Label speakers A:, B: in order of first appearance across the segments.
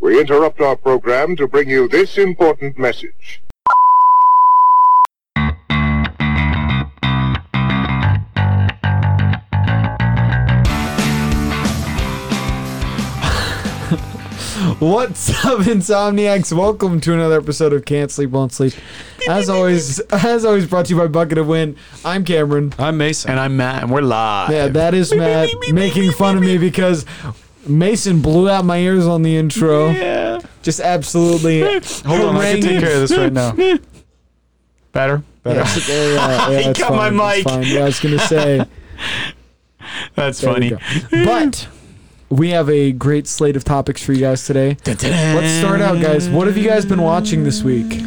A: We interrupt our program to bring you this important message.
B: What's up, insomniacs? Welcome to another episode of Can't Sleep, Won't Sleep. As always, as always, brought to you by Bucket of Wind. I'm Cameron.
C: I'm Mason. And I'm Matt, and we're live.
B: Yeah, that is Matt making fun of me because Mason blew out my ears on the intro.
C: Yeah.
B: Just absolutely.
C: Hold on, I can take
B: haranguing-
C: care of this right now. Better?
B: Yeah,
C: Better.
B: it's- yeah, yeah, yeah,
C: I
B: it's
C: got my
B: fine, it's
C: mic.
B: fine. Yeah, I was gonna say.
C: That's
B: there we
C: funny.
B: go. But we have a great slate of topics for you guys today. Let's start out, guys. What have you guys been watching this week?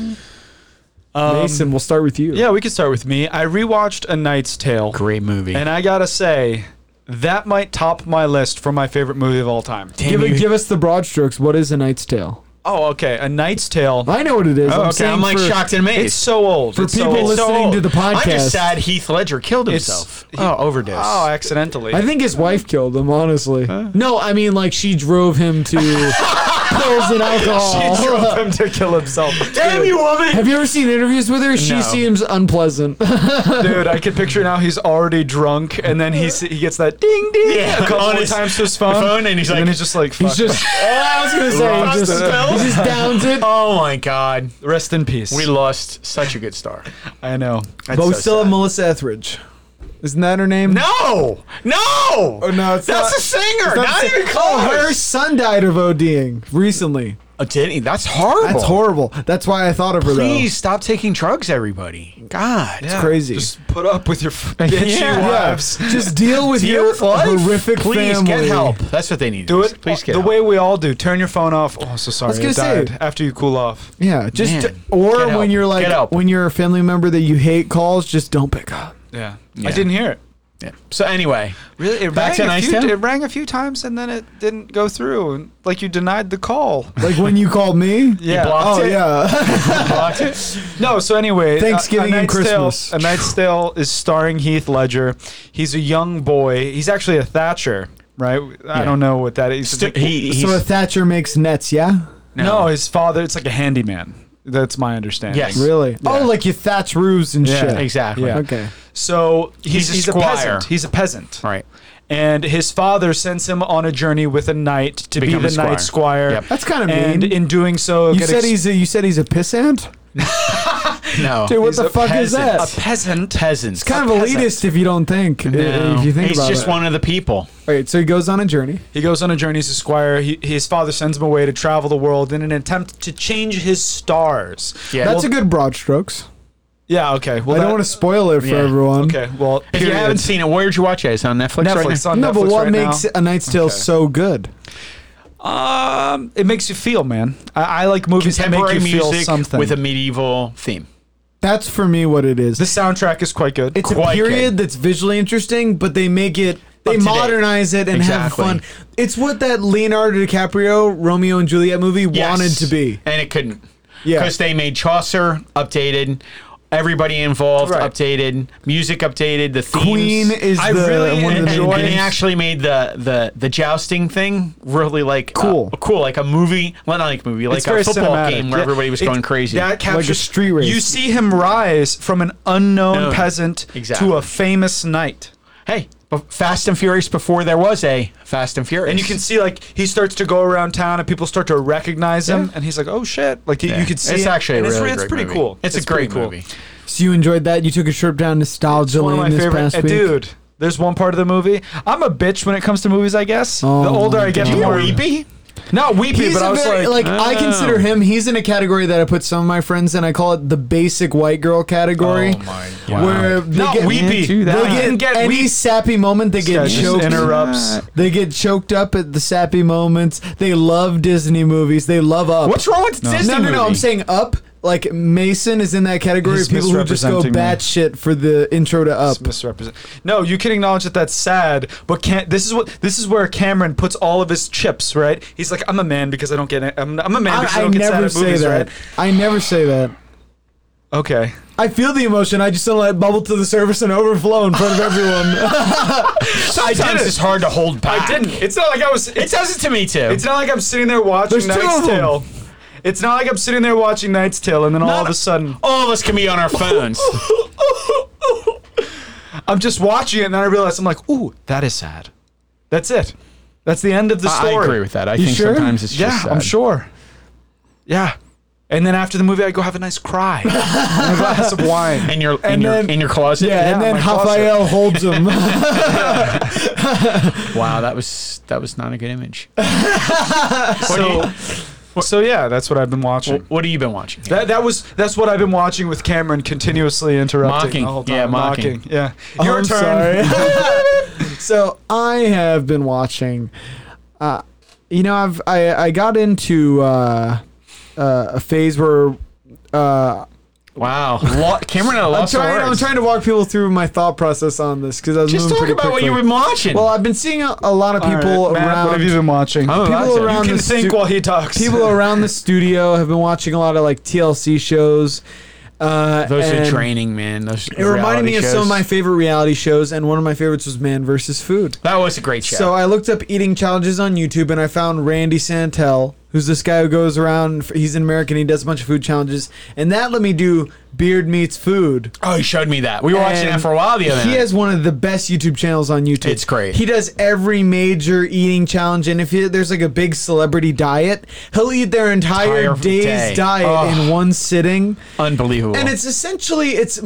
C: Um,
B: Mason, we'll start with you.
D: Yeah, we could start with me. I rewatched A Knight's Tale,
C: Great movie.
D: and I gotta say, that might top my list for my favorite movie of all time.
C: Damn
B: Give,
C: you.
B: give us the broad strokes. What is A Knight's Tale?
D: Oh, okay, A Knight's Tale.
B: I know what it is. I'm
D: Oh, okay,
B: saying
C: I'm like
B: for-
C: shocked and amazed.
D: It's so old.
B: For
D: It's so
B: people
D: old.
B: listening to the
C: I'm
B: podcast.
C: just sad Heath Ledger killed
D: It's-
C: himself. oh, overdose.
D: Oh, accidentally.
B: I think his wife killed him, honestly. no, I mean, like, she drove him to pills and alcohol.
D: he drove him to kill himself.
C: Damn you, woman!
B: Have you ever seen interviews with her? She
D: No.
B: seems unpleasant.
D: Dude, I can picture now he's already drunk, and then he he gets that ding ding
C: Yeah,
D: a couple
C: on
D: more
C: his
D: times to his phone,
C: phone, and he's like-
D: then he's just like,
B: He's
D: fuck,
B: just, oh, I was going to say, he
C: Lost
B: just,
C: the spell?
B: he just downs it.
C: Oh my God,
D: rest in peace.
C: we lost such a good star.
D: I know.
C: That's
B: But we
C: so
B: still have
C: sad.
B: Melissa Etheridge. Isn't that her name?
C: No, no.
B: Oh, no, it's
C: that's
B: not-
C: a singer. Not, even close.
B: Oh, her son died of ODing recently.
C: Oh, did he? That's horrible.
B: That's horrible. That's why I thought of her,
C: Oh. Please stop taking drugs, everybody. God.
B: though. It's crazy.
D: Just put up with your f- bitchy
C: Yeah.
D: wives.
B: Just deal with
C: Deal
B: your
C: with life.
B: horrific
C: Please
B: family.
C: get help. That's what they need.
D: Do it
C: Please get
D: the
C: help.
D: way we all do. Turn your phone off. Oh, so sorry.
B: was gonna
D: It
B: say-
D: died after you cool off.
B: Yeah, just
C: Man,
B: or
C: get
B: when
C: help.
B: you're
C: Get
B: like
C: help.
B: when you're a family member that you hate calls, just don't pick up.
D: Yeah.
C: Yeah.
D: I didn't hear it.
C: Yeah. So anyway,
D: Really? It
C: Back to
D: rang a
C: Nice
D: few,
C: Town?
D: It rang a few times and then it didn't go through. And like you denied the call.
B: Like when you called me.
D: Yeah.
B: Oh
C: blocked it.
B: yeah.
D: No, so anyway, uh,
B: Thanksgiving
D: A
B: and
D: Knight's Tale-
B: Christmas.
D: a Knight's Tale is starring Heath Ledger. He's a young boy. He's actually a Thatcher, right? I don't know what that is.
C: Stu- he, he's,
B: so a Thatcher makes nets, yeah.
D: no. his father. It's like a handyman. That's my understanding.
C: Yes.
B: Really? Oh, like you thatch roofs and
D: Yeah,
B: shit.
C: exactly.
D: Yeah.
B: Okay.
D: So he's,
C: He's a
D: he's a,
C: squire.
D: peasant. He's a peasant.
C: Right.
D: And his father sends him on a journey with a knight to
C: Become
D: be
C: a
D: the knight
C: squire.
D: squire.
C: Yep.
B: That's kinda
D: And
B: mean.
D: in doing so,
B: You
D: get
B: said
D: ex-
B: he's a you said he's a pissant.
C: No.
B: Dude, what
D: He's
B: the
D: a
B: fuck is
C: peasant.
B: that?
D: a
B: It's
D: peasant.
C: Peasants.
B: kind of elitist if you don't think. i- If you think
C: he's
B: about
C: just
B: it.
C: one of the people.
B: Wait, so he goes on a journey.
D: He goes on a journey as a squire. He, his father sends him away to travel the world in an attempt to change his stars.
C: Yeah.
B: That's
C: Well,
B: a good broad strokes.
D: Yeah. Okay. Well,
B: I don't
D: that-
B: want to spoil it for
C: yeah,
B: everyone.
D: Okay. Well,
C: If you haven't seen it, where'd you watch it? It's on Netflix. Right
D: Netflix
C: now?
D: on
B: No,
D: Netflix
B: but what
D: right
B: makes
D: now.
B: A Knight's Tale so good?
D: Um, it makes you feel, man. I, I like movies that make
C: Contemporary
D: you feel
C: music
D: something.
C: with a medieval theme.
B: That's for me what it is.
D: the soundtrack is quite good.
B: it's a
C: quite
B: period that's visually interesting, but they make it they
C: Up to date.
B: modernize it and
C: Exactly.
B: have fun. It's what that Leonardo DiCaprio Romeo and Juliet movie wanted
C: Yes.
B: to be.
C: and it couldn't.
B: Yeah.
C: because they made Chaucer updated, everybody involved
D: Right.
C: updated, music updated, the themes.
B: Queen is
D: I
B: the
D: really
B: one of
C: and,
B: the
C: and
B: main
C: they
B: things.
C: actually made the, the the jousting thing really like uh,
B: Cool.
C: cool, like a movie, well, not like a movie, like a football
D: cinematic.
C: game where
D: Yeah.
C: everybody was
D: It-
C: going crazy.
D: That captures
B: street race.
D: You see him rise from an unknown
C: No,
D: peasant
C: exactly.
D: to a famous knight.
C: hey, be- Fast and Furious before there was a Fast and Furious,
D: And you can see like he starts to go around town and people start to recognize him
C: Yeah.
D: and he's like, "Oh shit." Like he- you can see
C: it's
D: it,
C: actually a
D: and it's,
C: really
D: it's
C: great
D: pretty
C: movie.
D: cool.
C: It's, a great
D: pretty cool.
C: movie.
B: So you enjoyed that? You took a trip down nostalgia
D: One of my
B: lane this
D: favorite
B: past
D: uh,
B: week.
D: dude. There's one part of the movie. I'm a bitch when it comes to movies, I guess. the
B: Oh
D: older
B: my
D: I get,
B: God.
D: the
B: You
D: more
C: Weepy?
D: Not weepy,
B: He's
D: but I
B: a
D: was
B: very,
D: like,
B: like, I
C: oh.
B: consider him. He's in a category that I put some of my friends in. I call it the basic white girl category.
C: Oh my God.
B: Where they
D: Not
B: get,
D: weepy.
B: They
D: That
B: get,
D: didn't get
B: any
D: weep.
B: sappy moment. They
D: Yeah,
B: get
D: it just
B: choked.
D: interrupts.
B: They get choked up at the sappy moments. They love Disney movies. They love Up.
C: What's wrong with Disney?
B: no, no, no.
C: movie?
B: I'm saying Up. Like Mason is in that category
D: He's
B: of people who just go
D: misrepresenting me.
B: batshit for the intro to Up.
D: misrepresent. No, you can acknowledge that that's sad, but can't. This is what this is where Cameron puts all of his chips. Right? He's like, I'm a man because I don't get. I'm, I'm a man because
B: I,
D: I,
B: I
D: don't get sad
B: never
D: at
B: say
D: movies.
B: that.
D: Right?
B: I never say that.
D: Okay.
B: I feel the emotion. I just don't let it bubble to the surface and overflow in front of everyone.
C: Sometimes
D: didn't.
C: it's hard to hold back.
D: I didn't. It's not like I was.
C: It
D: It's,
C: does it to me too.
D: it's not like I'm sitting there watching
B: There's two of
D: Knight's
B: 'em.
D: Tale. It's not like I'm sitting there watching Knight's Tale and then all of
C: Not-
D: a sudden
C: All of us can be on our phones.
D: I'm just watching it and then I realize I'm like, ooh, that is sad. That's it. That's the end of the
C: I
D: story.
C: agree with that. I think
B: sure?
C: sometimes it's
D: Yeah,
C: just sad.
D: I'm sure. Yeah. And then after the movie, I go have a nice cry, and a glass of wine.
C: In your in
B: And
C: your
B: then-
C: in your closet.
B: yeah, and then
D: my closet.
B: Raphael holds him.
C: Wow, that was that was not a good image.
D: So, so yeah, that's what I've been watching.
C: What have you been watching?
D: That, that was that's what I've been watching with Cameron continuously interrupting
C: Mocking.
D: the whole time.
C: Yeah, mocking.
D: Yeah, your
B: Oh, I'm
D: turn.
B: sorry. so I have been watching. Uh, you know, I've I, I got into uh, uh, a phase where uh,
C: wow, Lo- Cameron, I
B: I'm
C: lost my
B: trying I'm
C: words.
B: trying to walk people through my thought process on this because I was
C: Just
B: moving
C: talk
B: pretty
C: about what
B: quickly.
C: you've been watching.
B: Well, I've been seeing a, a lot of
D: All right,
B: people
D: Matt,
B: around.
D: what have you been watching?
C: I'm about
B: people
C: to.
B: around
D: you can
B: the
D: think
B: stu-
D: while he talks.
B: people around the studio have been watching a lot of like TLC shows. Uh,
C: Those are
B: and
C: draining, man. Those
B: It reminded me of some of my favorite reality shows, and one of my favorites was Man vs. Food.
C: That was a great show.
B: So I looked up eating challenges on YouTube and I found Randy Santel, who's this guy who goes around. He's an American. He does a bunch of food challenges, and that let me do beard meets food.
C: oh, he showed me that. We were watching
B: And
C: that for a while the other
B: He
C: night.
B: has one of the best YouTube channels on YouTube.
C: It's great.
B: He does every major eating challenge, and if he, there's like a big celebrity diet, he'll eat their entire,
C: Entire
B: day's
C: day.
B: diet in one sitting.
C: Unbelievable.
B: And it's essentially it's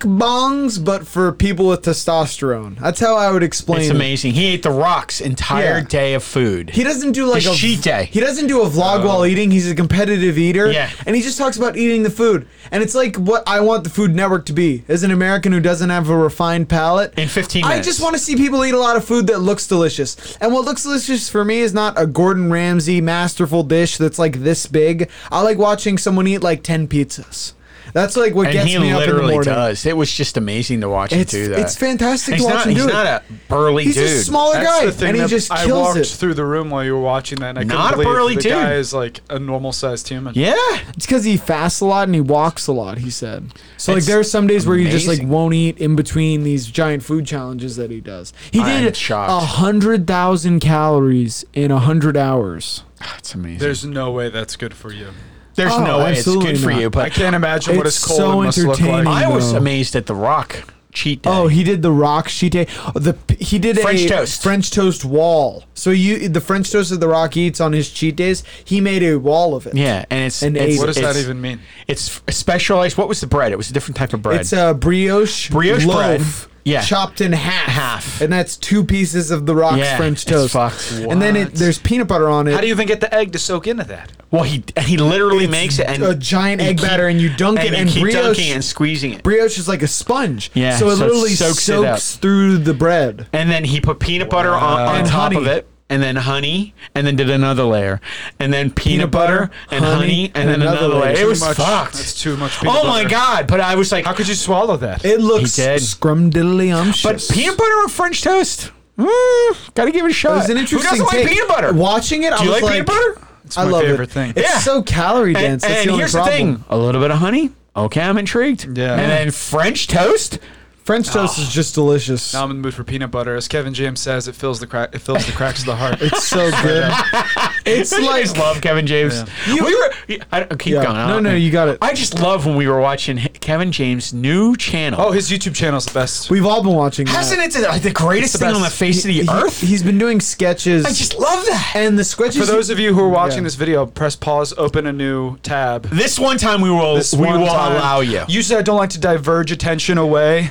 B: mukbangs, but for people with testosterone. That's how I would explain.
C: It's
B: it.
C: amazing. He ate the rocks entire
B: Yeah.
C: day of food.
B: He doesn't do like
C: His
B: a
C: cheat day. Oh.
B: He doesn't do a vlog while eating. He's a competitive eater.
C: Yeah.
B: And he just talks about eating the food. And it's like what I want the Food Network to be. As an American who doesn't have a refined palate.
C: In 15
B: I
C: minutes.
B: just want to see people eat a lot of food that looks delicious. And what looks delicious for me is not a Gordon Ramsay masterful dish that's like this big. I like watching someone eat like 10 pizzas. That's like what
C: and
B: gets
C: he
B: me up in the
C: literally
B: morning.
C: does. It was just amazing to watch
B: It's,
C: him do that.
B: it's fantastic
C: And
B: to
C: he's
B: watch
C: not,
B: him do
C: he's
B: it.
C: not a burly
B: He's
C: dude.
B: a smaller
D: That's
B: guy,
D: the thing
B: and he
D: that
B: just
D: I
B: kills
D: walked
B: it.
D: through the room while you were watching that, and I
C: Not a
D: couldn't believe
C: burly
D: the
C: dude.
D: guy is like a normal sized human.
C: yeah.
B: It's because he fasts a lot and he walks a lot. He said. So like,
C: It's
B: there are some days where he just like
C: amazing.
B: won't eat in between these giant food challenges that he does. He
C: I'm
B: did
C: shocked.
B: a hundred thousand calories in a hundred hours.
C: That's amazing. There's,
D: There's no way that's good for you.
C: there's
B: Oh,
C: no way it's
B: absolutely
C: good for
B: not.
C: you,
D: I
C: but
D: can't imagine what
B: It's
D: his colon
B: so
D: must look like.
B: entertaining.
C: I was
B: No.
C: amazed at the rock cheat day.
B: Oh, he did the rock sheet. day- The p- he did a
C: French toast.
B: French toast wall. So you the French toast that the Rock eats on his cheat days, he made a wall of it.
C: yeah, and it's
B: And
C: it's,
B: ate it.
D: what does that
C: it's-
D: even mean?
C: It's f- specialized. What was the bread? It was a different type of bread.
B: It's uh, a brioche
C: Brioche bread.
B: loaf
C: Yeah.
B: chopped in half.
C: Half.
B: And that's two pieces of the rock's
C: Yeah,
B: French
C: it's
B: toast.
C: fucked.
B: And then it, there's peanut butter on it.
D: How do you even get the egg to soak into that?
C: well, he he literally makes it and
B: a giant
C: you
B: egg
C: keep-
B: batter and you dunk it
C: you
B: and
C: keep
B: brioche-
C: dunking it and squeezing it.
B: brioche is like a sponge.
C: Yeah,
B: So it
C: so it
B: literally soaks,
C: soaks it up.
B: through the bread.
C: and then he put peanut butter on, on
B: And
C: top
B: honey.
C: of it and then honey and then did another layer and then peanut, butter, and honey, and, then another, layer. It
B: Too
C: was
D: much-
C: fucked.
D: that's too much
C: Oh
D: peanut
C: my
D: butter.
C: god! But I was like,
D: How could you swallow that?
B: It looks
C: did.
B: scrumdiddlyumptious.
C: but peanut butter on French toast? Mm, gotta give it a shot.
B: It was an interesting
C: Who doesn't
B: take.
C: like peanut butter?
B: Watching it, I
C: Do you
B: was
C: like, peanut butter?
D: It's
B: I
D: my
B: love
D: favorite
B: it.
D: thing.
B: It's
C: Yeah.
B: so calorie
C: And,
B: dense. That's
C: and
B: the only
C: here's
B: problem.
C: the thing: a little bit of honey. Okay, I'm intrigued.
D: Yeah.
C: And then French toast. Oh.
B: French toast is just delicious.
D: Now I'm in the mood for peanut butter. As Kevin James says, it fills the crack. It fills the cracks of the heart.
B: It's so good. it's
C: I
B: like
C: just love Kevin James.
B: You-
C: we were. I, don't- keep
B: Yeah.
C: going. I
B: No,
C: don't-
B: no, you got it.
C: I just love when we were watching Kevin James' new channel.
D: oh, his YouTube channel's the best.
B: we've all been watching.
C: Hasn't
B: that.
C: it the, like, the greatest
D: It's the
C: thing on the
D: best.
C: face
B: He-
C: of the earth?
B: He's been doing sketches.
C: I just love that.
B: and the sketches.
D: For those of you who are watching
B: Yeah.
D: this video, press pause, open a new tab.
C: This one time we will
D: This
C: we will
D: one time-
C: allow you.
D: Usually, I don't like to diverge attention away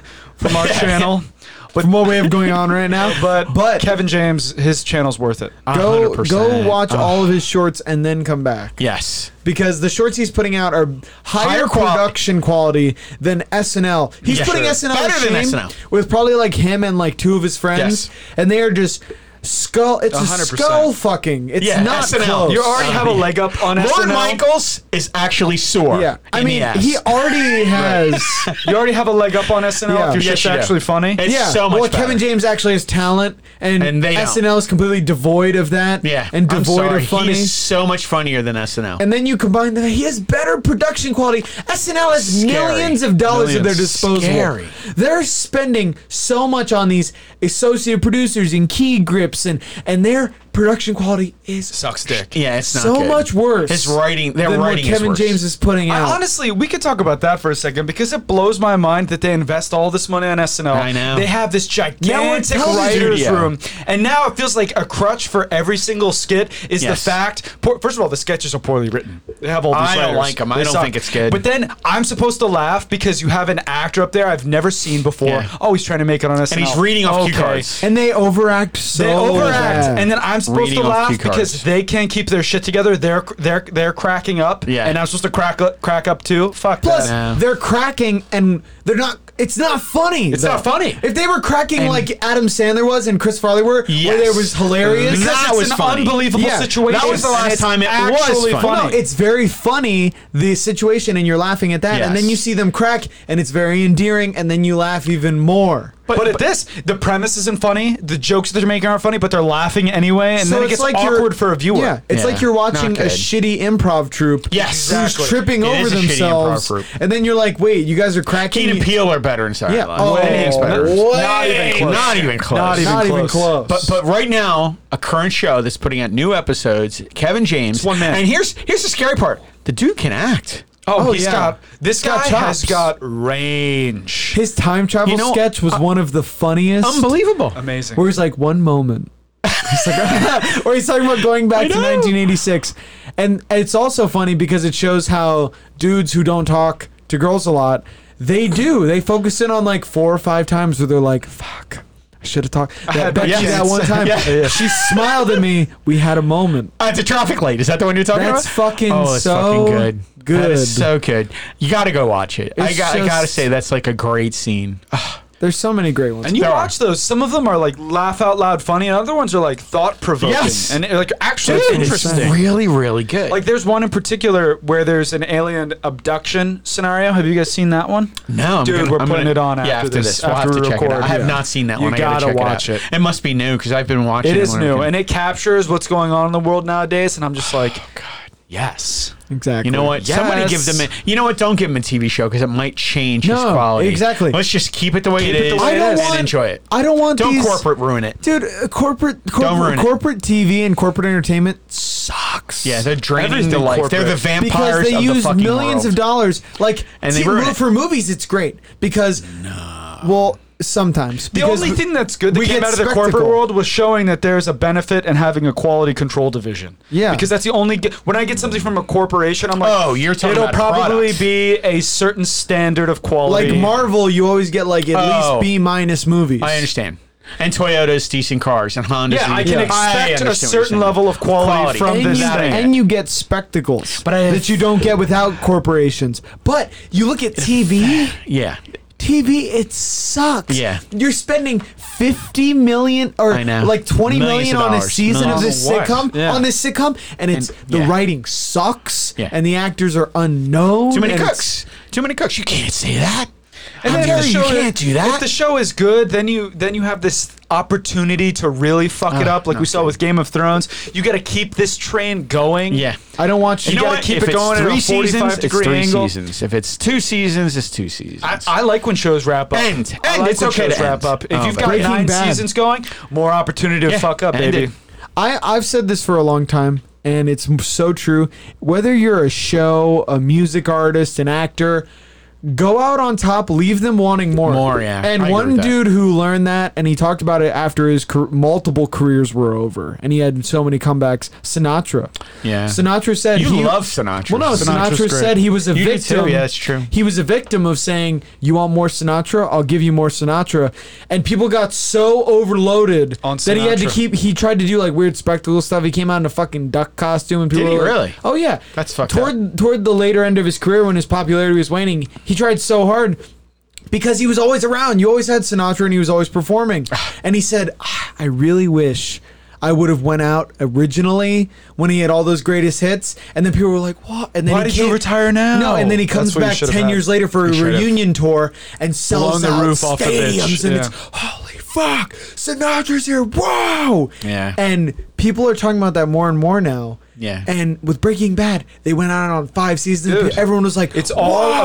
D: from our channel,
B: from what we have going on right now,
D: but
B: but
D: Kevin James, his channel's worth it.
B: go
C: 100%.
B: go watch all of his shorts and then come back
C: Yes.
B: because the shorts he's putting out are higher,
C: Higher quali-
B: production quality than SNL. He's
C: Yeah,
B: putting
C: sure.
B: SNL to
C: Better than
B: shame
C: SNL.
B: with probably like him and like two of his friends,
C: Yes.
B: and they are just Skull. It's a
D: 100%.
B: skull fucking. It's
C: Yeah,
B: not
C: SNL.
B: close.
D: You already have a leg up on
C: Lord
D: SNL.
C: Michaels is actually sore.
B: Yeah, I
C: in the
B: mean,
C: ass.
B: he already has.
D: You already have a leg up on SNL
B: Yeah.
D: if
B: Yes,
D: your shit's
C: you do.
D: actually funny.
C: It's-
B: yeah,
C: so much
B: well, Kevin
C: better.
B: James actually has talent, and,
C: And they don't.
B: SNL is completely devoid of that.
C: yeah,
B: and
C: I'm
B: devoid
C: sorry.
B: of funny.
C: He is so much funnier than SNL.
B: and then you combine that, he has better production quality. SNL has
C: Scary.
B: millions of dollars at their
C: Millions.
B: disposal.
C: Scary.
B: They're spending so much on these associate producers and key grips, and and their production quality is
D: Sucks dick.
C: yeah, it's not
B: so
C: good.
B: much worse.
C: His writing, their
B: than what
C: writing is
B: Kevin
C: worse.
B: James is putting
D: I-
B: out.
D: honestly, we could talk about that for a second because it blows my mind that they invest all this money on SNL.
C: I know.
D: They have this gigantic
B: television
D: writer's
C: studio.
D: room. And now it feels like a crutch for every single skit is
C: Yes.
D: the fact. Poor, first of all, the sketches are poorly written. They have all these
C: I don't
D: writers.
C: like 'em. I
D: They
C: don't
D: suck.
C: think it's good.
D: But then I'm supposed to laugh because you have an actor up there I've never seen before.
C: Yeah.
D: Oh, he's trying to make it on SNL.
C: and he's reading off cue
D: Okay.
C: cards.
B: and they overact so
D: They overact,
B: bad.
D: and then I'm supposed
C: Reading
D: to
C: off
D: laugh
C: cue cards.
D: because they can't keep their shit together. They're they're they're cracking up,
C: Yeah.
D: and I'm supposed to crack up, crack up too. Fuck.
B: Plus,
D: that.
C: No.
B: they're cracking and they're not. It's not funny. It's
D: not funny.
B: If they were cracking like Adam Sandler was and Chris Farley were,
C: Yes.
B: where there was hilarious.
C: Because That
D: it's
C: was
D: an
C: funny.
D: unbelievable
B: Yeah.
D: situation.
C: That was the
D: and
C: last
D: it's
C: time it was
D: actually
C: funny.
B: No, it's very funny the situation, and you're laughing at that, and then
C: Yes.
B: you see them crack, and it's very endearing, and then you laugh even more.
D: but, at this, the premise isn't funny. The jokes that they're making aren't funny, but they're laughing anyway, and
B: So
D: then it
B: it's
D: gets
B: like you're-
D: awkward for a viewer.
B: Yeah, it's
C: Yeah.
B: like you're watching
C: Not
B: a
C: good.
B: shitty improv troupe.
C: Yes. Exactly.
B: who's tripping
C: It
B: over
C: is a shitty improv
B: themselves,
C: troupe.
B: and then you're like, wait, you guys are cracking.
C: Keenan Peele are better in Saturday
B: Yeah.
C: Night Live.
B: Oh,
C: Way better.
B: way-
C: Not even close. Not even close.
D: Not even
B: Not even
D: close.
B: close.
C: But but right now, a current show that's putting out new episodes, Kevin James.
D: one man.
C: And here's here's the scary part. The dude can act.
D: Oh,
B: Oh,
D: he's
B: yeah.
D: got this
B: He's got
D: guy has
B: chops.
D: got range.
B: His time travel
C: You know, uh,
B: sketch was one of the funniest.
C: Unbelievable.
D: Amazing.
B: Where he's like, one moment. He's like, or he's talking about going back to
C: know.
B: 1986. And it's also funny because it shows how dudes who don't talk to girls a lot, they do. They focus in on like four or five times where they're like, fuck. I should have talked. That, Becky,
C: yes.
B: that one time,
C: Yeah, yeah.
B: she smiled at me. We had a moment.
C: Uh, it's a traffic light. Is that the one you're talking
B: That's
C: about?
B: fucking
C: oh, it's
B: so
C: fucking good. That
B: good.
C: is so good. You got to go watch it. I
B: It's
C: got. I
B: just-
C: got to say that's like a great scene.
B: There's so many great ones.
D: And you
C: There
D: watch those. Some of them are like laugh out loud funny, and other ones are like thought provoking.
C: Yes.
D: And like actually
C: Dude, it's
D: interesting.
C: really really good.
D: Like there's one in particular where there's an alien abduction scenario. Have you guys seen that one?
C: no, I'm
D: dude,
C: gonna-
D: we're
C: I'm
D: putting
C: gonna-
D: it on
C: yeah,
D: after this,
C: We'll
D: after
C: have to
D: we
C: check it out.
D: record,
C: I have
D: yeah.
C: not seen that
D: You
C: one. I
D: gotta
C: gotta check
D: watch
C: it. Out.
D: it.
C: It must be new because I've been watching.
D: It is
C: when I'm
D: new,
C: kidding.
D: and it captures what's going on in the world nowadays. And I'm just like, yes.
B: exactly.
C: You know what? Somebody give
D: Yes.
C: them. A, you know what? Don't give him a TV show because it might change his
B: No,
C: quality.
B: exactly.
C: Let's just keep it the way
D: Keep
C: it
D: it
C: is
D: the way
B: I
D: it
B: don't
D: is.
C: and
B: want,
C: enjoy it.
B: I don't want
C: Don't
B: these,
C: corporate ruin it.
B: dude. Uh, corporate corporate,
C: ruin it.
B: corporate TV and corporate entertainment sucks.
C: Yeah, they're draining
D: Everything
C: the life. They're
D: corporate.
C: the vampires
B: because they
C: of the
B: use
C: fucking
B: millions
C: world.
B: of dollars. Like
C: And they
B: see,
C: ruin
B: mo-
C: it.
B: for movies, it's great because well sometimes
D: The
B: because
D: only
B: we-
D: thing that's good that
B: we
D: came
B: get
D: out of the corporate
B: spectacle.
D: world was showing that there's a benefit in having a quality control division.
B: Yeah.
D: Because that's the only. g- When I get something from a corporation, I'm like,
C: Oh, you're talking
D: It'll
C: about
D: probably
C: product.
D: be a certain standard of quality.
B: like Marvel, you always get like at
C: Oh.
B: least B minus movies.
C: I understand. And Toyota's decent cars and Honda's.
D: Yeah,
C: and-
D: I can
C: I
D: expect
C: understand
D: a
C: what you're
D: certain
C: saying.
D: level of quality,
C: Quality.
D: from
B: And
D: this
B: you,
D: thing.
B: and you get spectacles
C: But I-
B: that you don't get without corporations. But you look at TV.
C: Yeah.
B: TV, it sucks.
C: Yeah.
B: You're spending 50 million or
C: I know.
B: like 20
C: Millions
B: million
C: of
B: on a
C: dollars.
B: season
C: Millions.
B: of this
D: On what?
B: sitcom,
D: Yeah.
B: on this sitcom, and it's
C: And-
B: the
C: yeah.
B: writing sucks
C: Yeah.
B: and the actors are unknown.
C: Too many
B: and it's-
C: cooks. Too many cooks. You can't say that.
D: And
C: How
D: then
C: dare
D: if the
C: you,
D: show
C: you can't do
D: If
C: that.
D: the show is good, then you then you have this opportunity to really fuck it up, like we saw with Game of Thrones. You got to keep this train going.
C: yeah.
B: I don't watch
D: You
B: you.
D: know gotta what? keep it going at a 45
C: it's
D: degree
C: three
D: angle.
C: seasons. If it's two seasons, it's two seasons.
D: I, I like when shows wrap up.
C: End.
D: I
C: End.
D: like
C: It's
D: when
C: okay
D: shows
C: to
D: wrap
C: end.
D: up. If
C: Oh,
D: you've
C: but-
D: got
B: Breaking
D: nine
B: Bad.
D: seasons going, more opportunity to
C: Yeah,
D: fuck up,
C: end
D: baby.
C: it.
B: I, I've said this for a long time, and it's m- so true. Whether you're a show, a music artist, an actor, go out on top, leave them wanting more.
C: More, yeah.
B: And
C: I agree
B: one
C: with that.
B: dude who learned that, and he talked about it after his car- multiple careers were over, and he had so many comebacks. Sinatra.
C: Yeah.
B: Sinatra said
C: You
B: he,
C: love Sinatra.
B: Well, no,
C: Sinatra's
B: Sinatra
C: great.
B: said he was a
C: You do too,
B: victim.
C: yeah, that's true.
B: He was a victim of saying, "You want more Sinatra? I'll give you more Sinatra." And people got so overloaded
D: On
B: that he had to
D: Sinatra.
B: keep. He tried to do like weird spectacle stuff. He came out in a fucking duck costume, and people
C: Did he
B: were like,
C: really?
B: "Oh yeah."
C: That's fucked
B: Toward toward the later end of his career, when his popularity was waning, he tried so hard. Because he was always around. You always had Sinatra and he was always performing. and he said, "Ah, I really wish I would have went out originally when he had all those greatest hits, and then people were like, "What?" And then
D: Why
B: he
D: did you
B: can't-
D: retire now?
B: No, and then he
D: That's
B: comes
D: what you
B: back
D: should have
B: ten
D: had.
B: years later for a
D: You should have.
B: reunion tour and sells
D: Blown the
B: out
D: roof off the bitch,
B: stadiums, and
D: yeah.
B: it's holy fuck, Sinatra's here! Wow!
C: Yeah.
B: and people are talking about that more and more now.
C: Yeah.
B: and with Breaking Bad, they went out on five seasons.
D: Dude,
B: everyone was like,
D: It's all
B: "Wow."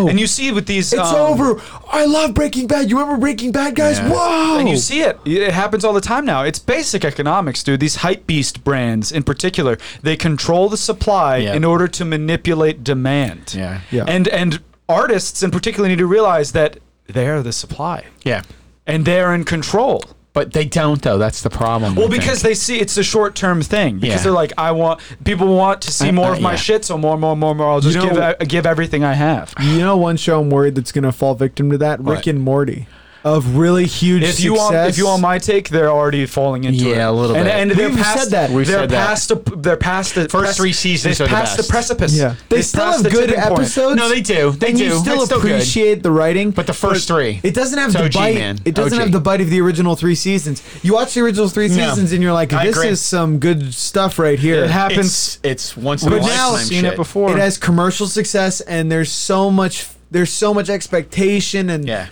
D: about, and you see with these.
B: It's
D: um,
B: over. I love Breaking Bad. You remember Breaking Bad, guys?
C: Yeah.
B: Whoa!
D: And you see it. It happens all the time now. It's basic economics, dude. These hype beast brands in particular, they control the supply
C: Yeah.
D: in order to manipulate demand.
C: Yeah.
B: Yeah.
D: And and artists in particular need to realize that they're the supply.
C: Yeah.
D: And they're in control.
C: But they don't though. That's the problem.
D: Well, because they see it's a short term thing. Because
C: Yeah.
D: they're like, I want people want to see
C: Uh,
D: more
C: uh,
D: of my
C: yeah.
D: shit, so more, more, more, more. I'll just
B: know-
D: give uh, give everything I have.
B: You know, one show I'm worried that's gonna fall victim to that. Rick and Morty, of really huge
D: If
B: success.
D: you want, if you want my take, they're already falling into it.
C: Yeah, a little
D: and,
C: bit.
D: And they're
B: We've
D: past,
B: said that.
D: They're
C: We've said that.
D: past. The, they're past the
C: First three seasons
D: They're
C: are the
D: past
C: best.
D: the precipice.
B: yeah, they
D: They've
B: still have
D: passed the
B: good
D: tipping point.
B: episodes.
C: No, they do. They
B: and
C: do.
B: You still
C: It's still good.
B: appreciate the writing,
C: But the first three.
B: It doesn't have
C: It's
B: the
C: OG,
B: bite.
C: man.
B: It doesn't
C: OG.
B: have the bite of the original three seasons. You watch the original three
C: No.
B: seasons, and you're like,
C: I
B: "This
C: agree.
B: is some good stuff right here."
D: It happens.
C: It's, it's once in a
B: But
C: lifetime
B: now-
D: seen
C: shit.
D: it before.
B: It has commercial success, and there's so much. There's so much expectation, and
C: Yeah.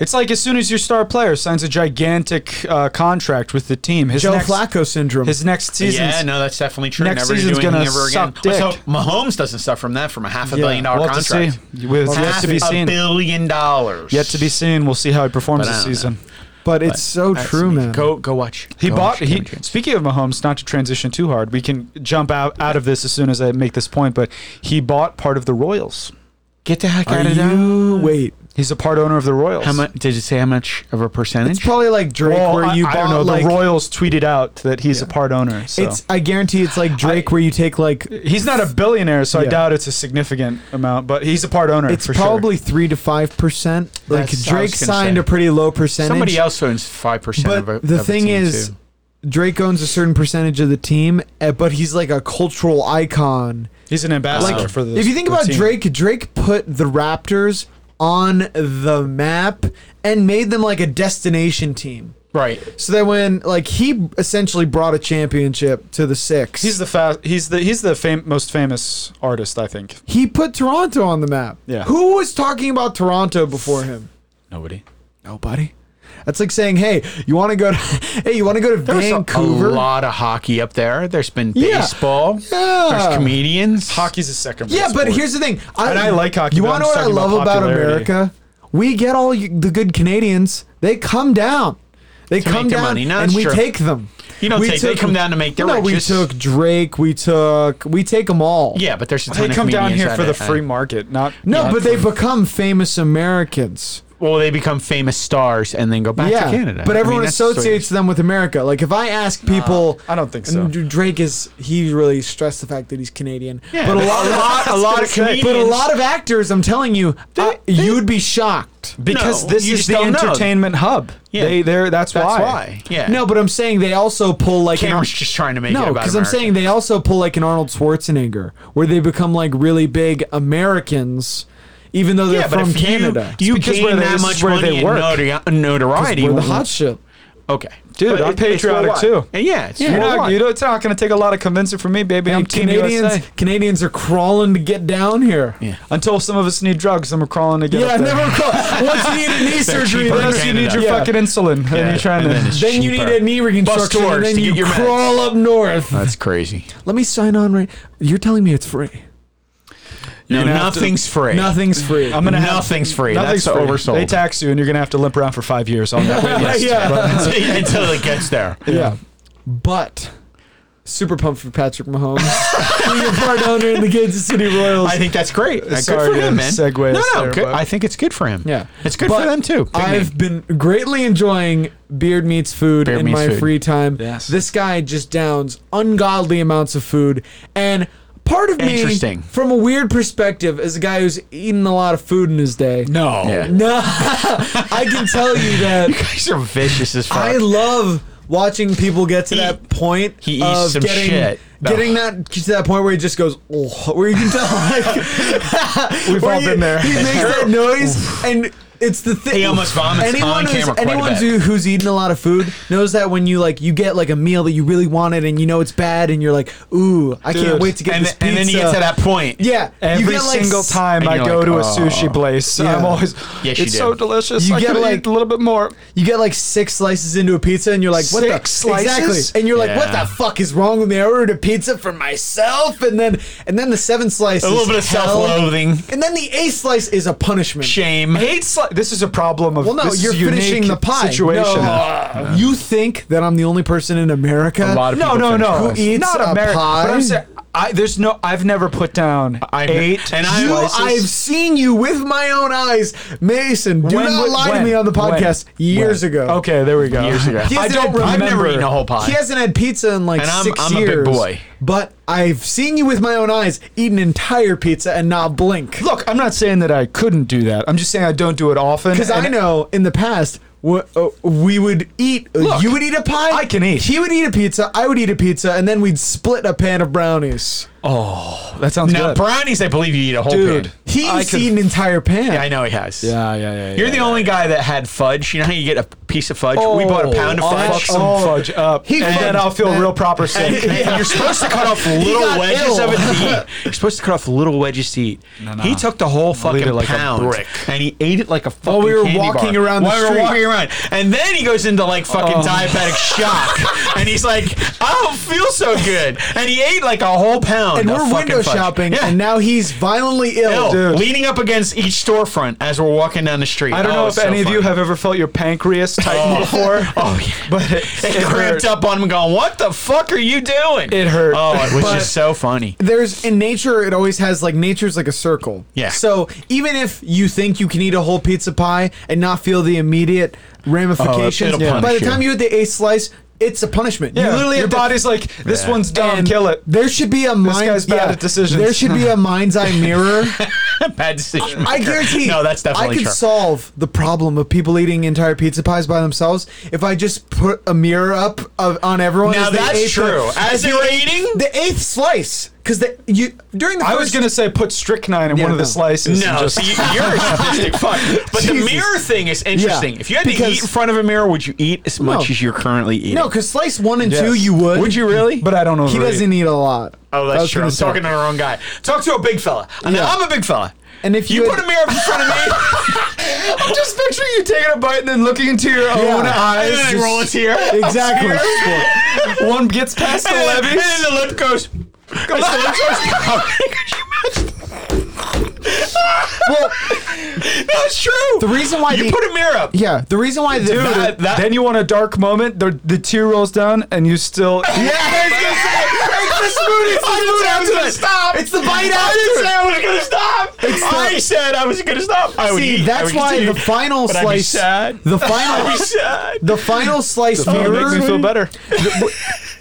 D: it's like as soon as your star player signs a gigantic uh, contract with the team, his
B: Joe
D: next,
B: Flacco syndrome.
D: his next season.
C: Yeah, no, that's definitely true.
D: Next
C: Never to do
D: season's gonna
C: anything ever again.
D: suck dick.
C: So Mahomes doesn't suffer from that from a half a
D: Yeah,
C: billion dollar
D: we'll have to
C: contract.
D: see. Well, it's yet
C: half
D: to be
C: a
D: seen.
C: billion dollars.
D: Yet to be seen. We'll see how he performs
C: But I
D: this
C: don't know.
D: season.
B: but it's so true, man.
C: Go go watch.
D: He
C: Go
D: bought.
C: watch
D: He,
C: Game Change.
D: speaking of Mahomes, not to transition too hard, we can jump out out of this as soon as I make this point. But he bought part of the Royals.
C: Get the heck
B: Are
C: out of there.
B: you wait?
D: He's a part owner of the Royals.
C: How much did you say? How much of a percentage?
B: It's probably like Drake,
D: Well,
B: where you
D: I,
B: bought
D: I don't know.
B: like
D: the Royals tweeted out that he's a part owner. So.
B: it's. I guarantee it's like Drake, where you take like.
D: he's not a billionaire, so I
B: Yeah.
D: doubt it's a significant amount. But he's a part owner.
B: It's
D: for
B: probably three to five percent. Like
C: That's- I was
B: Drake
C: gonna
B: signed
C: say.
B: a pretty low percentage.
C: Somebody else owns five percent.
B: But
C: of a,
B: the
C: of a
B: thing
C: team,
B: is,
C: too.
B: Drake owns a certain percentage of the team, eh, but he's like a cultural icon.
D: sure. he's an ambassador
C: Like,
D: for the.
B: if you think
D: the
B: about
D: team.
B: Drake, Drake put the Raptors on the map and made them like a destination team.
C: right?
B: So that when like he essentially brought a championship to the six,
D: he's the fa- he's the he's the fam- most famous artist, I think.
B: he put Toronto on the map.
D: Yeah.
B: Who was talking about Toronto before him?
C: Nobody.
B: Nobody. That's like saying, "Hey, you want to go to Hey, you want to go to
C: There's a-
B: Vancouver?"
C: a lot of hockey up there. There's been
B: Yeah.
C: baseball.
B: Yeah.
C: There's comedians.
D: Hockey's a second.
B: Yeah,
D: best
B: but
D: sport.
B: here's the thing.
D: And I like hockey,
B: You
D: but
B: want
D: I'm
B: to know what I
D: talking about
B: love about
D: popularity.
B: America? We get all you- the good Canadians. They come down. They come
C: make their
B: down
C: money. No,
B: and
C: that's
B: we
C: true.
B: take them.
C: You don't
B: we
C: take- they come down to make their
B: No,
C: riches.
B: we took Drake. We took. We take them all.
C: Yeah, but there's a ton
D: They
C: of
D: come down
C: comedians
D: here
C: that
D: for the
C: I-
D: free market, not
B: No,
D: not
B: but they become famous Americans.
C: Well, they become famous stars and then go back
B: yeah,
C: to Canada.
B: but
C: I
B: everyone
C: mean, that's sort of-
B: associates them with America. Like if I ask people,
D: I don't think so.
B: "D- Drake is he really stressed the fact that he's Canadian?
C: Yeah,
B: but a
C: but
B: lot,
C: a
B: of,
C: lot- a lot of comedians-
B: but a lot of actors. I'm telling you, uh, you'd be shocked.
D: because
C: No,
D: this
C: you
D: is
C: just
D: the
C: don't know.
D: entertainment hub.
C: Yeah.
D: They they're that's,
C: That's
D: why.
C: why. Yeah.
B: No, but I'm saying they also pull like
C: Cameron's just trying to make it
B: no,
C: about
B: because I'm
C: America.
B: saying they also pull like an Arnold Schwarzenegger, where they become like really big Americans, even though they're
C: yeah, but
B: from
C: if you-
B: Canada.
C: You,
D: because
C: gain
D: where they-
C: that
D: this is
C: much
D: where
C: money
D: they
C: and
D: work.
C: notori- notoriety.
B: we're the hot shit.
C: Okay,
D: Dude, I'm
C: it- it's
D: patriotic,
C: worldwide.
D: too.
C: And yeah, it's
D: You're not,
C: worldwide.
D: you know, it's not going to take a lot of convincing from me, baby. I'm
B: And
D: Team
B: Canadians,
D: USA.
B: Canadians are crawling to get down here.
C: Yeah.
D: Until some of us need drugs, and we're crawling to get
B: Yeah, uh,
D: up there.
B: never call. Once you need a knee surgery,
C: cheaper
B: then
C: in
D: Unless you need
C: Canada.
D: your
B: Yeah.
D: fucking insulin, and you're trying
C: and then
D: to.
C: it's
B: Then you need
C: cheaper.
B: a knee reconstruction,
C: tours
B: and then
C: to get
B: you
C: your meds.
B: crawl up north.
C: That's crazy.
B: Let me sign on right. You're telling me it's free.
C: No,
D: gonna have to-
C: nothing's free.
B: Nothing's free.
D: I'm gonna have-
C: Nothing's free.
D: Nothing's
C: That's
D: free.
C: oversold.
D: They tax you, and you're going to have to limp around for five years on that wait list.
B: Yeah.
D: But-
C: until it gets there.
B: Yeah. But super pumped for Patrick Mahomes. Being a part owner in the Kansas City Royals.
C: I think that's great. That's
D: Sorry
C: good for
D: to
C: him, man.
D: segue
C: no,
D: us
C: no,
D: there,
C: good.
D: but-
C: I think it's good for him.
B: yeah.
C: it's good
B: But
C: for them too. Big
B: I've
C: man.
B: been greatly enjoying Beard Meets Food
C: Beard
B: in
C: Meets
B: my
C: Food.
B: free time.
D: Yes.
B: This guy just downs ungodly amounts of food and part of me
C: Interesting.
B: from a weird perspective as a guy who's eaten a lot of food in his day.
D: no.
C: Yeah.
B: No. I can tell you that
C: These are vicious as fuck.
B: I love watching people get to
C: He-
B: that point
C: he eats
B: of
C: some
B: getting
C: shit.
B: getting that to that point where he just goes, oh, where you can tell, like, we've
D: all been there.
B: He makes that noise, and it's the thing.
C: He almost vomits on
B: who's,
C: camera quite a
B: anyone
C: bit.
B: who- who's eaten a lot of food knows that when you like you get like a meal that you really wanted and you know it's bad, and you're like, ooh, I
C: Dude.
B: can't wait to get
C: and,
B: this pizza.
C: And then you get to that point.
B: Yeah, you
D: Every
B: get, like,
D: single
B: s-
D: time
C: and
D: I
C: you're
D: go
C: like,
D: to a
C: "Oh."
D: sushi place, I'm
B: Yeah.
D: always,
C: Yes, you
D: it's so
C: did.
D: delicious.
B: You
D: I
B: get,
D: could
B: like-
D: eat a little bit more.
B: You get like six slices into a pizza, and you're like, "What
D: Six
B: the
D: slices?
B: exactly?" And you're like, "What
C: Yeah.
B: the fuck is wrong with me? I ordered a pizza for myself, and then and then the seventh slice,
C: A
B: is
C: little bit of
B: hell,
C: self-loathing.
B: and then the eighth slice is a punishment."
C: Shame.
D: Eight sli- This is a problem of
B: Well, no,
D: this is
B: you're
D: a unique
B: finishing the pie.
D: situation.
B: No. You think that I'm the only person in America?
C: A lot of
D: No,
C: people
D: no, no.
C: finish pies.
B: Who eats
D: not
B: a
D: American.
B: pie?
D: But I'm saying, I, there's no. I've never put down
C: I've-
D: eight.
C: and I-
B: You,
C: slices.
B: I've seen you with my own eyes, Mason. Do
D: When
B: not
D: would-
B: lie
D: when?
B: to me on the podcast
D: When?
B: years
D: When?
B: ago.
D: Okay, there we go.
C: Years ago.
B: He
D: I
B: hasn't
D: don't
B: had-
D: remember.
C: I've never eaten a whole pie.
B: He hasn't had pizza in like
C: And I'm-
B: 6
C: I'm a big
B: years.
C: boy.
B: But I've seen you with my own eyes eat an entire pizza and not blink.
D: Look, I'm not saying that I couldn't do that. I'm just saying I don't do it often.
B: Because I
D: and-
B: know in the past wh- uh, we would eat. uh,
D: Look,
B: you would eat a pie.
D: I can eat.
B: He would eat a pizza. I would eat a pizza, and then we'd split a pan of brownies.
D: that sounds
C: Now
D: good.
C: brownies, I believe you eat a whole
D: Dude.
C: pan.
B: He's
D: I could-
B: eaten an entire pan.
C: Yeah, I know he has.
D: yeah, yeah, yeah.
C: You're
D: yeah.
C: the only guy that had fudge. You know how you get a piece of fudge? we bought a pound of
D: I'll
C: fudge.
D: Oh, fuck some fudge up,
B: He
D: and then
B: fucked
D: I'll feel
B: that-
D: real proper
C: And,
D: sick.
C: and you're supposed to cut off
B: got
C: little wedges
B: ill.
C: of it to eat. You're supposed to cut off little wedges to eat. He took the whole fucking
D: it like a
C: pound
D: brick.
C: and he ate it like a fucking.
B: we were
C: candy
B: walking
C: bar.
B: around the
C: While we
B: street. Oh.
C: were walking around, and then he goes into like fucking diabetic shock, and he's like, "I don't feel so good," and he ate like a whole pound.
B: and
C: of
B: we're
C: fucking
B: window
C: fudge.
B: shopping,
C: Yeah.
B: and now he's violently
C: Ill,
B: ill.
C: leaning up against each storefront as we're walking down the street.
D: I don't
C: Oh,
D: know if
C: it's so
D: any of you
C: funny.
D: have ever felt your pancreas tighten
C: Oh.
D: before.
C: Oh yeah.
D: But it,
C: It,
D: it
C: cramped
D: hurt.
C: up on him, going, "What the fuck are you doing?"
D: It hurt.
C: Oh, it was
B: But-
C: just so funny.
B: There's in nature, it always has like nature's like a circle.
C: Yeah.
B: So even if you think you can eat a whole pizza pie and not feel the immediate
D: Oh,
B: ramifications,
C: it'll
B: by the
C: punish you.
B: time you hit the eighth slice, it's a punishment.
D: Yeah,
B: you literally
D: your
B: have to-
D: body's like, this
C: Yeah.
D: one's dumb,
B: and
D: kill it.
B: There should be a mind.
D: guy's bad at decisions.
B: There should be a mind's eye mirror.
C: Bad decision.
B: I
C: maker.
B: guarantee.
C: No, that's definitely
B: I could
C: true.
B: solve the problem of people eating entire pizza pies by themselves if I just put a mirror up of, on everyone.
C: Now
B: as they
C: that's
B: ate the-
C: true. As
B: they
C: you're
B: ate
C: eating?
B: the eighth slice, because the you during the
D: I
B: first,
D: was gonna say put strychnine in
B: Yeah,
D: one of the
B: no.
D: slices. and
C: No,
D: just-
C: see, you're a sadistic fuck. But the
B: Jesus.
C: mirror thing is interesting.
B: Yeah,
C: if you had to
B: because-
C: eat in front of a mirror, would you eat as much as you're currently eating?
B: no, because slice one and
D: Yes.
B: two you would.
C: would you really?
D: but I don't know.
B: He doesn't eat a lot.
C: oh,
B: I
C: that's
B: was
C: true.
B: gonna
C: I'm
B: say.
C: talking to the wrong guy. Talk to a big fella. And
B: Yeah.
C: I'm a big fella.
B: And if
C: you,
B: you
C: put
B: had-
C: a mirror up in front of me,
D: I'm just picturing you taking a bite and then looking into your own
B: Yeah.
C: and
D: eyes.
C: then I roll a
D: just-
C: tear,
B: Exactly.
D: One gets past the
C: and, then, and
D: levees.
C: then the lip goes. It's the lip goes.
B: well,
C: That's true.
B: the reason why
C: you
B: the-
C: put a mirror up.
B: yeah, the reason why the,
D: Dude,
C: that- that-
D: then you want a dark moment. The, the tear rolls down, and you still.
B: yeah, it's the spoon. It's the spoon
C: I didn't say I was
B: after
C: gonna
B: it.
C: stop.
B: It's the bite
C: I didn't
B: after
C: say
B: it.
C: I was gonna stop. I said I was gonna stop. I would
B: See,
C: eat. I
B: that's
C: would
B: why
C: continue,
B: the final
C: but I'd be
B: slice.
C: sad.
B: The
C: I'd
B: final.
C: be sad.
B: The final slice
D: Oh, it
B: mirror.
D: makes me feel better.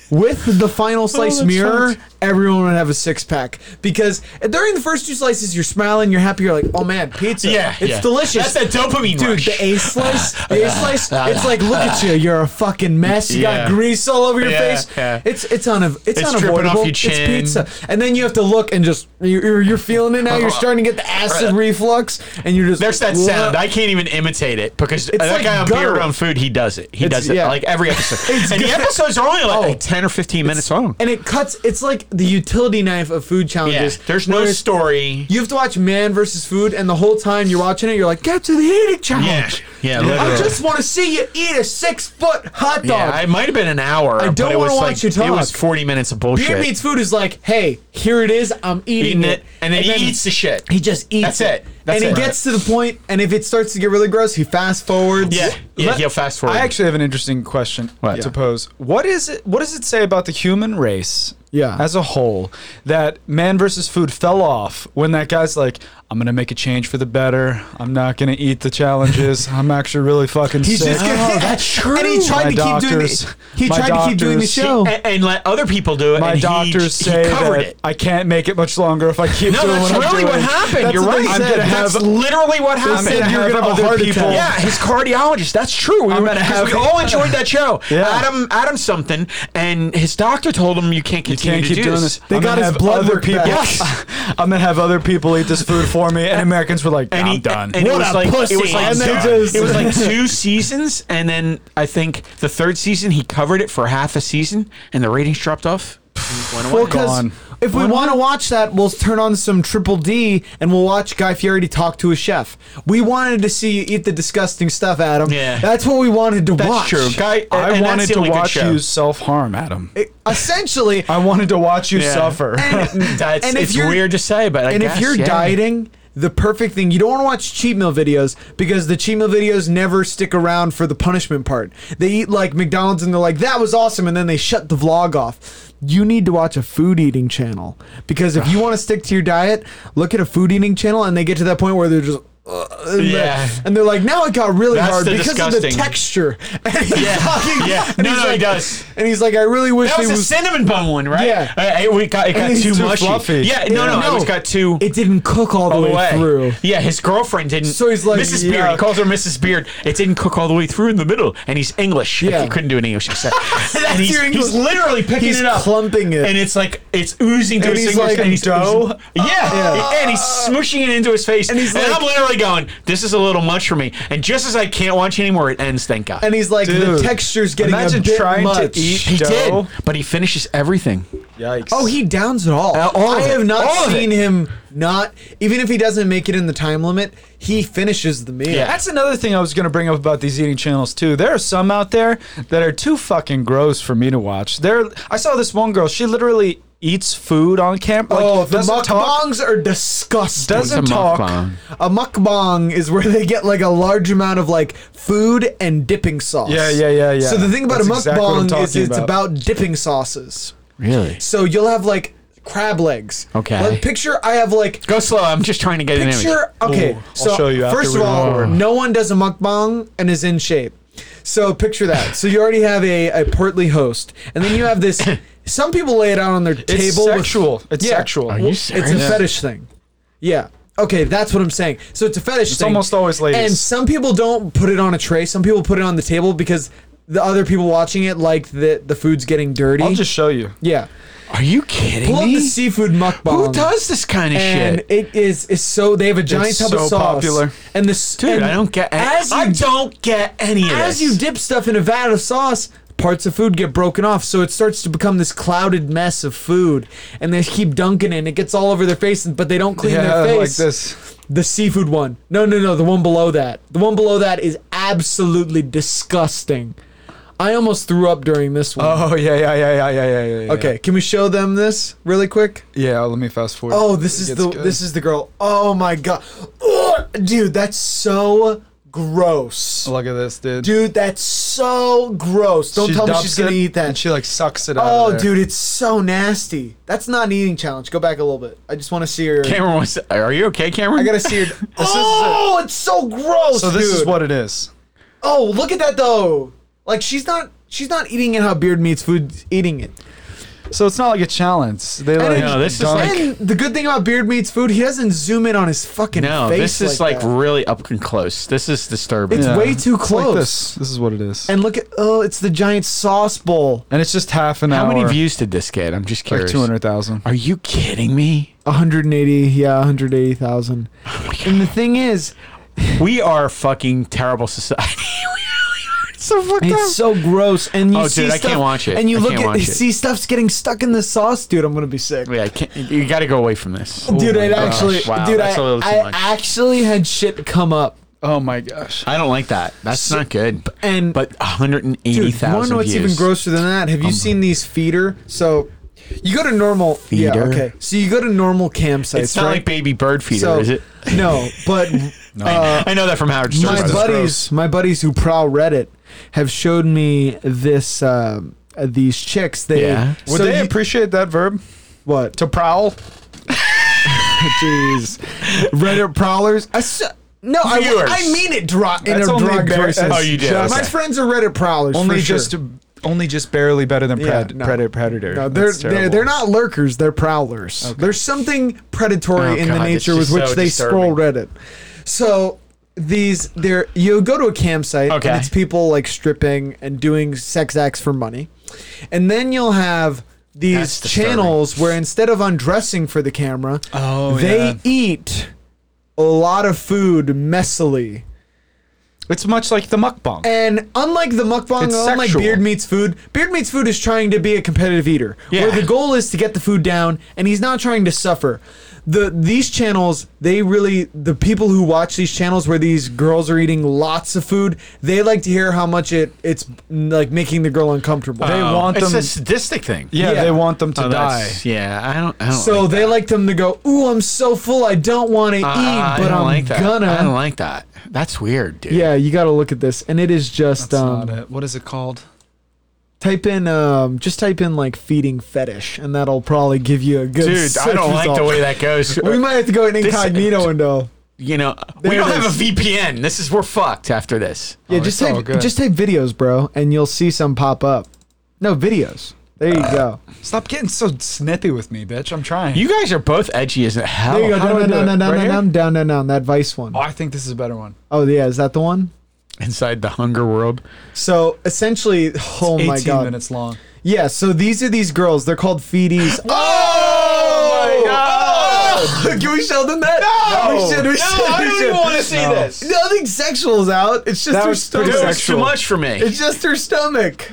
B: With the final slice
D: that's
B: mirror,
D: fucked.
B: everyone would have a six pack because during the first two slices, you're smiling, you're happy, you're like, "Oh man, pizza!
C: Yeah,
B: it's
C: yeah.
B: delicious."
C: That's that dopamine
B: dude.
C: rush.
B: The A slice, the A slice. It's like, look at you, you're a fucking mess. You got
C: Yeah.
B: grease all over your
C: Yeah,
B: face.
C: yeah.
B: It's it's on it's,
C: dripping off
B: unavoidable.
C: your chin.
B: It's pizza, and then you have to look and just you're, you're- you're feeling it now. You're starting to get the acid reflux, and you're just
C: There's that
B: "Whoa."
C: sound. I can't even imitate it because that
B: like
C: guy on Beer
B: guttural.
C: Around Food, he does it. He
B: It's-
C: does it
B: yeah.
C: like every episode.
B: It's
C: and the
B: gut-
C: episodes are only like,
B: Oh.
C: like 10 or 15 minutes long.
B: and it cuts. It's like the utility knife of food
C: Yeah.
B: challenges.
C: There's no
B: where
C: story.
B: You have to watch Man versus Food, and the whole time you're watching it, you're like, "Get to the eating challenge."
C: Yeah. Yeah,
B: I
C: literally.
B: just want to see you eat a six foot hot dog.
C: Yeah, it might have been an hour.
B: I don't
C: but it was
B: wanna
C: like,
B: watch you talk.
C: It was 40 minutes of bullshit.
B: Beer meets food is like, "Hey, here it is. I'm eating,
C: eating it, and then he eats the shit.
B: He just eats
C: That's it. That's
B: and
C: it.
B: he gets to the point, and if it starts to get really gross, he fast forwards.
C: Yeah, yeah.
D: Let-
C: he'll fast forward.
D: I actually have an interesting question
C: What?
D: to pose. What is it? What does it say about the human race?
B: Yeah.
D: as a whole, that man versus food fell off when that guy's like, "I'm gonna make a change for the better. I'm not gonna eat the challenges. I'm actually really fucking
B: He's
D: sick."
B: just gonna,
C: Oh, that's
B: And
C: true.
B: he tried
D: My
B: to keep doing
D: doctors-
B: the, He
D: my
B: tried to keep doing the
D: doctors-
B: show.
C: and, and let other people do it.
D: My
C: and he-
D: doctors
C: he,
D: say
C: covered
D: that
C: it.
D: I can't make it much longer if I keep
C: No,
D: doing
C: that's
D: what I'm
C: really
D: doing.
C: what happened.
D: That's
C: You're
D: what
C: right.
D: they
C: I'm
D: said.
C: gonna have literally what happened.
D: said you're gonna have a heart attack.
C: Yeah, his cardiologist. That's true. We, were,
D: gonna
C: because
D: have-
C: we all enjoyed that show.
D: Yeah.
C: Adam Adam something, and his doctor told him you can't continue. continue
D: can't
C: to
D: keep
C: do
D: doing
C: this.
D: this.
B: They
D: I'm
B: got
D: gonna
B: his
D: have
B: blood
D: other
B: work
D: people.
B: back.
D: I'm gonna have other people eat this food for me, and Americans were like,
C: And
D: "I'm
C: he-
D: done."
C: And it
B: What
C: was
B: a
C: like,
B: pussy.
C: It was like,
B: And
C: two,
B: they just-
C: it was like two seasons, and then I think the third season he covered it for half a season, and the ratings dropped off. Went away.
B: Well, because
D: Gone.
B: if we want to watch that, we'll turn on some Triple D and we'll watch Guy Fieri talk to a chef. We wanted to see you eat the disgusting stuff, Adam.
C: Yeah.
B: that's what we wanted to
C: That's
B: watch.
C: true. Guy, and-
D: I
C: and that's
D: wanted
C: the
D: to
C: only good
D: watch
C: show.
D: you self harm, Adam.
B: Essentially,
D: I wanted to watch you
C: Yeah.
D: suffer.
C: That's,
B: And if
C: it's
B: you're-
C: weird to say, but I
B: and
C: guess,
B: if you're
C: yeah.
B: dieting, the perfect thing you don't want to watch cheat meal videos because the cheat meal videos never stick around for the punishment part. They eat like McDonald's and they're like, "That was awesome," and then they shut the vlog off. You need to watch a food eating channel because if you want to stick to your diet, look at a food eating channel, and they get to that point where they're just. "Ugh," and,
C: Yeah.
B: they're, and they're like, now it got really
C: That's
B: hard
C: the
B: because of the
C: disgusting.
B: texture. And he's
C: Yeah.
B: talking-
C: Yeah.
B: and
C: No,
B: he's
C: no, he
B: like-
C: does.
B: And he's like, I really wish
C: That
B: they
C: was a
B: was.
C: cinnamon bun one, right?
B: Yeah.
C: Uh, it, we got, it got
B: it's
C: too,
B: too
C: mushy.
D: fluffy.
C: Yeah, no,
B: Yeah.
C: no, it was
B: No.
C: got too
B: it didn't cook all the
C: all the
B: way,
C: way
B: through.
C: Yeah, his girlfriend didn't.
B: So he's like,
C: Mrs. Beard. He
B: yuck.
C: calls her Mrs. Beard. It didn't cook all the way through in the middle, and he's English. Yeah,
B: Yeah.
C: he couldn't do an English accent. and he's,
B: your English-
C: he's literally picking
B: He's
C: it up,
B: clumping it.
C: and it's like it's oozing through
B: And
C: his
B: he's
C: English,
B: like,
C: and he's
B: "Dough?"
C: Yeah, and he's smooshing it into his face, and,
B: he's like-
C: I'm literally going, "This is a little much for me." And just as I can't watch anymore, it ends. Thank God.
B: and he's like, the
D: Dude,
B: texture's getting
D: imagine
B: a bit
D: trying to
B: much.
D: eat-
C: he
D: dough.
C: did, but he finishes everything.
D: Yikes!
B: Oh, he downs it all.
C: Uh, all
B: I
C: of it.
B: have not
C: All of
B: seen him not even if he doesn't make it in the time limit, he finishes the meal.
C: Yeah.
D: That's another thing I was going to bring up about these eating channels too. There are some out there that are too fucking gross for me to watch. There, I saw this one girl. She literally eats food on camera. Like,
B: oh, the
D: doesn't talk.
B: mukbangs are disgusting.
D: Doesn't
C: It's a
D: talk.
C: mukbang.
B: a mukbang is where they get like a large amount of like food and dipping sauce.
D: Yeah, yeah, yeah, yeah.
B: So the thing about
D: That's
B: a
D: exactly what
B: mukbang
D: I'm
B: is
D: talking
B: it's
D: about.
B: about dipping sauces.
C: Really?
B: So you'll have like crab legs.
C: Okay.
B: Like, picture I have like
C: Go slow. I'm just trying to get an image.
B: picture. Okay,
D: Ooh, I'll
B: so
D: show you after
B: first
D: we
B: of all,
D: record.
B: no one does a mukbang and is in shape. So picture that. So you already have a, a portly host, and then you have this. Some people lay it out on their table.
D: It's
B: with-
D: sexual. It's
B: Yeah.
D: sexual.
C: Are you
B: It's
C: serious?
B: a fetish thing. Yeah. Okay, that's what I'm saying. So it's a fetish thing.
D: almost always ladies.
B: And some people don't put it on a tray. Some people put it on the table because the other people watching it like the the food's getting dirty.
D: I'll just show you.
B: yeah.
C: Are you kidding
B: Pull up
C: me?
B: the seafood mukbang.
C: Who does this kind of
B: and
C: shit?
B: it is it's so they have a giant
D: It's
B: tub
D: so
B: of sauce.
D: popular.
B: And this
C: Dude, I don't get. Any,
B: as you
C: I don't get any of
B: as
C: this.
B: you dip stuff in a vat of sauce, parts of food get broken off, so it starts to become this clouded mess of food, and they keep dunking it, and it gets all over their face, but they don't clean
D: Yeah,
B: their face.
D: like this.
B: The seafood one. No, no, no. The one below that. The one below that is absolutely disgusting. I almost threw up during this one.
D: Oh yeah, yeah, yeah, yeah, yeah, yeah, yeah.
B: okay, can we show them this really quick?
D: Yeah, let me fast forward.
B: Oh, this
D: It
B: is
D: gets
B: the
D: good.
B: this is the girl. Oh my god, Ugh, dude, that's so gross.
D: Look at this, dude.
B: Dude, that's so gross. Don't
D: She
B: tell me
D: dumps
B: she's gonna
D: it,
B: eat
D: And
B: that.
D: she like sucks it out. of
B: oh,
D: there.
B: dude, it's so nasty. That's not an eating challenge. Go back a little bit. I just want to see her.
C: Cameron wants. To, are you okay, Cameron?
B: I gotta see her. oh, it's so gross.
D: So this is
B: dude.
D: what it is.
B: Oh, look at that though. Like she's not she's not eating it how Beard meets food eating it.
D: So it's not like a challenge. They like
B: it- No,
C: this is
D: dunk-
C: like-
B: and the good thing about Beard meets food, he doesn't zoom in on his fucking
C: No,
B: face.
C: this is like,
B: that.
C: really up and close. This is disturbing.
B: It's
D: Yeah.
B: way too
D: It's like
B: close.
D: this. This is what it is. And,
B: and look at oh, it's the giant sauce bowl.
D: it's just half an
C: How
D: hour.
C: many views did this get? I'm just
D: Like
C: curious.
D: two hundred thousand.
C: Are you kidding me?
B: 180, yeah, 180,000. and the thing is,
C: We are fucking terrible society. it's so fucked up.
B: it's so gross. And you
C: Oh,
B: see
C: dude, I
B: stuff-
C: can't watch it.
B: And you
C: I
B: look
C: can't
B: at
C: watch it.
B: see stuff's getting stuck in the sauce, dude. I'm gonna be sick.
C: yeah, I can't, you got to go away from this.
B: Oh, Dude,
D: my
B: I
D: gosh.
B: actually,
C: Oh Wow,
B: dude, I,
C: that's a little too
B: I
C: much.
B: actually had shit come up.
D: Oh my gosh.
C: I don't like that. That's not good.
B: and-
C: but 180,000
B: Dude,
C: views. Oh
B: you want to know what's even grosser than that? Have you seen these feeder? So you go to normal Yeah,
C: Feeder?
B: okay. So you go to normal campsites.
C: It's not
B: right?
C: like baby bird feeder,
B: so,
C: is it?
B: No, but uh,
C: I know that from Howard Stern.
B: my
C: brother.
B: buddies, my buddies who prowl Reddit, have showed me this. Uh, these chicks, they
C: Yeah.
D: Would
B: so
D: they
B: you-
D: appreciate that verb?
B: what?
D: To prowl?
B: Jeez, Reddit prowlers. I s- no, I,
C: Viewers.
B: I mean it dro- in
D: That's
B: a
D: only
B: derogatory
D: bare-
B: sense.
D: that's
C: Oh, you did,
D: just-
B: My
C: okay.
B: friends are Reddit prowlers.
D: Only
B: for sure.
D: just only just barely better than pred-
B: no.
D: predator predator.
B: No, they're,
D: That's
B: they're
D: terrible.
B: they're not lurkers. They're prowlers. There's something predatory
C: Oh,
B: in
C: God,
B: the
C: that's
B: nature with
C: just
B: which
C: so
B: they
C: disturbing.
B: scroll Reddit. So these they're you go to a campsite
C: Okay.
B: and it's people like stripping and doing sex acts for money, and then you'll have these
C: That's disturbing.
B: channels where instead of undressing for the camera,
D: Oh,
B: they
D: yeah.
B: eat a lot of food messily.
D: It's much like the mukbang.
B: And unlike the mukbang,
D: It's
B: unlike
D: sexual.
B: Beard Meets Food, Beard Meets Food is trying to be a competitive eater.
C: Yeah.
B: Where the goal is to get the food down and he's not trying to suffer. The these channels, they really the people who watch these channels where these girls are eating lots of food, they like to hear how much it it's like making the girl uncomfortable.
D: They
C: Oh,
D: want
C: it's
D: them-
C: a sadistic thing.
D: yeah,
B: yeah.
D: they want them to
C: Oh,
D: die.
C: that's- Yeah, I don't. I don't
B: so
C: like
B: they
C: that.
B: like them to go, "Ooh, I'm so full, I don't want to eat,
C: Uh,
B: but
C: I
B: I'm
C: don't like that.
B: gonna."
C: I don't like that. That's weird, dude.
B: yeah, you got to look at this, and it is just
D: That's
B: um,
D: not it. What is it called?
B: type in um, just type in like feeding fetish, and that'll probably give you a good.
C: dude, I
B: search
C: don't like the
B: result.
C: way that goes.
B: We might have to go in incognito window.
C: you know, we
B: There
C: don't
B: it
C: have a
B: is.
C: VPN. This is we're fucked after this.
B: Yeah,
D: Oh,
B: just
D: it's all
B: type
D: good.
B: just type videos, bro, and you'll see some pop up. No videos. There you go.
D: Stop getting so snippy with me, bitch. I'm trying.
C: You guys are both edgy as hell.
B: There you go.
D: how
B: Down,
D: do I
B: down,
D: do
B: down,
D: it?
B: down, down,
D: Right here?
B: down, down, down, down. That Vice one.
D: oh, I think this is a better one.
B: Oh yeah, is that the one?
C: Inside the hunger world.
B: So essentially, oh
D: 18
B: my god.
D: minutes long.
B: Yeah. So these are these girls. They're called feedies.
C: Oh,
B: my
D: Oh,
B: God. Can we show them that?
C: No!
B: we should. We
C: No,
B: should.
C: I
B: we
C: don't
B: should.
C: even wanna see
B: No.
C: this.
B: Nothing sexual's out. It's just
D: That
B: her
D: was
B: stomach.
D: pretty
C: Dude, it's
D: Sexual.
C: too much for me.
B: It's just her stomach.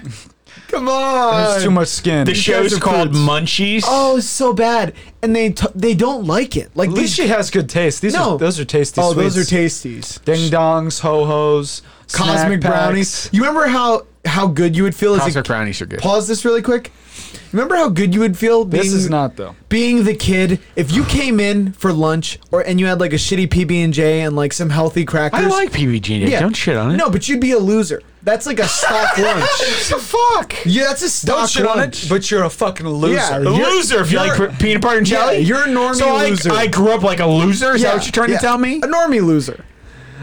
B: Come on.
D: There's too much skin.
C: the show's
B: are
C: called
B: prudes.
C: Munchies.
B: Oh, it's so bad. And they t- they don't like it. Like
D: At
B: these.
D: least she has good taste. These
B: No.
D: are those are tasty.
B: oh, those are
D: sweets.
B: tasties.
D: Ding dongs, ho hos,
B: Cosmic brownies. You remember how how good you would feel as a
C: Cosmic brownies are good.
B: pause this really quick. Remember how good you would feel being
D: This is not though.
B: being the kid, if you came in for lunch or and you had like a shitty PB and J and like some healthy crackers,
C: I like PBG. Yeah. Don't shit on it.
B: No, but you'd be a loser. That's like a stock lunch.
D: What the fuck?
B: Yeah, that's a stock
D: Don't shit on it.
B: lunch.
D: But you're a fucking loser.
B: Yeah.
C: A
B: You're-
C: loser if you like
B: you're-
C: pe- peanut butter and
B: Yeah,
C: jelly.
B: you're a normie
C: so I,
B: loser.
C: I grew up like a loser. Is
B: Yeah,
C: that what you're trying
B: yeah. Uh,
C: to tell me?
B: A normie loser.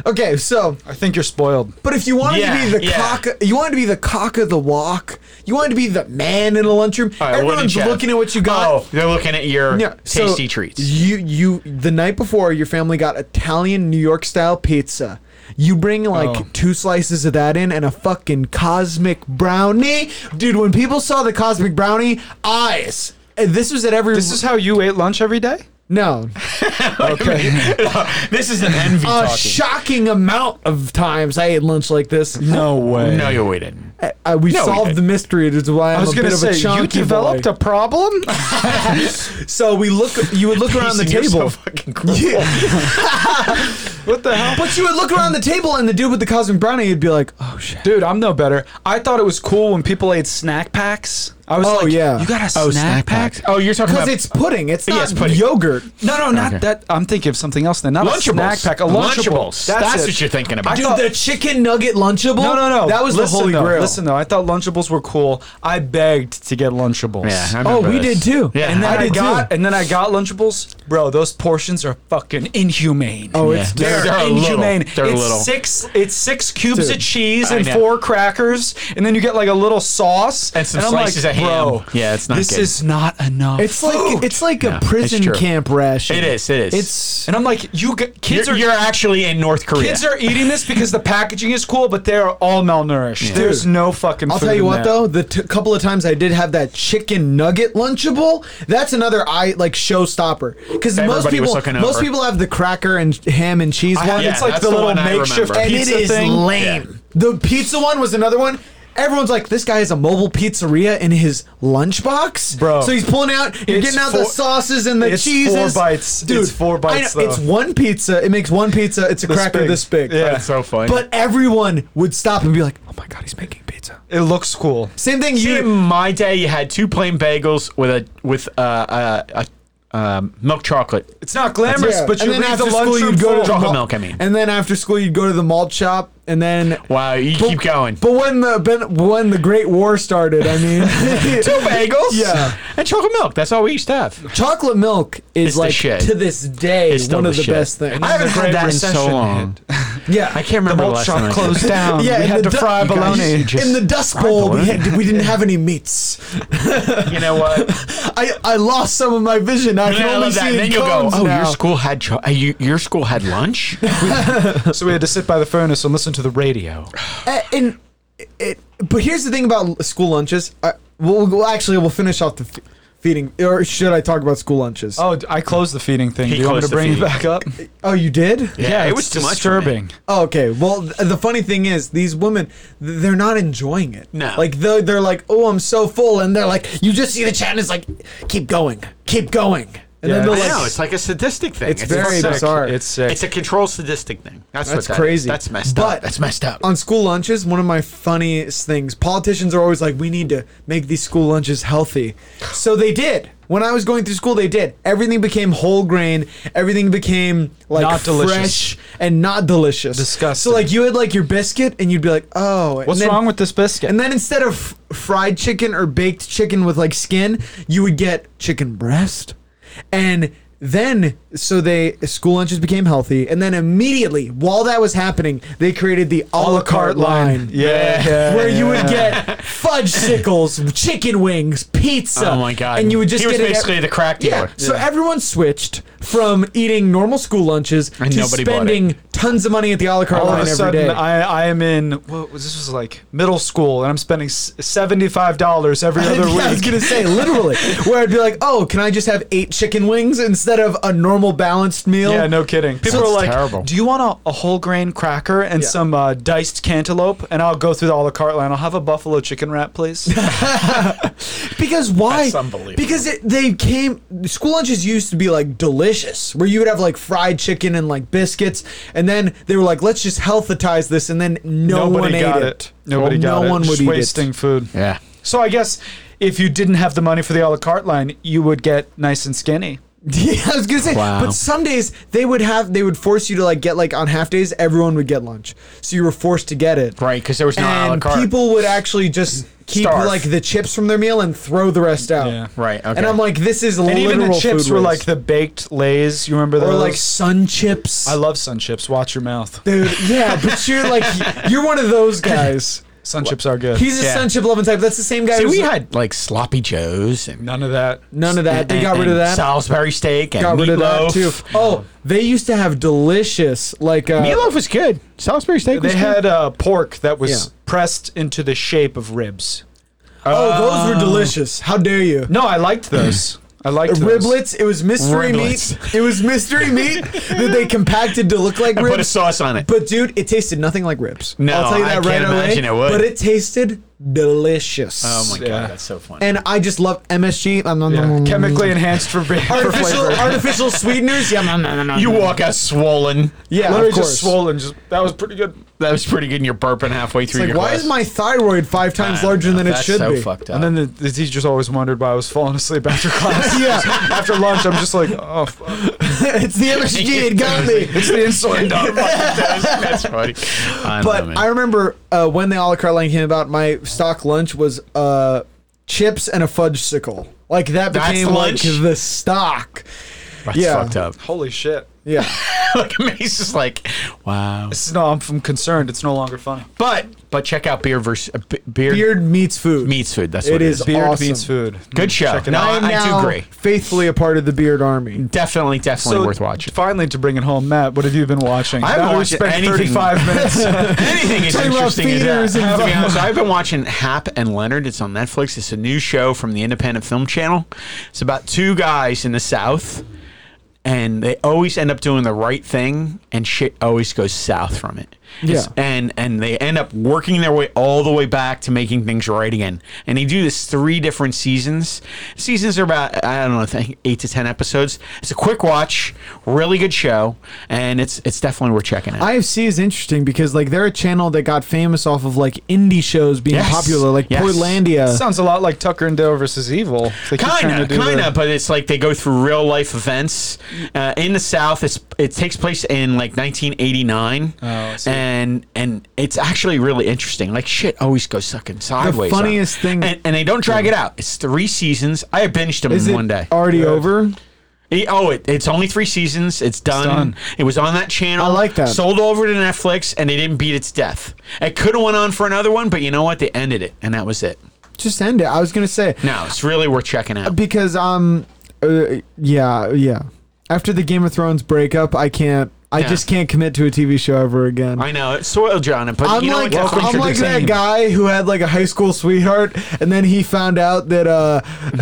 B: Okay, so
D: I think you're spoiled.
B: but if you wanted
C: Yeah,
B: to be the
C: yeah.
B: cock, you wanted to be the cock of the walk. You wanted to be the man in a lunchroom.
C: All right, what
B: Everyone's
C: did you have?
B: looking at what you got.
C: Oh, they're looking at your
B: Yeah, so
C: tasty treats.
B: You you the night before your family got Italian New York style pizza. You bring like
D: Oh.
B: two slices of that in and a fucking cosmic brownie, dude. When people saw the cosmic brownie, eyes. And This was at every.
D: This is how you ate lunch every day?
B: no
D: Okay.
C: this is an envy
B: a
C: talking.
B: shocking amount of times I ate lunch like this.
D: no way.
C: no, you waited.
B: I, I- we
C: No, we
B: solved
C: didn't.
B: the mystery. It is why I'm
D: I was
B: a bit
D: gonna
B: of a
D: say you
B: chunky
D: developed
B: boy.
D: a problem.
B: So we look. You would look around the
C: You're so
B: table.
C: fucking cruel.
D: what the hell?
B: But you would look around the table, and the dude with the cosmic brownie would be like, "Oh shit."
D: Dude, I'm no better. I thought it was cool when people ate snack packs. I was
B: Oh,
D: like,
B: yeah.
D: you got a
C: Oh,
D: snack,
C: snack
D: pack?
C: packs. Oh, you're talking
B: Because
C: about
B: it's pudding. It's not
C: Yes, pudding.
B: yogurt.
D: No, no, not
C: Okay.
D: that. I'm thinking of something else. Then not a snack pack. A lunchable.
C: Lunchables. That's,
D: it.
C: what you're thinking about.
B: Dude, the chicken nugget lunchable.
D: No, no, no.
B: That was
D: Listen,
B: the holy
D: though,
B: grail.
D: Listen though, I thought Lunchables were cool. I begged to get Lunchables.
C: yeah, I
B: oh,
C: remember
B: we
C: this.
B: did too.
C: Yeah,
D: and then
B: I
D: I,
B: did
D: got,
B: too.
D: and then I got Lunchables. Bro, those portions are fucking inhumane.
B: Oh,
C: Yeah.
B: it's
D: They're,
C: They're little.
D: inhumane.
C: They're
D: it's
C: little.
D: six. It's six cubes
B: Dude,
D: of cheese
C: I
D: and
C: know.
D: four crackers, and then you get like a little sauce
C: And some
D: I'm
C: slices
D: like,
C: of ham.
D: Bro,
C: Yeah, it's not
D: This
C: good.
D: is not enough.
B: It's like
D: food."
B: it's like
C: No,
B: a
C: it's
B: prison
C: true.
B: camp ration.
C: It is. It is.
B: It's
D: and I'm like, you g- kids
C: You're,
D: are
C: you're actually in North Korea.
D: Kids are eating this because the packaging is cool, but they are all malnourished. There's no fucking.
B: I'll
D: food
B: tell you
D: in
B: what
D: that.
B: though, the t- couple of times I did have that chicken nugget lunchable, that's another I like showstopper because most
C: Everybody was
B: people
C: looking
B: most
C: over.
B: people have the cracker and ham and cheese
D: I
B: one.
D: had-
C: Yeah,
D: it's like
C: that's
D: the
C: the
D: little
C: one I
D: makeshift
C: remember.
B: and
D: pizza
B: it is
D: thing.
B: lame. The pizza one was another one. Everyone's like, this guy has a mobile pizzeria in his lunchbox,
D: Bro.
B: So he's pulling out, you're
D: It's
B: getting out the
D: four-
B: sauces and the
D: it's four
B: cheeses.
D: bites.
B: dude.
D: It's four
B: I
D: bites,
B: know- it's
D: though.
B: one pizza. It makes one pizza. It's a cracker
D: big.
B: this big.
D: Yeah.
C: That's so funny.
B: But everyone would stop and be like, oh my god, he's making pizza.
D: It looks cool.
B: Same thing.
C: See,
B: you
C: in my day, you had two plain bagels with a with uh, uh, a um, milk chocolate.
D: It's not glamorous,
B: Yeah.
D: but you
B: and then
D: leave
B: after
D: the
B: school
D: lunchroom
B: you'd go to
D: full.
B: the
C: Chocolate
B: malt-
C: milk, I mean.
B: And then after school you'd go to the malt shop, and then
C: Wow, you keep going.
B: But when the ben, when the Great War started, I mean,
C: Two bagels,
B: Yeah.
C: and chocolate milk. That's all we used to have.
B: chocolate milk is
C: It's the
B: like
C: shit.
B: to this day
C: It's still
B: one of
C: the
B: the
C: shit.
B: best things.
C: I haven't
D: The
C: had
D: Great
C: that in so
D: Recession
C: long.
D: hit.
B: yeah,
C: I can't
D: The
C: remember
D: malt
C: last time.
D: shop
C: I-
D: closed down.
B: Yeah,
D: we
B: in
D: had
B: the
D: to fry
B: du- you guys-
D: bologna.
C: just
B: in the Dust Bowl, we,
C: bologna.
B: had, we didn't have any meats.
C: You know what?
B: I, I lost some of my vision. I
C: And
B: can
C: then I
B: only
C: love that.
B: see
C: And
B: the
C: then you'll go,
B: cones
C: oh,
B: now.
C: your school had cho- uh, you, your school had lunch.
D: So we had to sit by the furnace and listen to the radio.
B: A- and it but here's the thing about l- school lunches. I, we'll, we'll actually we'll finish off the f- feeding, or should I talk about school lunches?
D: Oh, d- I closed the feeding thing.
C: He
D: Do you want me
C: closed
D: to
C: the
D: bring it back
C: feeding.
D: up?
B: oh, you did?
C: Yeah, it
D: it's
C: was too much for me.
D: disturbing.
B: Oh, okay. Well, th- the funny thing is, these women, th- they're not enjoying it.
C: No.
B: Like, they're, they're like, oh, I'm so full. And they're like, you just see the chat and it's like, keep going, keep going. And
D: Yeah,
B: then they're
D: I
C: I
B: like,
C: know. It's like a sadistic thing.
B: It's very
C: sick.
B: bizarre. Sorry.
D: It's sick.
C: It's a control sadistic thing. That's,
B: That's
C: what that is.
B: crazy.
C: That's messed
B: But-
C: up. That's messed up.
B: on school lunches, one of my funniest things, politicians are always like, we need to make these school lunches healthy. So they did. When I was going through school, they did. Everything became whole grain. Everything became like
D: Not delicious.
B: fresh and not delicious.
D: Disgusting.
B: So like you had like your biscuit and you'd be like, oh. and
D: What's
B: then-
D: wrong with this biscuit?
B: And then instead of f- fried chicken or baked chicken with like skin, you would get chicken breast. And then, so they school lunches became healthy. And then immediately, while that was happening, they created the a la carte line.
D: Yeah. yeah,
B: Where you
D: yeah.
B: would get fudge sickles, chicken wings, pizza.
C: Oh my God.
B: And you would just
C: He was
B: get it
C: basically the crack
B: Yeah.
C: dealer.
B: So everyone switched from eating normal school lunches
C: And
B: to
C: nobody bought it.
B: spending tons of money at the a la carte
D: all
B: line
D: of a
B: every day.
D: sudden I, I am in what was this was like middle school and I'm spending s- $75 every other
B: Yeah, I was
D: week.
B: gonna say literally, where I'd be like, "Oh, can I just have eight chicken wings instead of a normal balanced meal?"
D: Yeah, no kidding. People
B: it's
D: are like,
C: terrible.
D: "Do you want a, a whole grain cracker and
B: Yeah.
D: some uh, diced cantaloupe?" And I'll go through the a la carte line. I'll have a buffalo chicken wrap, please.
B: because why?
C: That's unbelievable.
B: Because it, they came. School lunches used to be like delicious, where you would have like fried chicken and like biscuits, and then they were like, "Let's just healthitize this," and then no
D: Nobody
B: one ate
D: got
B: it.
D: it. Nobody
B: no
D: got it.
B: one would
D: Just
B: eat
D: wasting
B: it.
D: food.
C: Yeah.
D: So I guess if you didn't have the money for the a la carte line, you would get nice and skinny.
B: Yeah, I was gonna say,
C: Wow.
B: but some days they would have they would force you to like get like on half days everyone would get lunch, so you were forced to get it.
C: Right, because there was no a la
B: and
C: carte.
B: people would actually just keep
C: Starve.
B: like the chips from their meal and throw the rest out.
D: Yeah.
C: Right, okay.
B: And I'm like, this is
D: And
B: literal
D: even the chips
B: food
D: were like
B: waste.
D: the baked lays. You remember those?
B: or like sun chips.
D: I love sun chips. Watch your mouth.
B: Dude, yeah, but you're like you're one of those guys.
D: Sun chips are good.
B: He's a
C: Yeah.
B: sun chip loving type. That's the same guy.
C: See,
B: who's-
C: we had like sloppy joes and
D: None of that.
B: none of that. They
C: and-
B: got rid of
C: and
B: that.
C: Salisbury steak and
B: Got rid of that
C: meatloaf.
B: too. Oh, they used to have delicious like uh,
C: Meatloaf was good. Salisbury steak was
D: They
C: good.
D: had uh, pork that was
B: Yeah.
D: pressed into the shape of ribs.
B: Oh, those were delicious. How dare you?
D: No, I liked those. I liked those.
B: Riblets. It was mystery meat.
C: Riblets.
B: It was mystery meat that they compacted to look like
C: And
B: ribs.
C: put a sauce on it.
B: But dude, it tasted nothing like ribs.
C: No,
B: I'll tell you that
C: I
B: right
C: can't
B: away.
C: imagine it would.
B: But it tasted delicious.
C: oh my
D: Yeah.
C: god, that's so funny.
B: And I just love MSG. Um, nom, nom,
D: Yeah.
B: nom,
D: Chemically enhanced for, for
B: artificial
D: flavor.
B: artificial sweeteners. Yeah, nom, nom, nom, nom,
C: you
B: nom.
C: walk out swollen.
B: Yeah,
D: Literally
B: of course.
D: just swollen. Just that was pretty good.
C: That was pretty good. And you're burping halfway through
B: It's like,
C: your
B: why
C: glass.
B: is my thyroid five times
C: I don't
B: larger
C: know,
B: than it
C: that's
B: should
C: so
B: be?
C: Fucked up.
D: And then the, the teachers always wondered why I was falling asleep after class.
B: Yeah.
D: after lunch, I'm just like, oh, fuck.
B: it's the MSG. It got me.
D: it's the insulin. dog.
C: that's funny. I don't know,
B: But
C: man.
B: I remember uh, when the a la carte line came about, my stock lunch was uh, chips and a fudge sickle. Like that
C: That's
B: became like
C: lunch?
B: the stock.
C: that's
B: yeah.
C: fucked up.
D: Holy shit.
B: Yeah.
C: like Mace is like, wow.
D: This is no, I'm from concerned. It's no longer funny.
C: But but check out beer versus uh, b- beer,
B: Beard meets food.
C: meats food. That's
B: It
C: what it
B: is
C: is.
D: Beard
B: Awesome.
D: meets food.
C: Good show.
D: Check it
C: No,
D: out.
B: I am
C: I do
B: now
C: agree.
B: faithfully a part of the Beard Army.
C: Definitely, definitely worth watching.
D: Mm. Finally, to bring it home, Matt, what have you been watching?
C: I haven't
D: Now we
C: watched
D: spent
C: anything.
D: 35 minutes.
C: Anything is
B: Talking about
C: interesting as that.
B: theaters and
C: To be
B: stuff.
C: honest, I've been watching Hap and Leonard. It's on Netflix. It's a new show from the Independent Film Channel. It's about two guys in the South, and they always end up doing the right thing, and shit always goes south from it. It's-
B: Yeah.
C: And and they end up working their way all the way back to making things right again. And they do this three different seasons. Seasons are about I don't know, I think eight to ten episodes. It's a quick watch, really good show, and it's it's definitely worth checking out.
B: IFC is interesting because like they're a channel that got famous off of like indie shows being
C: Yes.
B: popular, like
C: Yes.
B: Portlandia.
D: Sounds a lot like Tucker and Dale versus Evil. They keep
C: kind
D: trying
C: of
D: to do
C: kind
D: the-
C: of but it's like they go through real life events uh, in the south it's, it takes place in like 1989
B: Oh,
D: I see.
C: and and it's actually really interesting like shit always goes sucking sideways on
B: funniest
C: it.
B: thing-
C: and, and they don't drag it out it's three seasons i binged them
B: is
C: in
B: it
C: one day
B: already over?
C: It- oh it, it's only three seasons it's done.
D: done.
C: it was on that channel
B: I like that.
C: sold over to netflix and they didn't beat its death it could have went on for another one but you know what they ended it and that was it
B: Just end it. I was gonna say
C: no it's really worth checking out
B: because um, uh, yeah, yeah. After the Game of Thrones breakup, I can't. I
C: Yeah.
B: just can't commit to a TV show ever again.
C: I know it's soiled you on it, but
B: I'm
C: you know
B: like,
C: what? That's
B: I'm
C: nature
B: like
C: design.
B: that guy who had like a high school sweetheart, and then he found out that uh,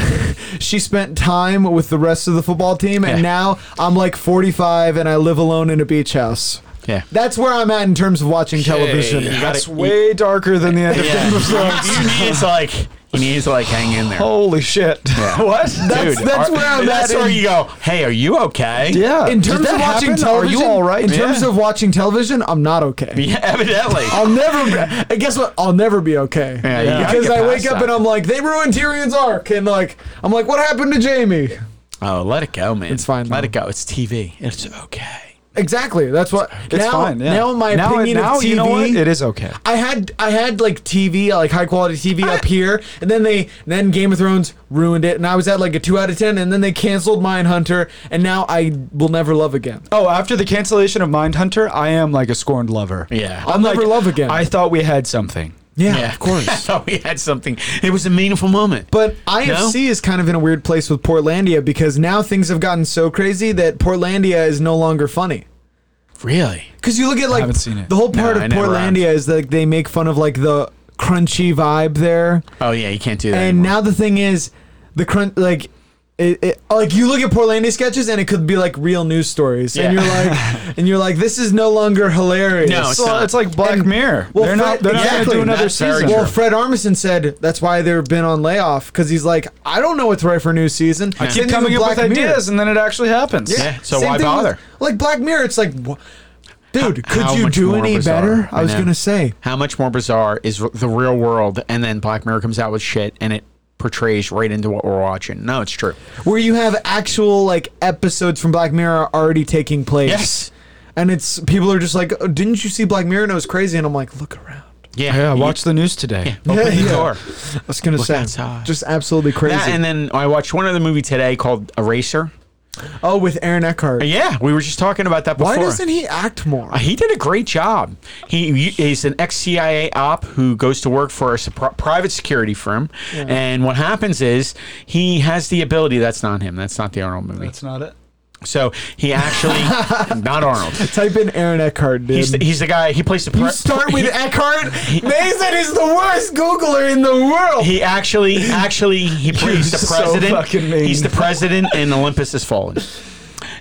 B: she spent time with the rest of the football team, and
C: Yeah.
B: now I'm like 45 and I live alone in a beach house.
C: Yeah.
B: That's where I'm at in terms of watching television.
C: You
D: That's
C: gotta-
D: way darker than the end of
C: Yeah.
D: Game of Thrones.
C: you need to like you need to like hang in there.
D: Holy shit! what?
B: That's- Oh, that's where I'm
C: That's
B: at
C: where
B: in-
C: you go. Hey, are you okay?
D: yeah.
B: In
D: Did
B: terms
D: that
B: of watching
D: happen?
B: television,
D: are you all right?
B: In terms
D: Yeah.
B: of watching television, I'm not okay.
C: Yeah, evidently.
B: I'll never. Be, and guess what? I'll never be okay.
C: Yeah, you gotta
B: Because
C: get
B: I
C: past
B: wake up
C: that.
B: and I'm like, they ruined Tyrion's arc, and like, I'm like, what happened to Jamie?
C: Oh, let it go, man.
B: It's fine,
C: Let
B: though.
C: it go. It's TV. It's okay.
B: Exactly. That's what.
D: it's
B: now,
D: fine. Yeah.
B: now my
D: now,
B: opinion
D: now
B: of TV.
D: you know what? It is okay.
B: I had I had like TV, like high quality TV up here, and then they then Game of Thrones ruined it, and I was at like a two out of ten, and then they canceled Mindhunter, and now I will never love again.
D: Oh, after the cancellation of Mindhunter, I am like a scorned lover.
C: Yeah.
B: I'll never love again.
D: I thought we had something.
B: yeah,
C: Yeah.
B: of course.
C: I thought we had something. It was a meaningful moment.
B: But
C: No?
B: IFC is kind of in a weird place with Portlandia because now things have gotten so crazy that Portlandia is no longer funny.
C: really,
B: Because you look at like
D: haven't seen it.
B: the whole
C: No,
B: part
C: I
B: of
C: never have.
B: Portlandia is like they make fun of like the crunchy vibe there.
C: oh yeah, you can't do that.
B: And
C: anymore.
B: now the thing is, the crunch like. It, it, like you look at Portlandia sketches and it could be like real news stories, and
C: Yeah.
B: you're like, and you're like, this is no longer hilarious.
C: No, it's
D: So
C: not.
D: it's like Black
B: And-
D: Mirror.
B: well,
D: they're
B: Fred-
D: not. They're not going to
B: exactly.
D: do another
C: That's very
D: season.
C: true.
B: Well, Fred Armisen said that's why they've been on layoff because he's like, I don't know what's right for new season. I
D: keep coming up with ideas, and then it actually happens.
C: Yeah. Eh, so why bother?
B: like Black Mirror, it's like, wha- dude, could
C: how
B: you
C: much
B: do
C: more
B: any
C: bizarre?
B: better? I
C: I
B: was
C: know.
B: gonna say,
C: how much more bizarre is r- the real world? And then Black Mirror comes out with shit, and it portrays right into what we're watching. No, it's true.
B: where you have actual like episodes from Black Mirror already taking place.
C: Yes.
B: And it's people are just like, oh, didn't you see Black Mirror? And I was crazy, and I'm like, look around.
C: Yeah,
D: Yeah.
C: You-
D: Watch the news today.
C: Open
B: Yeah,
C: the
B: yeah.
C: door.
B: I was gonna say,
C: outside.
B: just absolutely crazy.
C: That, and then I watched one other movie today called Eraser.
B: oh, with Aaron Eckhart.
C: Yeah, we were just talking about that before.
B: Why doesn't he act more?
C: He did a great job. He he's an ex CIA op who goes to work for a supr- private security firm, and what happens is he has the ability. That's not him. That's not the Arnold movie.
D: That's not it.
C: so he actually not Arnold.
B: Type in Aaron Eckhart, dude.
C: He's the, he's the guy. He plays the.
B: You
C: pre-
B: start with
C: he-
B: Eckhart. Mason is the worst Googler in the world.
C: He actually, actually, he plays the
D: so
C: president.
D: fucking mean.
C: he's the president, and Olympus has fallen.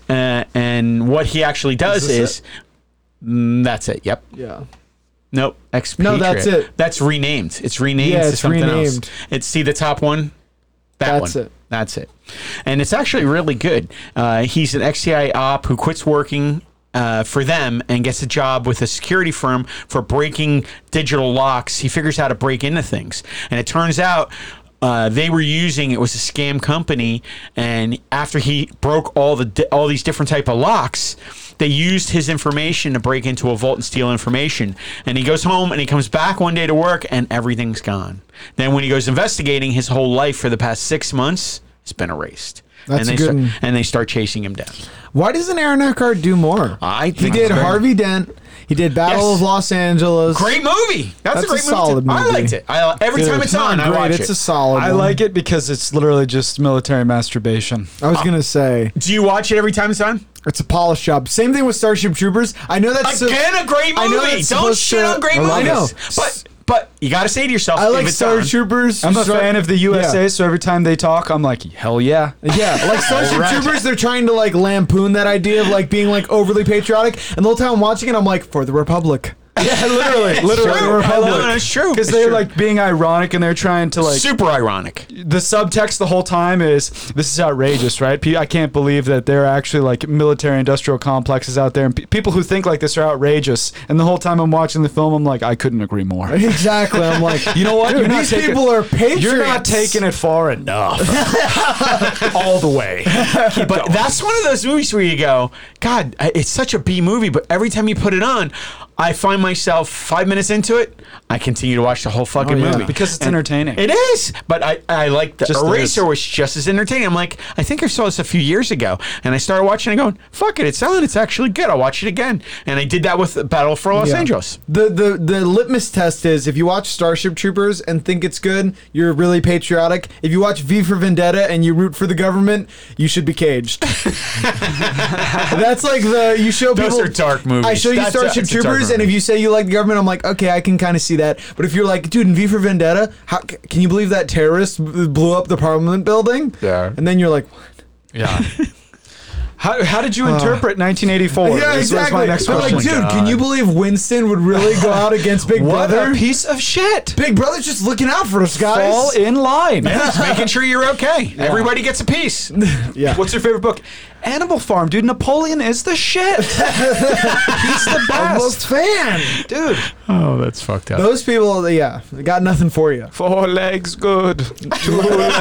C: Uh, and what he actually does
D: this
C: is, Mm, that's it. Yep.
B: yeah.
C: Nope.
B: No,
C: Expatriate.
B: that's it.
C: That's renamed. It's renamed
B: Yeah,
C: to
B: it's
C: something
B: renamed.
C: else. It's see the top one. That
B: That's
C: one.
B: it.
C: That's it. And it's actually really good. Uh, he's an ex-CIA op who quits working. Uh, for them and gets a job with a security firm for breaking digital locks. He figures how to break into things. And it turns out uh, they were using it was a scam company and after he broke all the di- all these different type of locks they used his information to break into a vault and steal information and he goes home and he comes back one day to work and everything's gone then when he goes investigating his whole life for the past six months has been erased
B: That's
C: and they
B: a good
C: start,
B: one.
C: and they start chasing him down
B: Why doesn't Aaron Eckhart do more?
C: I
B: he
C: think
B: did
C: it's great.
B: Harvey Dent. He did Battle
C: Yes.
B: of Los Angeles.
C: great movie that's,
B: That's
C: a
B: a
C: great movie,
B: solid
C: too. i
B: movie.
C: liked it I, uh, every
B: Dude,
C: time it's
B: not
C: on i
B: great,
C: watch
B: It's
C: it
B: a solid.
D: I
B: one.
D: like it because it's literally just military masturbation.
B: I was gonna say
C: do you watch it every time it's on
B: it's a polish job. Same thing with Starship Troopers. I know that's a-
C: Again, a great
B: I
C: movie.
B: know that's
C: Don't
B: supposed
C: shit
B: to-
C: on great
B: I love
C: movies.
B: it.
C: But but you got to say to yourself,
B: I like
C: if it's
B: Starship
C: on,
B: Troopers.
D: I'm a
B: Star-
D: fan of the USA, so every time they talk, I'm like, hell yeah.
B: Yeah, yeah. like Starship Troopers, they're trying to like lampoon that idea of like being like overly patriotic, and the whole time I'm watching it, I'm like for the Republic.
D: Yeah, literally, literally.
C: true. I know, that's true.
D: Because
C: It's
D: they're
C: true.
D: like being ironic and they're trying to like.
C: super ironic.
D: The subtext the whole time is this is outrageous, right? Pe- I can't believe that there are actually like military industrial complexes out there, and pe- people who think like this are outrageous. And the whole time I'm watching the film, I'm like, I couldn't agree more.
B: Exactly. I'm like,
D: You know what?
B: Dude,
D: You're not
B: these
D: taking-
B: people are patriots.
D: You're not taking it far enough. All the way.
C: But that's one of those movies where you go, God, I- it's such a B movie. But every time you put it on, I find myself five minutes into it, I continue to watch the whole fucking
B: yeah.
C: movie
D: Oh, Because it's
C: And
D: entertaining.
C: It is, but I I like the
D: Just
C: Eraser
D: is.
C: was just as entertaining. I'm like, I think I saw this a few years ago, and I started watching it, going, fuck it, it's selling, it's actually good. I'll watch it again, and I did that with Battle for Los
B: Yeah.
C: Angeles.
B: The, the the litmus test is if you watch Starship Troopers and think it's good, you're really patriotic. If you watch V for Vendetta and you root for the government, you should be caged. That's like the you show
C: Those
B: people
C: are dark movies.
B: I show you
C: That's a-
B: Starship
C: that's a dark
B: Troopers, and
C: movie.
B: if you say you like the government, I'm like, okay, I can kind of see that. But if you're like, dude, in V for Vendetta, how, c- can you believe that terrorist b- blew up the Parliament building?
D: Yeah.
B: And then you're like,
D: Yeah. how, how did you interpret 1984?
B: yeah,
D: This was
B: exactly.
D: my next
B: I'm like,
D: question.
B: dude, can you believe Winston would really go out against Big
D: what
B: Brother?
D: a piece of shit.
B: Big Brother's just looking out for us, guys.
D: Fall in line.
C: Just making sure you're okay. Everybody gets a piece.
B: yeah.
D: What's your favorite book? Animal Farm, dude. Napoleon is the shit. He's the
B: Almost
D: best,
B: fan.
D: dude.
C: Oh, that's fucked up.
B: Those people, yeah, they got nothing for you.
D: Four legs, good. Two legs.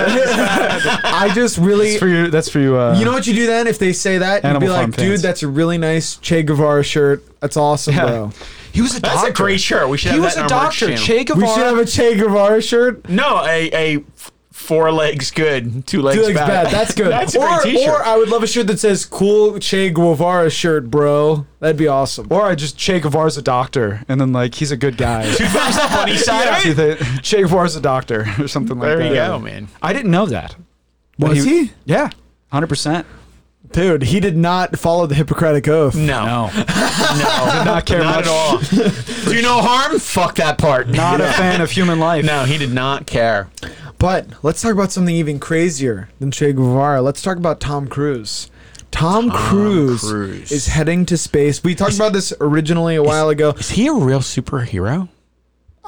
B: I just
D: That's
B: really.
D: for you. That's for you. Uh,
B: You know what you do then if they say that? You'd be
D: Animal
B: like,
D: Farm
B: dude,
D: fans.
B: that's a really nice Che Guevara shirt. That's awesome, bro.
D: he was a
C: That's
D: doctor.
C: a great shirt. We should
D: He
C: have
D: was
C: that
D: a
C: in our merch
D: doctor.
C: channel.
D: Che Guevara.
B: We should have a Che Guevara shirt.
C: No, a a f- four legs good, two legs,
B: Two legs
C: bad.
B: bad. That's good.
C: That's a
B: or,
C: great t-shirt.
B: or I would love a shirt that says "Cool Che Guevara shirt, bro." That'd be awesome.
D: or I just Che Guevara's a doctor, and then like he's a good guy.
C: That's the funny side of
D: Yeah,
C: it.
D: you think, Che Guevara's a doctor or something like
C: There
D: that.
C: you go, man.
D: I didn't know that. That
B: Was he?
D: Yeah, hundred percent.
B: Dude, he did not follow the Hippocratic Oath.
C: No,
D: did not care
C: not
D: much.
C: at all. Do you know harm? Fuck that part.
D: Not a fan of human life.
C: No, he did not care.
B: But let's talk about something even crazier than Che Guevara. Let's talk about Tom Cruise. Tom, Cruise,
C: Cruise.
B: is heading to space. We talked about this originally a while ago.
C: Is he a real superhero?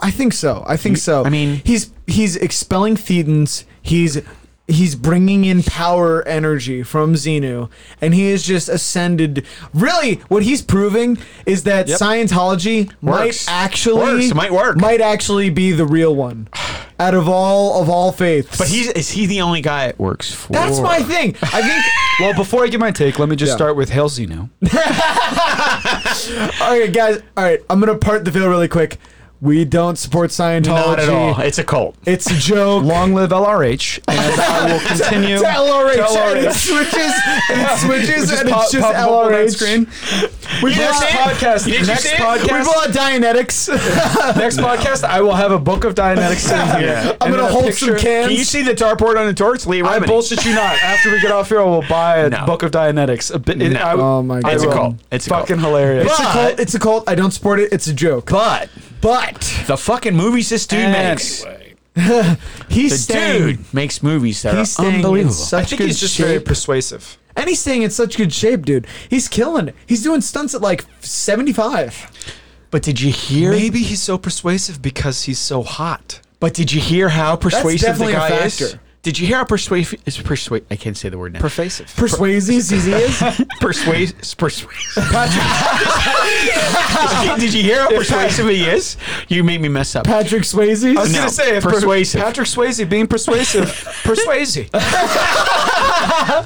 B: I think so. I think so.
C: I mean-
B: he's he's expelling thetans. He's he's bringing in power energy from Xenu, and he has just ascended. Really, what he's proving is that Scientology might
C: Works.
B: actually
C: Works. Might work.
B: Might actually be the real one out of all of all faiths.
C: But he's is he the only guy it works for?
B: that's my thing. I think.
D: Well, before I give my take, let me just
B: Yeah.
D: start with Hail Zeno.
B: all right, guys. All right, I'm gonna part the veil really quick. We don't support Scientology.
C: not at all. It's a cult.
B: It's a joke.
D: Long live LRH, and I will continue.
B: to LRH,
D: to
B: and it
D: LRH.
B: switches and it
D: Which
B: switches
D: is
B: and
D: pop-
B: it's just
D: pop up on that
B: LRH.
D: screen.
B: We
C: Next
B: bought,
D: podcast.
C: Did you
D: next
C: see it?
B: we
D: podcast.
B: bought Dianetics.
D: next podcast. I will have a book of Dianetics sitting here.
C: Yeah.
B: I'm
D: And
B: gonna
D: a
B: hold some
D: picture-
B: cans.
C: Can you see the dartboard on the door? It's Lee
D: I
C: Remini.
D: bullshit you not. After we get off here, I will buy a
C: No.
D: book of Dianetics. A bit, it-
C: No.
D: I-
B: Oh my
D: I
B: God. It's a
D: will.
C: cult. It's a cult.
D: fucking hilarious.
B: It's a cult. It's a cult. I don't support it. It's a joke.
C: But
B: But
C: the fucking movies this dude makes.
B: he's
C: The
B: staying,
C: dude makes movies that
B: He's
C: are
B: staying in
C: unbelievable.
B: such
D: I think
B: good
D: he's just
B: shape.
D: very persuasive.
B: and he's staying in such good shape, dude. He's killing it. He's doing stunts at like 75.
C: But did you hear?
D: Maybe he's so persuasive because he's so hot.
C: But did you hear how persuasive the
B: definitely a
C: guy is?
B: factor.
C: Did you hear how persuasive is persuade? I can't say the word now.
D: Persuasive.
B: Persuasive as he is.
C: persuasive. Persuasive. did you hear how persuasive he is? You made me mess up.
B: Patrick Swayze.
D: I was
C: No,
D: gonna say if
C: persuasive.
D: Patrick Swayze being persuasive, persuasive.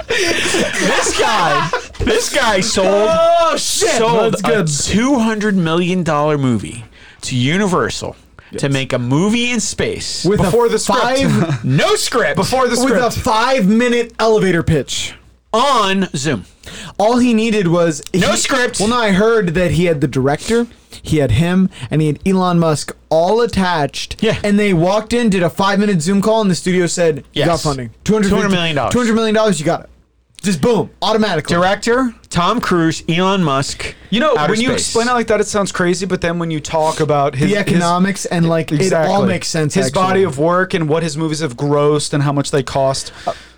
C: This guy, this guy sold
B: Oh, shit.
C: sold
B: That's good.
C: a two hundred million dollar movie to Universal to make a movie in space
B: With
D: Before
B: a
D: the script.
B: five,
C: no script
D: Before the
B: with a
D: script,
B: five minute elevator pitch.
C: on Zoom.
B: all he needed was
C: No
B: he-
C: script.
B: Well, no, I heard that he had the director, he had him, and he had Elon Musk all attached.
C: Yeah.
B: And they walked in, did a five minute Zoom call, and the studio said, "You got
C: Yes.
B: funding, two hundred
C: $200 million dollars.
B: two hundred million dollars. You got it." Just boom, automatically.
C: Director Tom Cruise, Elon Musk.
D: you know,
C: outer
D: when you
C: space.
D: explain it like that, it sounds crazy. But then when you talk about his
B: the
D: his-
B: economics and like it all
D: Exactly.
B: makes sense.
D: His
B: actually.
D: body of work and what his movies have grossed and how much they cost.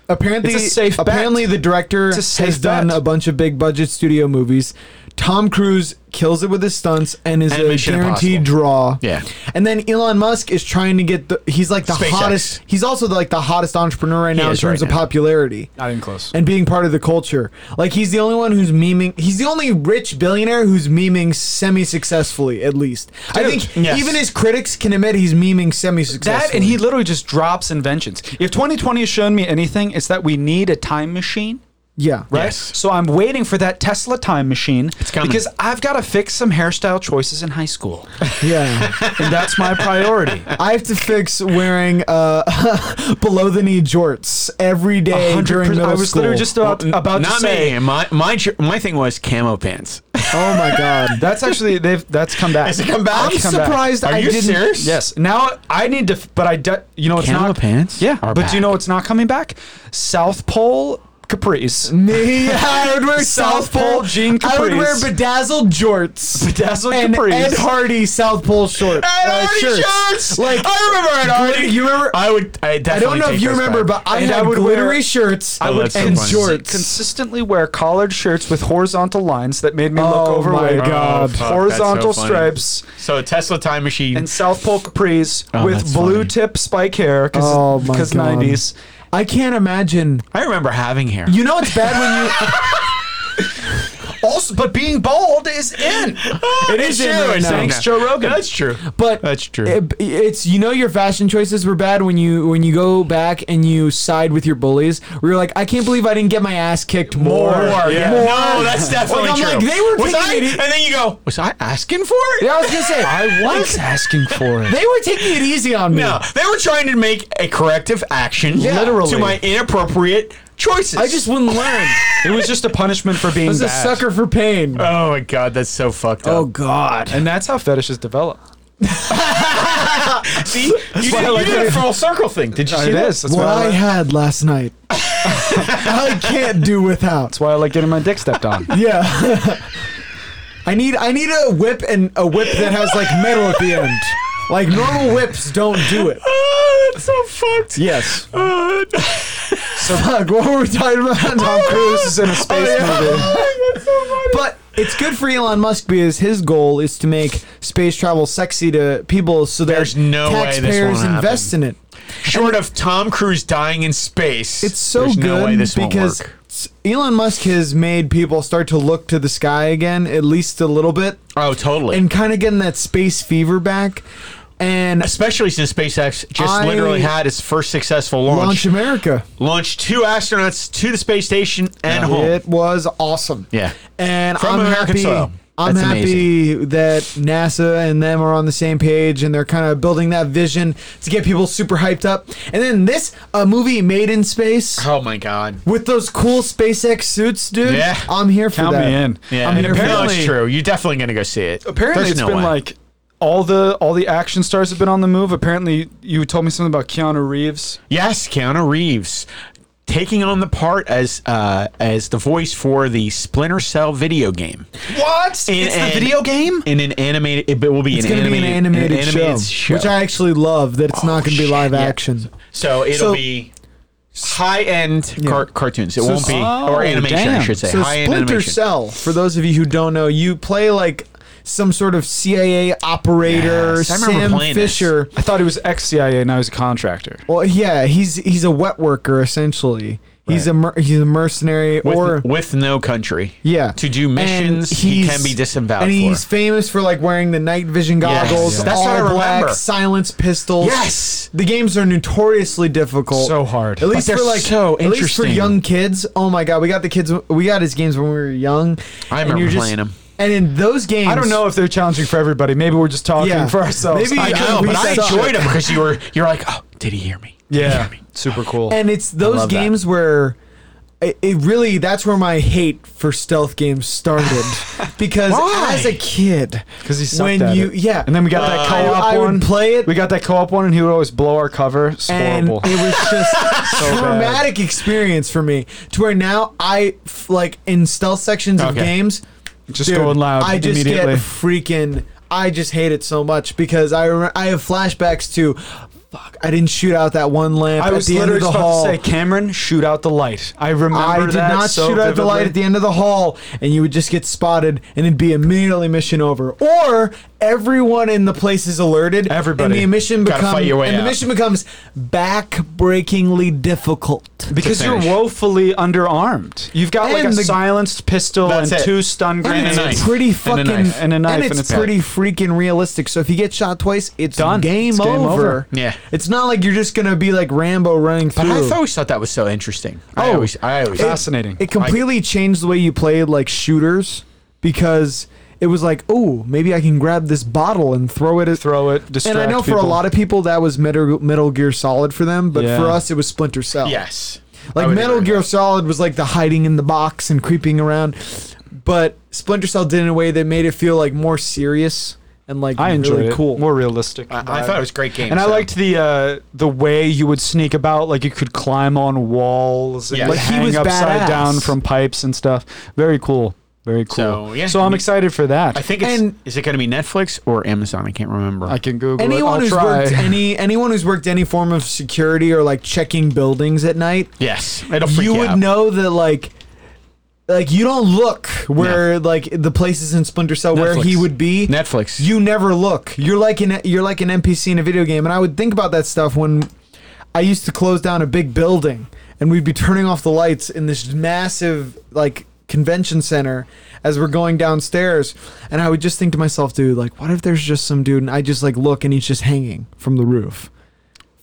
B: apparently
D: It's a safe bet.
B: apparently the director
D: It's a
B: has
D: safe
B: done
D: bet.
B: a bunch of big budget studio movies. Tom Cruise kills it with his stunts and is
C: And
B: a
C: Mission
B: guaranteed
C: Impossible.
B: draw.
C: Yeah.
B: And then Elon Musk is trying to get the he's like the
C: SpaceX.
B: hottest he's also like the hottest entrepreneur right now in
C: is
B: terms
C: right
B: of
C: now.
B: popularity
D: Not even close.
B: and being part of the culture. Like he's the only one who's memeing. He's the only rich billionaire who's memeing semi-successfully, at least. I
D: Dude,
B: think
C: yes.
B: even his critics can admit he's memeing semi-successfully.
D: That and he literally just drops inventions. If 2020 has shown me anything, it's that we need a time machine
B: Yeah.
D: right?
C: Yes.
D: So I'm waiting for that Tesla time machine
C: coming.
D: because I've got to fix some hairstyle choices in high school,
B: Yeah.
D: and that's my priority.
B: I have to fix wearing uh, below the knee jorts every day
D: 100%.
B: during middle
D: I was
B: school.
D: literally just about, about to
C: Not
D: say
C: me. My my ch- my thing was camo pants.
B: oh my god.
D: that's actually they've that's come back.
C: Has it come back?
B: I'm
D: It's come back.
B: surprised
C: Are
B: I
C: you
B: didn't.
C: serious?
D: Yes. Now I need to, f- but I, de- you know, it's
C: Camo
D: not
C: pants
D: Yeah,
C: are
D: but do you
C: back.
D: know it's not coming back? South Pole capris.
B: Me, I would wear
D: South Pole jean
B: I would wear
D: capris.
B: bedazzled jorts.
D: Bedazzled
B: and
D: capris.
B: Ed Hardy South Pole shorts. uh, shirts. Like
C: I remember it already.
B: You remember?
C: I would. I,
B: I don't
C: definitely
B: know if
C: take
B: you
C: those
B: remember,
C: back.
B: but I
D: And I
B: had
D: would
B: glittery
D: wear-
B: shorts
D: Oh,
C: I would
B: and
C: sometimes-
B: jorts.
D: consistently wear collared shirts with horizontal lines that made me look
B: Oh my
D: overweight.
B: God.
C: fuck,
D: horizontal
C: that's so funny.
D: stripes
C: so a Tesla time machine.
D: and South Pole capris
C: Oh,
D: with
C: that's
D: blue
C: funny.
D: tip spike hair
B: Oh my
D: because
B: God.
D: nineties.
B: I can't imagine.
C: I remember having hair.
B: You know it's bad when
D: Also, but being bald is in.
B: you. it is in
C: Sure,
B: right
C: it's
B: now.
C: in
D: Thanks, Joe Rogan.
C: That's true.
B: But
C: That's true.
B: it- it's you know your fashion choices were bad when you when you go back and you side with your bullies. Where you're like, I can't believe I didn't get my ass kicked more.
C: yeah. No, that's
B: Like,
C: definitely
B: I'm
C: true.
B: like, they were
C: was I,
B: taking it e-
C: and then you go, was I asking for it?
B: Yeah, I was gonna say
D: I was asking for it.
B: they were taking it easy on me.
C: No, they were trying to make a corrective action
B: Literally.
C: to my inappropriate choices.
B: I just wouldn't learn. I
D: It was just a punishment for being
B: was a
D: bad.
B: sucker for pain.
C: Oh my god, that's so fucked up.
B: oh God.
D: And that's how fetishes develop.
C: see, you did,
D: why I
C: you
D: like
C: did a
D: it.
C: full circle thing. Did you see
D: Uh, It
C: that?
D: is. That's
B: what
D: why, I
B: I
D: like,
B: had last night, I can't do without.
D: that's why I like getting my dick stepped on.
B: Yeah. I need I need a whip and a whip that has like metal at the end. Like normal whips don't do it.
C: Oh, that's so fucked.
B: Yes.
C: Oh,
B: Fuck, what were we talking about? Tom
D: Cruise is in a space movie.
C: Oh, that's so funny.
B: But it's good for Elon Musk because his goal is to make space travel sexy to people so that
C: There's no way this
B: taxpayers
C: won't
B: invest in it.
C: Short of Tom Cruise dying in space,
B: It's so
C: there's
B: good
C: no way this won't
B: because
C: work.
B: s- Elon Musk has made people start to look to the sky again, at least a little bit,
C: Oh, totally.
B: and kind of getting that space fever back. And
C: Especially since SpaceX just
B: I-
C: literally had its first successful launch.
B: launch America.
C: Launched two astronauts to the space station and home.
B: It was awesome.
C: Yeah.
B: And
C: From
B: I'm
C: American
B: happy.
C: soil.
B: I'm
C: That's
B: happy that NASA and them are on the same page and they're kind of building that vision to get people super hyped up. And then this a movie made in space
C: Oh my god.
B: with those cool SpaceX suits, dude.
C: Yeah.
B: I'm here for
D: Count
B: that.
D: me in.
C: Yeah,
B: I'm
C: and
B: here for
C: apparently
B: that.
C: it's true. You're definitely gonna go see it.
D: Apparently,
C: There's
D: it's
C: no
D: been
C: way.
D: like all the all the action stars have been on the move. Apparently, you told me something about Keanu Reeves.
C: yes, Keanu Reeves taking on the part as uh, as the voice for the Splinter Cell video game.
D: What?
C: In
D: it's the
C: an-
D: video game.
C: In an animated, it will be
B: It's
C: an
B: gonna
C: animated,
B: be an animated,
C: animated Oh,
B: show, which I actually love. That it's not gonna be
C: shit,
B: live
C: yeah.
B: action.
C: so it'll
B: So-
C: be high end car- cartoons. It won't be or
D: Oh,
C: animation, I
D: damn.
C: should say.
B: So
C: high end
B: Splinter
C: animation.
B: Cell, for those of you who don't know, you play like some sort of CIA operator,
C: Yes, I remember
B: Sam
C: playing this.
B: Fisher.
D: I thought he was ex CIA, now he's a contractor.
B: Well, yeah, he's he's a wet worker essentially. He's a mer- he's a mercenary
C: With,
B: or
C: with no country.
B: yeah
C: To do
B: And
C: missions, he
B: he's-
C: can be disavowed
B: And
C: for.
B: he's famous for like wearing the night vision
C: Yes.
B: goggles,
C: Yeah. That's
B: all
C: what I
B: black,
C: remember.
B: silence pistols.
C: Yes.
B: the games are notoriously difficult.
D: So hard.
B: At least
C: they're
B: for like
C: so
B: at least for
C: interesting.
B: young kids. Oh my god, we got the kids. We got his games when we were young.
C: I
B: and
C: remember
B: you're just-
C: playing 'em.
B: And in those games,
D: I don't know if they're challenging for everybody. Maybe we're just talking
B: Yeah.
D: for ourselves.
B: Maybe-
C: I
B: Yeah,
C: know,
B: we
C: but I
B: suck.
C: enjoyed him because you were you're like, oh, did he hear me? Did he
D: yeah,
C: hear me?
D: super cool.
B: And it's those
C: love that.
B: games where it, it really that's where my hate for stealth games started because
C: Why?
B: as a kid,
D: Because he sucked
B: when
D: at
B: you
D: it.
B: yeah,
D: and then we got that
B: I-
D: co-op
B: I would
D: one.
B: play it-
D: We got that co-op one, and he would always blow our cover. It's
B: and
D: horrible.
B: it was just
D: So bad.
B: traumatic experience for me to where now I f- like in stealth sections of
C: Okay.
B: games,
D: Just going loud
B: I just get
D: immediately.
B: freaking. I just hate it so much because I rem- I have flashbacks to. Fuck! I didn't shoot out that one lamp
D: I
B: at
D: was
B: the end
D: literally
B: of the
D: just about
B: hall.
D: to say, Cameron, shoot out the light. I remember
B: I did
D: that
B: not
D: so
B: shoot out the light
D: vividly.
B: at the end of the hall, and you would just get spotted, and it'd be immediately mission over. Or everyone in the place is alerted.
D: Everybody.
B: And the mission
C: Gotta
B: becomes
C: fight your way
B: and the
C: out.
B: mission becomes backbreakingly difficult.
D: Because you're
C: finish.
D: woefully underarmed. You've got like
B: And
D: a
B: the-
D: silenced pistol and
C: That's it.
D: two stun
B: And
D: grenades.
C: a
B: it's
C: knife.
B: pretty
C: And a
B: fucking
C: knife.
D: And a knife,
B: and
D: and
B: it's,
D: it's
B: pretty freaking realistic. So if you get shot twice, it's
D: Done.
B: Game,
D: It's game
B: over.
D: over.
C: Yeah.
B: it's not like you're just gonna be like Rambo running
C: But
B: through.
C: I th- always thought that was so interesting. I
B: Oh,
C: always, I always.
D: Fascinating.
B: it completely changed the way you played like shooters because it was like, oh, maybe I can grab this bottle and throw it at
D: Throw it, distract
B: And I know for a
D: people.
B: lot of people that was Metal, Metal Gear Solid for them, but
D: Yeah.
B: for us it was Splinter Cell.
C: yes. I
B: Like
C: would
B: Metal
C: agree.
B: Gear Solid was like the hiding in the box and creeping around, but Splinter Cell did it in a way that made it feel like more serious and like
D: I enjoyed
B: really
D: it.
B: cool.
D: More realistic.
C: I, I thought it was a great game.
D: and I
C: so-
D: liked the uh, the way you would sneak about, like you could climb on walls and
C: Yeah.
D: like
C: Like, he
D: hang
B: was
D: upside
B: badass.
D: down from pipes and stuff. Very cool, very cool.
C: So, yeah.
D: I'm excited for that.
C: I think it's
B: and-
C: is it going to be Netflix or Amazon? I can't remember.
D: I can Google
B: Anyone
D: it. I'll
B: who's
D: try.
B: worked any anyone who's worked any form of security or like checking buildings at night,
C: yes, it'll freak
B: you
C: you
B: would
C: out.
B: know that like like you don't look where like the places in Splinter Cell where he
C: Netflix.
B: would be.
C: Netflix.
B: You never look. You're like an you're like an NPC in a video game, and I would think about that stuff when I used to close down a big building, and we'd be turning off the lights in this massive like convention center as we're going downstairs, and I would just think to myself, dude, like, what if there's just some dude, and I just like look, and he's just hanging from the roof.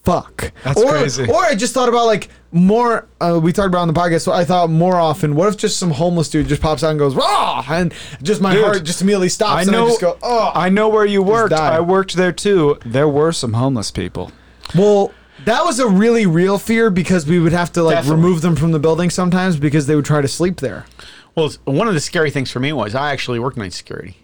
B: Fuck.
D: That's
B: or,
D: crazy.
B: Or I just thought about like more. Uh, we talked about on the podcast. So I thought more often. What if just some homeless dude just pops out and goes rah, and just my
D: Dude,
B: heart just immediately stops.
D: I
B: and
D: know.
B: I just go, oh,
D: I know where you worked.
B: die.
D: I worked there too. There were some homeless people.
B: Well, that was a really real fear because we would have to like
C: Definitely.
B: remove them from the building sometimes because they would try to sleep there.
C: Well, it's- one of the scary things for me was I actually worked night security.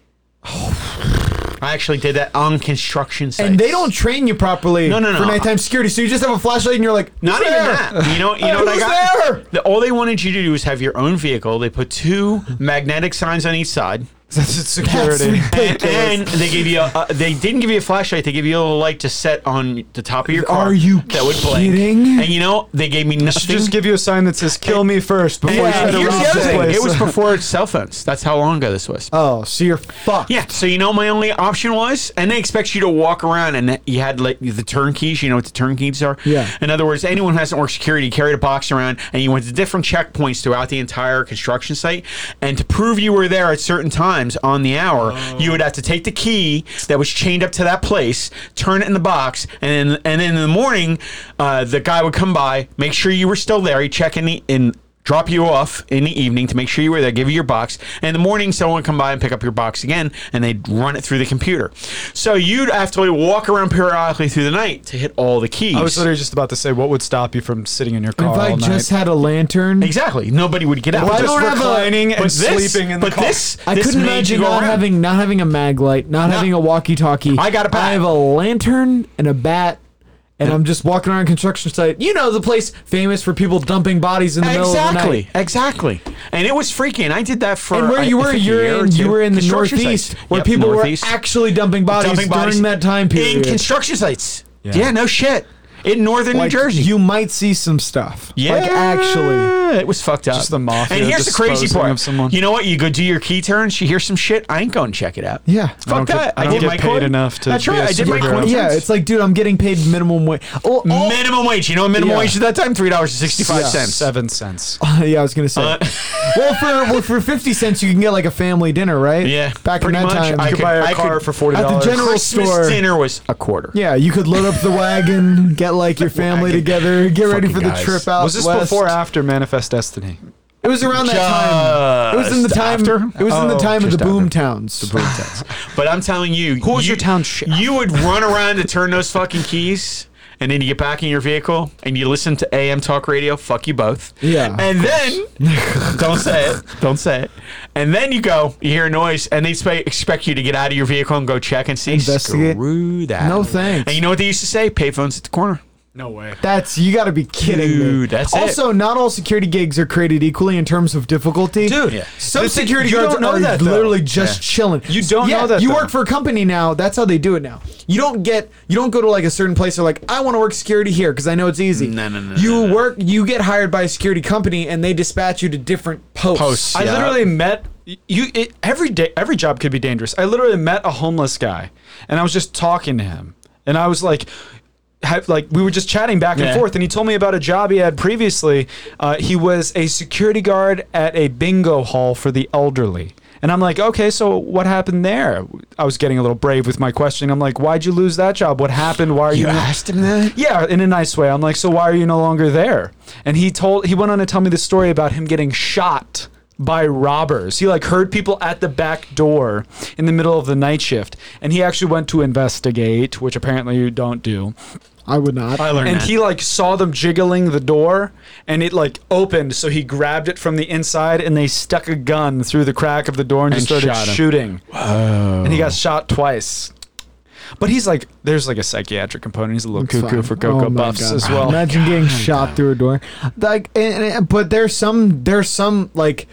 C: I actually did that on construction sites.
B: Oh. And they don't train you properly
C: No, no, no.
B: for nighttime security. So you just have a flashlight and you're like,
C: Not
B: "Who's
C: even
B: there?"
C: that. You know, you know what I
B: Who's
C: got?
B: there?
C: The- all they wanted you to do was have your own vehicle. They put two magnetic signs on each side.
D: That's security.
B: That's
C: And then they gave you a, uh, they didn't give you a flashlight. They gave you a little light to set on the top of your car.
B: Are you
C: that would blink.
B: kidding?
C: And you know they gave me
D: Should
C: nothing.
D: just give you a sign that says "Kill me first before
C: and,
D: you try
C: and
D: to
C: here's the
D: rob
C: other
D: this
C: thing.
D: place."
C: It was before cell phones. That's how long ago this was.
B: Oh, so you're fucked.
C: Yeah, so you know what my only option was, and they expect you to walk around, and that- you had like the turnkeys. You know what the turnkeys are?
B: Yeah.
C: In other words, anyone who hasn't worked security carried a box around, and you went to different checkpoints throughout the entire construction site, and to prove you were there at certain times on the hour, you would have to take the key that was chained up to that place, turn it in the box, and then and then in the morning, uh, the guy would come by, make sure you were still there, he'd check in the in drop you off in the evening to make sure you were there, give you your box, and in the morning someone would come by and pick up your box again, and they'd run it through the computer. So you'd have to walk around periodically through the night to hit all the keys.
D: I was literally just about to say, what would stop you from sitting in your car
B: If
D: all
B: I
D: night?
B: just had a lantern,
C: exactly. Nobody would get out.
B: Well, I
C: But
B: don't
C: this-
B: have a-
D: reclining and sleeping in the
C: but
D: car.
C: this,
B: I
C: this
B: couldn't
C: made
B: imagine
C: you go
B: not
C: around.
B: having not having a mag light, not having a walkie-talkie.
C: I got a bat.
B: I have a lantern and a bat. And I'm just walking around a construction site. You know the place famous for people dumping bodies in the middle of the night.
C: Exactly, exactly, and it was freaking. I did that for
B: And where
C: I-
B: you
C: I
B: were,
C: think a
B: you're
C: year or
B: in, you
C: two.
B: were in the
C: Construction
B: Northeast,
C: sites.
B: where
C: Yep,
B: people
C: Northeast.
B: were actually dumping bodies
C: Dumping bodies
B: during that time
C: in
B: period.
C: construction sites.
D: Yeah.
C: Yeah, no shit. In northern
B: Like,
C: New Jersey,
B: you might see some stuff.
C: Yeah,
B: like actually.
C: it was fucked up.
D: Just the mafia
C: And here's the crazy
D: disposing
C: part.
D: of someone.
C: You know what? You go do your key turn. She hears some shit. I ain't going to check it out.
B: Yeah. I
C: fuck
D: don't get-
C: that.
D: I
C: I,
D: don't
C: did
D: get
C: my
D: paid
C: coin.
D: enough to
C: That's
D: be
C: right.
D: a
C: I did my
D: superhero.
C: coin.
B: Yeah, it's like, dude, I'm getting paid minimum wage. Oh, oh-
C: minimum wage. You know, minimum
B: Yeah.
C: wage at that time three dollars and sixty five cents.
D: seven cents.
B: yeah, I was gonna say. well, for well, for fifty cents, you can get like a family dinner, right?
C: Yeah,
B: back in
C: pretty
B: that
C: much.
B: time,
C: I
B: you
D: could
B: could
D: buy a
C: I
D: car
C: could-
D: for forty
B: At the
D: dollars.
B: general
C: Christmas
B: store.
C: dinner was a quarter.
B: Yeah, you could load up the wagon, get like your family
C: wagon.
B: together, get ready
C: Fucking
B: for
C: guys.
B: the trip out.
D: Was this
B: west.
D: before or after Manifest Destiny?
B: It was around that time. It was in the
C: Just
B: time.
C: after?
B: It was in the
D: Oh,
B: time of the
D: just
B: boom
D: after.
B: towns.
C: But I'm telling you, who
D: was your town sheriff?
C: You would run around to turn those fucking keys. And then you get back in your vehicle and you listen to AM talk radio. Fuck you both.
B: Yeah, of
C: And then don't say it. Don't say it. And then you go. You hear a noise, and they spe- expect you to get out of your vehicle and go check and see.
B: Investigate.
C: Screw that.
B: No thanks.
C: And you know what they used to say? Payphones at the corner.
D: No way.
B: That's you got to be kidding me.
C: Dude, that's it.
B: also, not all security gigs are created equally in terms of difficulty.
C: Dude, Yeah.
B: some
D: the thing-
B: security
D: you
B: guards
D: don't know
B: are
D: that, though.
B: literally just chilling.
D: You don't
B: yeah,
D: know that,
B: You
D: though.
B: work for a company now. That's how they do it now. You don't get. You don't go to like a certain place. They're like, I want to work security here because I know it's easy.
C: No, no, no,
B: You
C: no, no.
B: work. You get hired by a security company and they dispatch you to different posts.
C: Posts.
D: I
C: Oh, Yeah.
D: literally met y- you it, every day every job could be dangerous. I literally met a homeless guy and I was just talking to him and I was like have, like we were just chatting back and
C: Yeah.
D: forth and he told me about a job he had previously. Uh, he was a security guard at a bingo hall for the elderly. And I'm like, okay, so what happened there? I was getting a little brave with my question. I'm like, why'd you lose that job? What happened? Why are you?
C: You asked him that?
D: Yeah, in a nice way. I'm like, so why are you no longer there? And he told he went on to tell me the story about him getting shot by robbers. He like heard people at the back door in the middle of the night shift, and he actually went to investigate, which apparently you don't do.
B: I would not.
C: I learned
D: And
C: that.
D: he like saw them jiggling the door, and it like opened, so he grabbed it from the inside, and they stuck a gun through the crack of the door and, just
C: And
D: started
C: shot him.
D: shooting. And he got shot twice. But he's like, there's like a psychiatric component. He's a little
B: It's
D: cuckoo
B: fine.
D: for cocoa
B: Oh my
D: buffs
B: God.
D: as well.
B: Imagine getting shot through a door. Like, and, and- but there's some, there's some like.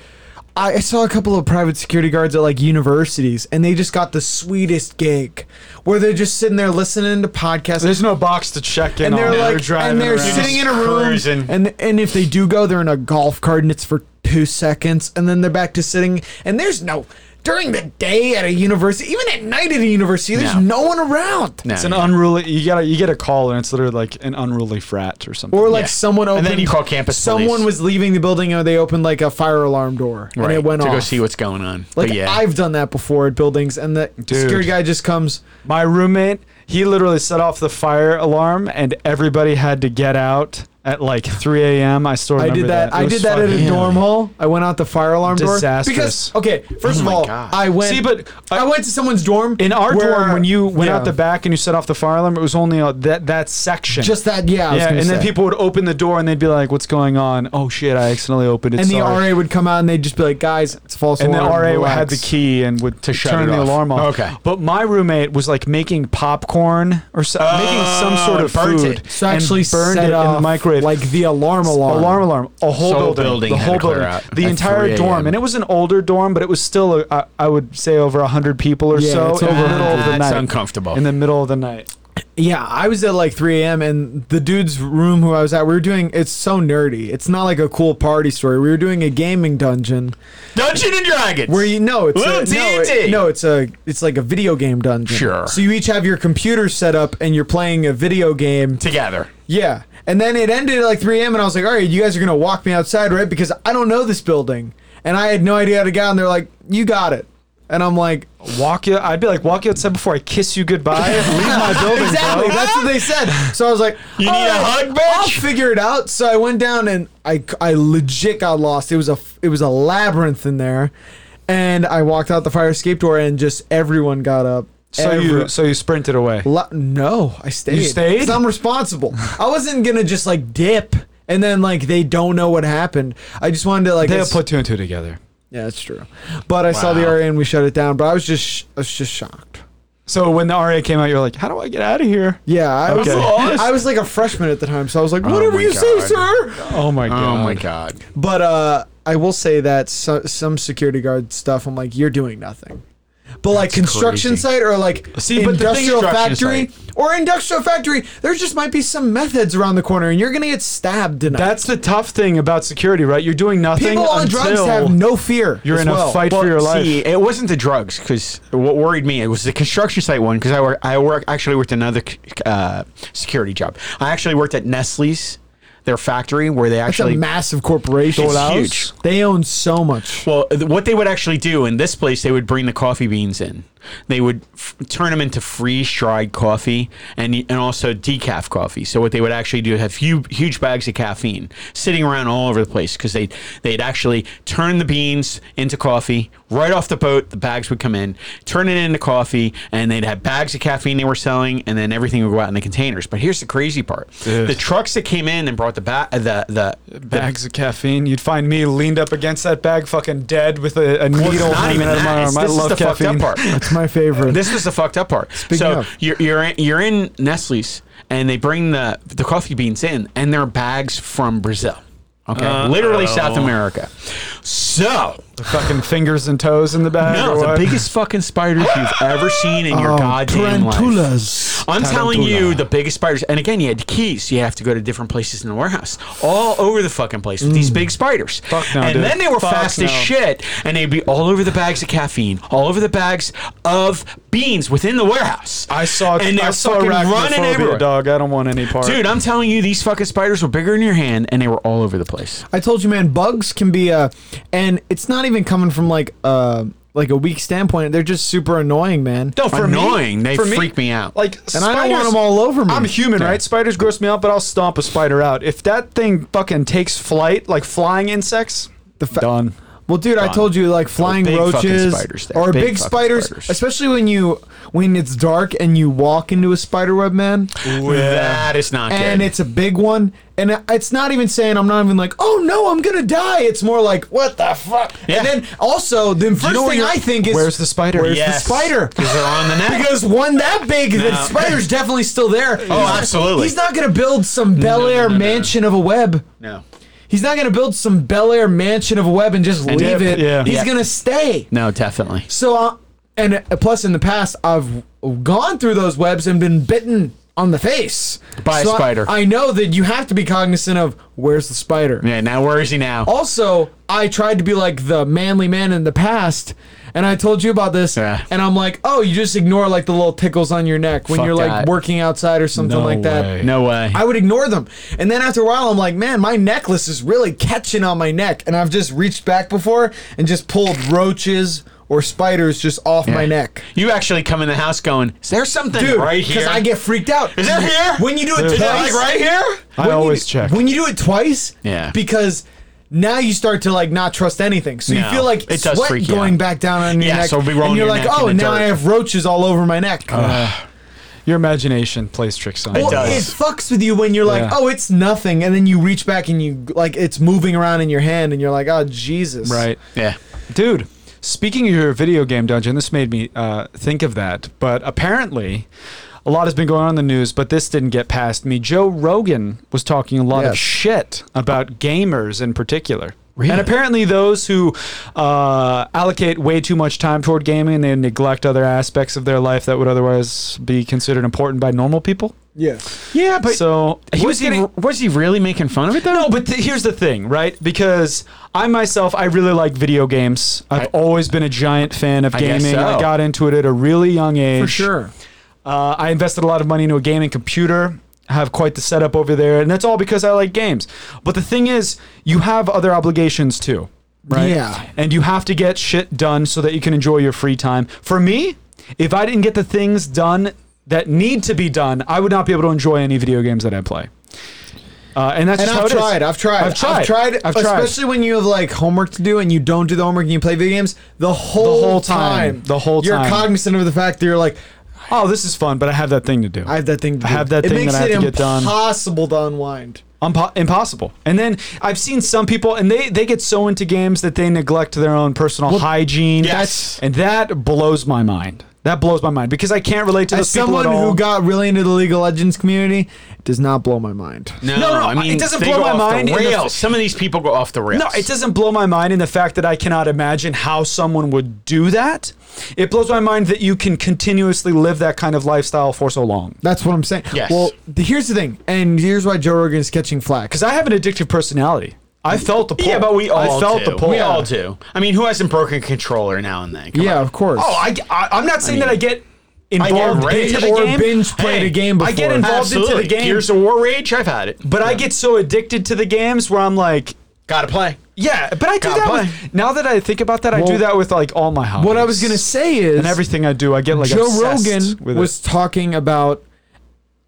B: I I saw a couple of private security guards at like universities, and they just got the sweetest gig, where they're just sitting there listening to podcasts,
D: There's no box to check in
B: and
D: on.
B: they're like, and they're
D: around.
B: sitting in
C: You're
B: a
C: just
B: room,
C: cruising.
B: and and if they do go, they're in a golf cart, and it's for two seconds, and then they're back to sitting. And there's no during the day at a university, even at night at a university, there's
C: No.
B: no one around.
C: No,
D: It's an
C: yeah.
D: unruly. You gotta you get a call and it's literally like an unruly frat or something.
B: Or like
C: Yeah.
B: someone
C: And
B: opened.
C: then you call campus
B: Someone
C: police.
B: was leaving the building and they opened like a fire alarm door and it went
C: to
B: off.
C: go see what's going on.
B: like
C: but yeah,
B: I've done that before at buildings, and the security guy just comes.
D: my roommate, he literally set off the fire alarm and everybody had to get out at like 3 a.m. I still
B: I
D: remember
B: did that.
D: It
B: I
D: was
B: did that at a
D: fucking-
B: dorm hall. I went out the fire alarm
D: Disastrous.
B: door because okay, first
C: Oh
B: of
C: my
B: all,
C: God.
B: I went.
D: See, but uh,
B: I, went to someone's dorm
D: In our
B: where-
D: dorm, when you went out
B: yeah.
D: the back and you set off the fire alarm, it was only uh, that that section.
B: Just that, yeah. I was
D: yeah,
B: gonna
D: and then
B: say.
D: people would open the door and they'd be like, "What's going on? Oh shit! I accidentally opened it."
B: and the
D: sorry."
B: RA would come out and they'd just be like, "Guys, it's false
D: and then
B: alarm."
D: RA
B: relax.
D: had the key and would
C: To shut
D: turn
C: it
D: the
C: off.
D: alarm off.
C: Okay.
D: But my roommate was like making popcorn or so, making some sort of
C: burnt
D: food.
C: it.
B: Oh, So actually,
D: and burned
B: set
D: it in the
B: off,
D: microwave.
B: like the alarm alarm.
D: alarm alarm. A whole
C: So
D: building,
C: building
D: The
C: had
D: whole
C: to clear
D: building.
C: out
D: The
C: at
D: entire
C: 3
D: dorm.
C: a.m..
D: And it was an older dorm, but it was still, a, I, I would say, over 100 people or
B: Yeah,
D: so
B: it's
D: in the
B: over
D: middle of the
C: That's
D: night.
C: uncomfortable.
D: In the middle of the night.
B: Yeah, I was at like 3 a.m. and the dude's room who I was at, we were doing. It's so nerdy. It's not like a cool party story. We were doing a gaming dungeon
C: Dungeon and Dragons.
B: where you know it's
C: Little
B: a, no,
C: D&D.
B: it- no, it's a it's like a video game dungeon.
C: Sure.
B: So you each have your computer set up and you're playing a video game.
C: together?
B: Yeah, and then it ended at like 3 a.m. and I was like, all right, you guys are gonna walk me outside, right? Because I don't know this building and I had no idea how to get out. And they're like, you got it, and I'm like,
D: Walk you, I'd be like, walk you outside before I kiss you goodbye. Leave my building.
B: exactly.
D: bro.
B: That's what they said. So I was like,
C: You need a
B: "Oh,
C: hug,
B: I'll
C: bitch.
B: figure it out. So I went down and I, I legit got lost. It was a it was a labyrinth in there, and I walked out the fire escape door and just everyone got up.
D: So you,
B: Every-
D: so you sprinted away.
B: La- no, I stayed.
D: You stayed?
B: 'Cause I'm responsible. I wasn't gonna just like dip and then like they don't know what happened. I just wanted to like
D: They'll
B: it's-
D: put two and two together.
B: yeah, that's true. But I saw the
C: Wow.
B: area and we shut it down. But I was just sh- I was just shocked.
D: So when the RA came out, you're like, how do I get out of here?
B: Yeah, I,
D: Okay.
B: was, I was like a freshman at the time, so I was like, "Whatever
C: my
B: you say,
C: God.
B: sir."
D: Oh my god.
C: Oh my god.
B: But uh, I will say that so, some security guard stuff, I'm like, you're doing nothing. But like construction
C: crazy.
B: site or like
C: See, but the thing-
B: industrial
C: Construction
B: factory or industrial factory, there just might be some methods around the corner, and you're gonna get stabbed tonight.
D: That's the tough thing about security, right? You're doing nothing
B: People on
D: until
B: drugs have no fear.
D: you're
B: as
D: in a
B: well.
D: fight for your life.
C: See, it wasn't the drugs because what worried me it was the construction site one because I work I work actually worked another c- uh, security job. I actually worked at Nestle's, their factory where they
B: It's a
C: actually
B: massive corporation.
C: It's huge.
B: They own so much.
C: Well, th- what they would actually do in this place, they would bring the coffee beans in. They would f- turn them into freeze dried coffee and and also decaf coffee. So what they would actually do is have huge, huge bags of caffeine sitting around all over the place because they they'd actually turn the beans into coffee right off the boat. The bags would come in, turn it into coffee, and they'd have bags of caffeine they were selling, and then everything would go out in the containers. But here's the crazy part:
D: Ugh.
C: the trucks that came in and brought the ba- uh, the the
D: bags of caffeine. You'd find me leaned up against that bag, fucking dead with a, a
C: Well, it's
D: needle
C: not
D: hanging
C: even
D: out of
C: that.
D: my
C: It's-
D: arm. I
C: This is
D: love
C: the fucked
D: caffeine.
C: up part.
B: It's my favorite.
C: This is the fucked up part. so
B: of-
C: you're you're in, you're in Nestle's and they bring the the coffee beans in and they're bags from Brazil. Okay, literally South America. So
D: The fucking fingers and toes in the bag.
C: no,
D: or
C: the
D: what?
C: biggest fucking spiders you've ever seen in your goddamn life.
B: Tarantulas.
C: I'm telling you,
D: Oh, Tarantula.
C: the biggest spiders. And again, you had keys. You have to go to different places in the warehouse, all over the fucking place with these big spiders.
D: Mm. Fuck no,
C: and
D: dude.
C: then they were
D: Fuck
C: fast as
D: no.
C: shit, and they'd be all over the bags of caffeine, all over the bags of beans within the warehouse.
D: I saw.
C: and they're
D: I saw
C: fucking running
D: arachnophobia,
C: everywhere.
D: dog. I don't want any part.
C: Dude, I'm telling you, these fucking spiders were bigger than your hand, and they were all over the place.
B: I told you, man, bugs can be a, and it's not even coming from like a like a weak standpoint. They're just super annoying, man.
D: No, for
C: Annoying.
D: Me,
C: They
D: for me,
C: freak me out.
D: Like,
B: And I don't want
D: spiders-
B: 'em all over me.
D: I'm human,
B: Yeah.
D: right? Spiders gross me out, but I'll stomp a spider out. If that thing fucking takes flight, like flying insects, the
B: fa-
D: done.
B: Well, dude, I told you like flying
C: big fucking
B: roaches
C: spiders there.
B: or
C: Big
B: big,
C: fucking
B: spiders,
C: spiders.
B: especially when you when it's dark and you walk into a spider web, man.
C: That is not
B: and
C: good.
B: it's a big one, and it's not even saying I'm not even like, oh no, I'm gonna die. It's more like, what the fuck?
C: Yeah.
B: And then also, the first
D: know
B: thing
D: where-
B: I think is,
D: where's the spider?
B: Where's
C: Yes.
B: the spider?
C: Because they're on the net.
B: Because one that big, the spider's definitely still there. Oh,
C: absolutely.
B: He's not gonna build some Bel Air mansion of a web.
C: no.
B: He's not gonna build some Bel Air mansion of a web and just leave
D: dip,
B: it.
D: yeah.
B: He's
C: Yeah.
B: gonna stay.
C: No, definitely.
B: So, uh, and uh, plus in the past, I've gone through those webs and been bitten on the face
C: By a
B: So I-
C: spider.
B: I, know that you have to be cognizant of where's the spider.
C: Yeah, now where is he now?
B: Also, I tried to be like the manly man in the past, and I told you about this,
C: Yeah.
B: and I'm like, oh, you just ignore like the little tickles on your neck when
C: Fuck
B: you're like
C: that.
B: working outside or something
D: No
B: like that.
D: way.
C: No way.
B: I would ignore them. And then after a while, I'm like, man, my necklace is really catching on my neck. And I've just reached back before and just pulled roaches or spiders just off my neck.
C: You actually come in the house going, is there something
B: Dude,
C: right here?
B: I get freaked out.
C: Is it here?
B: When you do it
C: Is it
B: twice.
C: like right here?
B: when
D: I
B: you
D: always
B: do-
D: check.
B: When you do it twice,
C: Yeah.
B: because now you start to like not trust anything. So
C: No,
B: you feel like
C: it does
B: sweat
C: freak you
B: going
C: out.
B: back down on your
C: Yeah,
B: neck.
C: so it'll be rolling
B: and you're
C: your
B: like,
C: neck in
B: oh,
C: the
B: now
C: dirt."
B: I have roaches all over my neck.
D: Your imagination plays tricks on you.
B: Well,
C: does.
B: it fucks with you when you're like,
D: Yeah.
B: oh, it's nothing, and then you reach back and you like it's moving around in your hand, and you're like, oh, Jesus.
D: Right.
C: Yeah.
D: Dude, speaking of your video game dungeon, this made me uh, think of that. But apparently, a lot has been going on in the news, but this didn't get past me. Joe Rogan was talking a lot
B: Yes.
D: of shit about gamers in particular.
C: Really?
D: And apparently, those who uh, allocate way too much time toward gaming, they neglect other aspects of their life that would otherwise be considered important by normal people.
B: Yeah.
C: Yeah,
D: so
C: he was,
D: getting-
C: he, was he really making fun of it though?
D: no, but th- here's the thing, right? Because I myself, I really like video games. I've
C: I-
D: always been a giant fan of
C: I guess
D: gaming. I
C: so.
D: got into it at a really young age.
B: For sure.
D: Uh, I invested a lot of money into a gaming computer. Have quite the setup over there, and that's all because I like games. But the thing is, you have other obligations too, right?
B: Yeah.
D: And you have to get shit done so that you can enjoy your free time. For me, if I didn't get the things done that need to be done, I would not be able to enjoy any video games that I play. Uh, and that's
B: And
D: just how
B: I've
D: it is.
B: tried, I've tried,
D: I've tried.
B: I've tried,
D: I've tried.
B: especially when you have like homework to do and you don't do the homework and you play video games the whole,
D: whole time. The whole
B: You're
D: time.
B: cognizant of the fact that you're like,
D: Oh, this is fun, but I have that thing to do.
B: I have that thing. To
D: I
B: do.
D: have that
B: it
D: thing
B: makes
D: that I
B: it
D: have to get done.
B: Impossible to unwind.
D: Umpo- impossible. And then I've seen some people, and they they get so into games that they neglect their own personal hygiene.
C: Yes.
D: and that blows my mind. That blows my mind because I can't relate to
B: As
D: those people
B: someone
D: at all.
B: who got really into the League of Legends community, it does not blow my mind.
C: no,
D: no,
C: I mean,
D: it doesn't
C: they
D: blow
C: go
D: my
C: off
D: mind
C: The
D: in the-
C: rails. Some of these people go off the rails.
D: no, it doesn't blow my mind in the fact that I cannot imagine how someone would do that. It blows my mind that you can continuously live that kind of lifestyle for so long.
B: That's what I'm saying.
C: Yes.
B: Well, th- here's the thing, and here's why Joe Rogan is catching flack.
D: Because I have an addictive personality. I felt the pull.
C: Yeah, but we all
D: I felt
C: do.
D: the pull.
C: We all do. I mean, who hasn't broken a controller now and then? Come
B: yeah,
C: on.
B: of course.
D: Oh, I, I, am not saying that I get involved
C: rage
D: into the
B: or
D: game.
B: binge played
C: Hey,
B: a game before.
D: I get involved
C: Absolutely.
D: into the game,
C: Gears of War rage. I've had it.
D: but I get so addicted to the games where I'm like,
C: Gotta play.
D: yeah. But I do
C: Gotta
D: that.
C: play.
D: With, now that I think about that, I do
B: Well,
D: that with like all my hobbies.
B: What I was gonna say is
D: and everything I do, I get like
B: Joe
D: obsessed
B: Rogan
D: with
B: was
D: it.
B: talking about.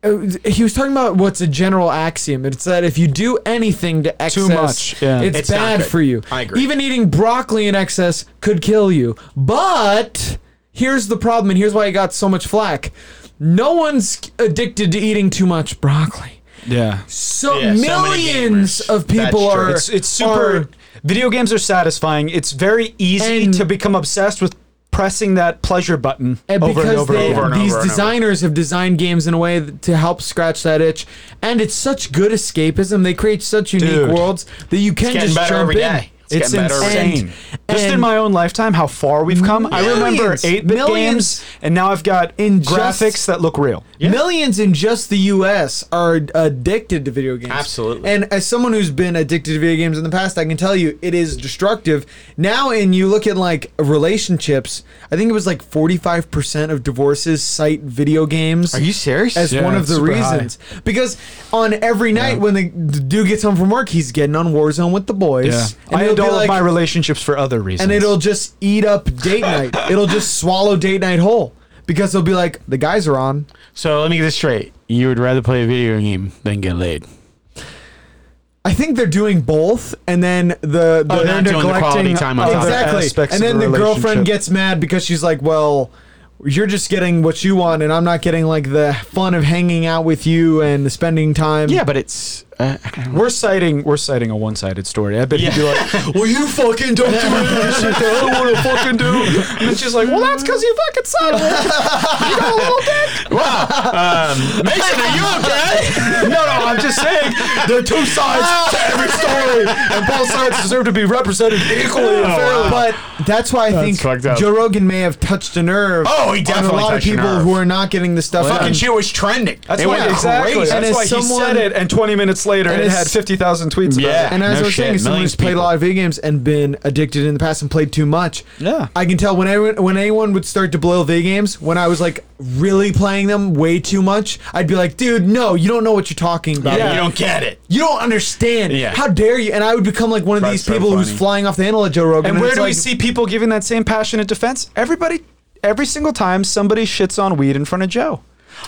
B: uh, He was talking about what's a general axiom. It's that if you do anything to excess,
D: much, yeah.
B: it's,
C: It's not
B: bad
C: good.
B: for you.
C: I agree.
B: Even eating broccoli in excess could kill you. But here's the problem, and here's why I got so much flack. No one's addicted to eating too much broccoli.
D: Yeah,
B: So
C: Yeah, so many
B: millions
C: gamers.
B: of people
C: That's true.
B: are.
D: it's it's super.
B: are-
D: video games are satisfying. It's very easy
B: And-
D: to become obsessed with pressing that pleasure button
B: And
D: over
B: because
D: and over
B: they,
D: again.
C: over and
B: these
C: over and over.
B: designers have designed games in a way th- to help scratch that itch, and it's such good escapism. They create such unique
D: Dude.
B: worlds that you can
C: getting
B: just
C: better
B: jump
C: every
B: in.
C: day. It's
D: It's
C: getting better every day.
D: insane. Just in
B: and-
D: my own lifetime, how far we've come. I remember
B: Millions,
D: 8 bit
B: millions.
D: games, and now I've got
B: In just-
D: graphics that look real.
B: Millions in just the U.S. are addicted to video games.
C: Absolutely.
B: And as someone who's been addicted to video games in the past, I can tell you it is destructive. Now, and you look at like relationships, I think it was like 45% of divorces cite video games.
C: Are you serious?
B: As
D: Yeah,
B: one of
D: it's
B: the
D: super high.
B: reasons, because on every night when the the dude gets home from work, he's getting on Warzone with the boys. And
D: I
B: it'll
D: end
B: be
D: all
B: like-
D: of my relationships for other reasons.
B: and it'll just eat up date night. It'll just swallow date night whole because they'll be like, the guys are on.
C: so let me get this straight. You would rather play a video game than get laid.
B: I think they're doing both, and then the, the
C: Oh, not doing the quality time on
D: other
C: top.
B: exactly,
D: aspects
B: and
D: of
B: then
D: the
B: the, girlfriend
D: relationship.
B: gets mad because she's like, "Well, you're just getting what you want, and I'm not getting like the fun of hanging out with you and spending time."
C: Yeah, but it's uh,
D: we're citing we're citing a one sided story. I bet he'd be like, "Well, you fucking don't do any of the shit that I want to fucking do." And it's just like, "Well, that's because you fucking suck." you got a little dick.
C: wow. Um, Mason, are you okay?
D: No, no, I'm just saying there are two sides to every story, and both sides deserve to be represented equally and
C: Oh,
D: fairly.
C: wow.
B: But that's why I
C: fucked
B: think
C: up.
B: Joe Rogan may have touched a nerve.
C: Oh, he definitely
B: on a lot of
C: touched a
B: people
C: nerve.
B: who are not getting the stuff.
C: Fucking
B: done.
C: shit was trending.
D: That's
C: It
D: why
C: went
D: exactly.
C: crazy.
D: That's
B: as
D: why he
B: someone-
D: said it, and 20 minutes later,
B: and
D: it
B: as-
D: had 50,000 tweets.
C: Yeah.
D: about it.
B: And as
C: No
B: I was
C: shit,
B: saying, as someone
C: millions
B: who's played a
C: people.
B: lot of video games and been addicted in the past and played too much,
D: Yeah.
B: I can tell when everyone, when anyone would start to blow video games, when I was like really playing them way too much, I'd be like, dude, no, you don't know what you're talking about.
C: Yeah, you don't get it.
B: You don't understand.
C: Yeah.
B: How dare you? And I would become like one of
C: That's
B: these
C: so
B: people who's
C: funny.
B: flying off the handle at Joe Rogan.
D: And where
B: it's
D: do we
B: like-
D: see people giving that same passionate defense? Everybody, every single time somebody shits on weed in front of Joe.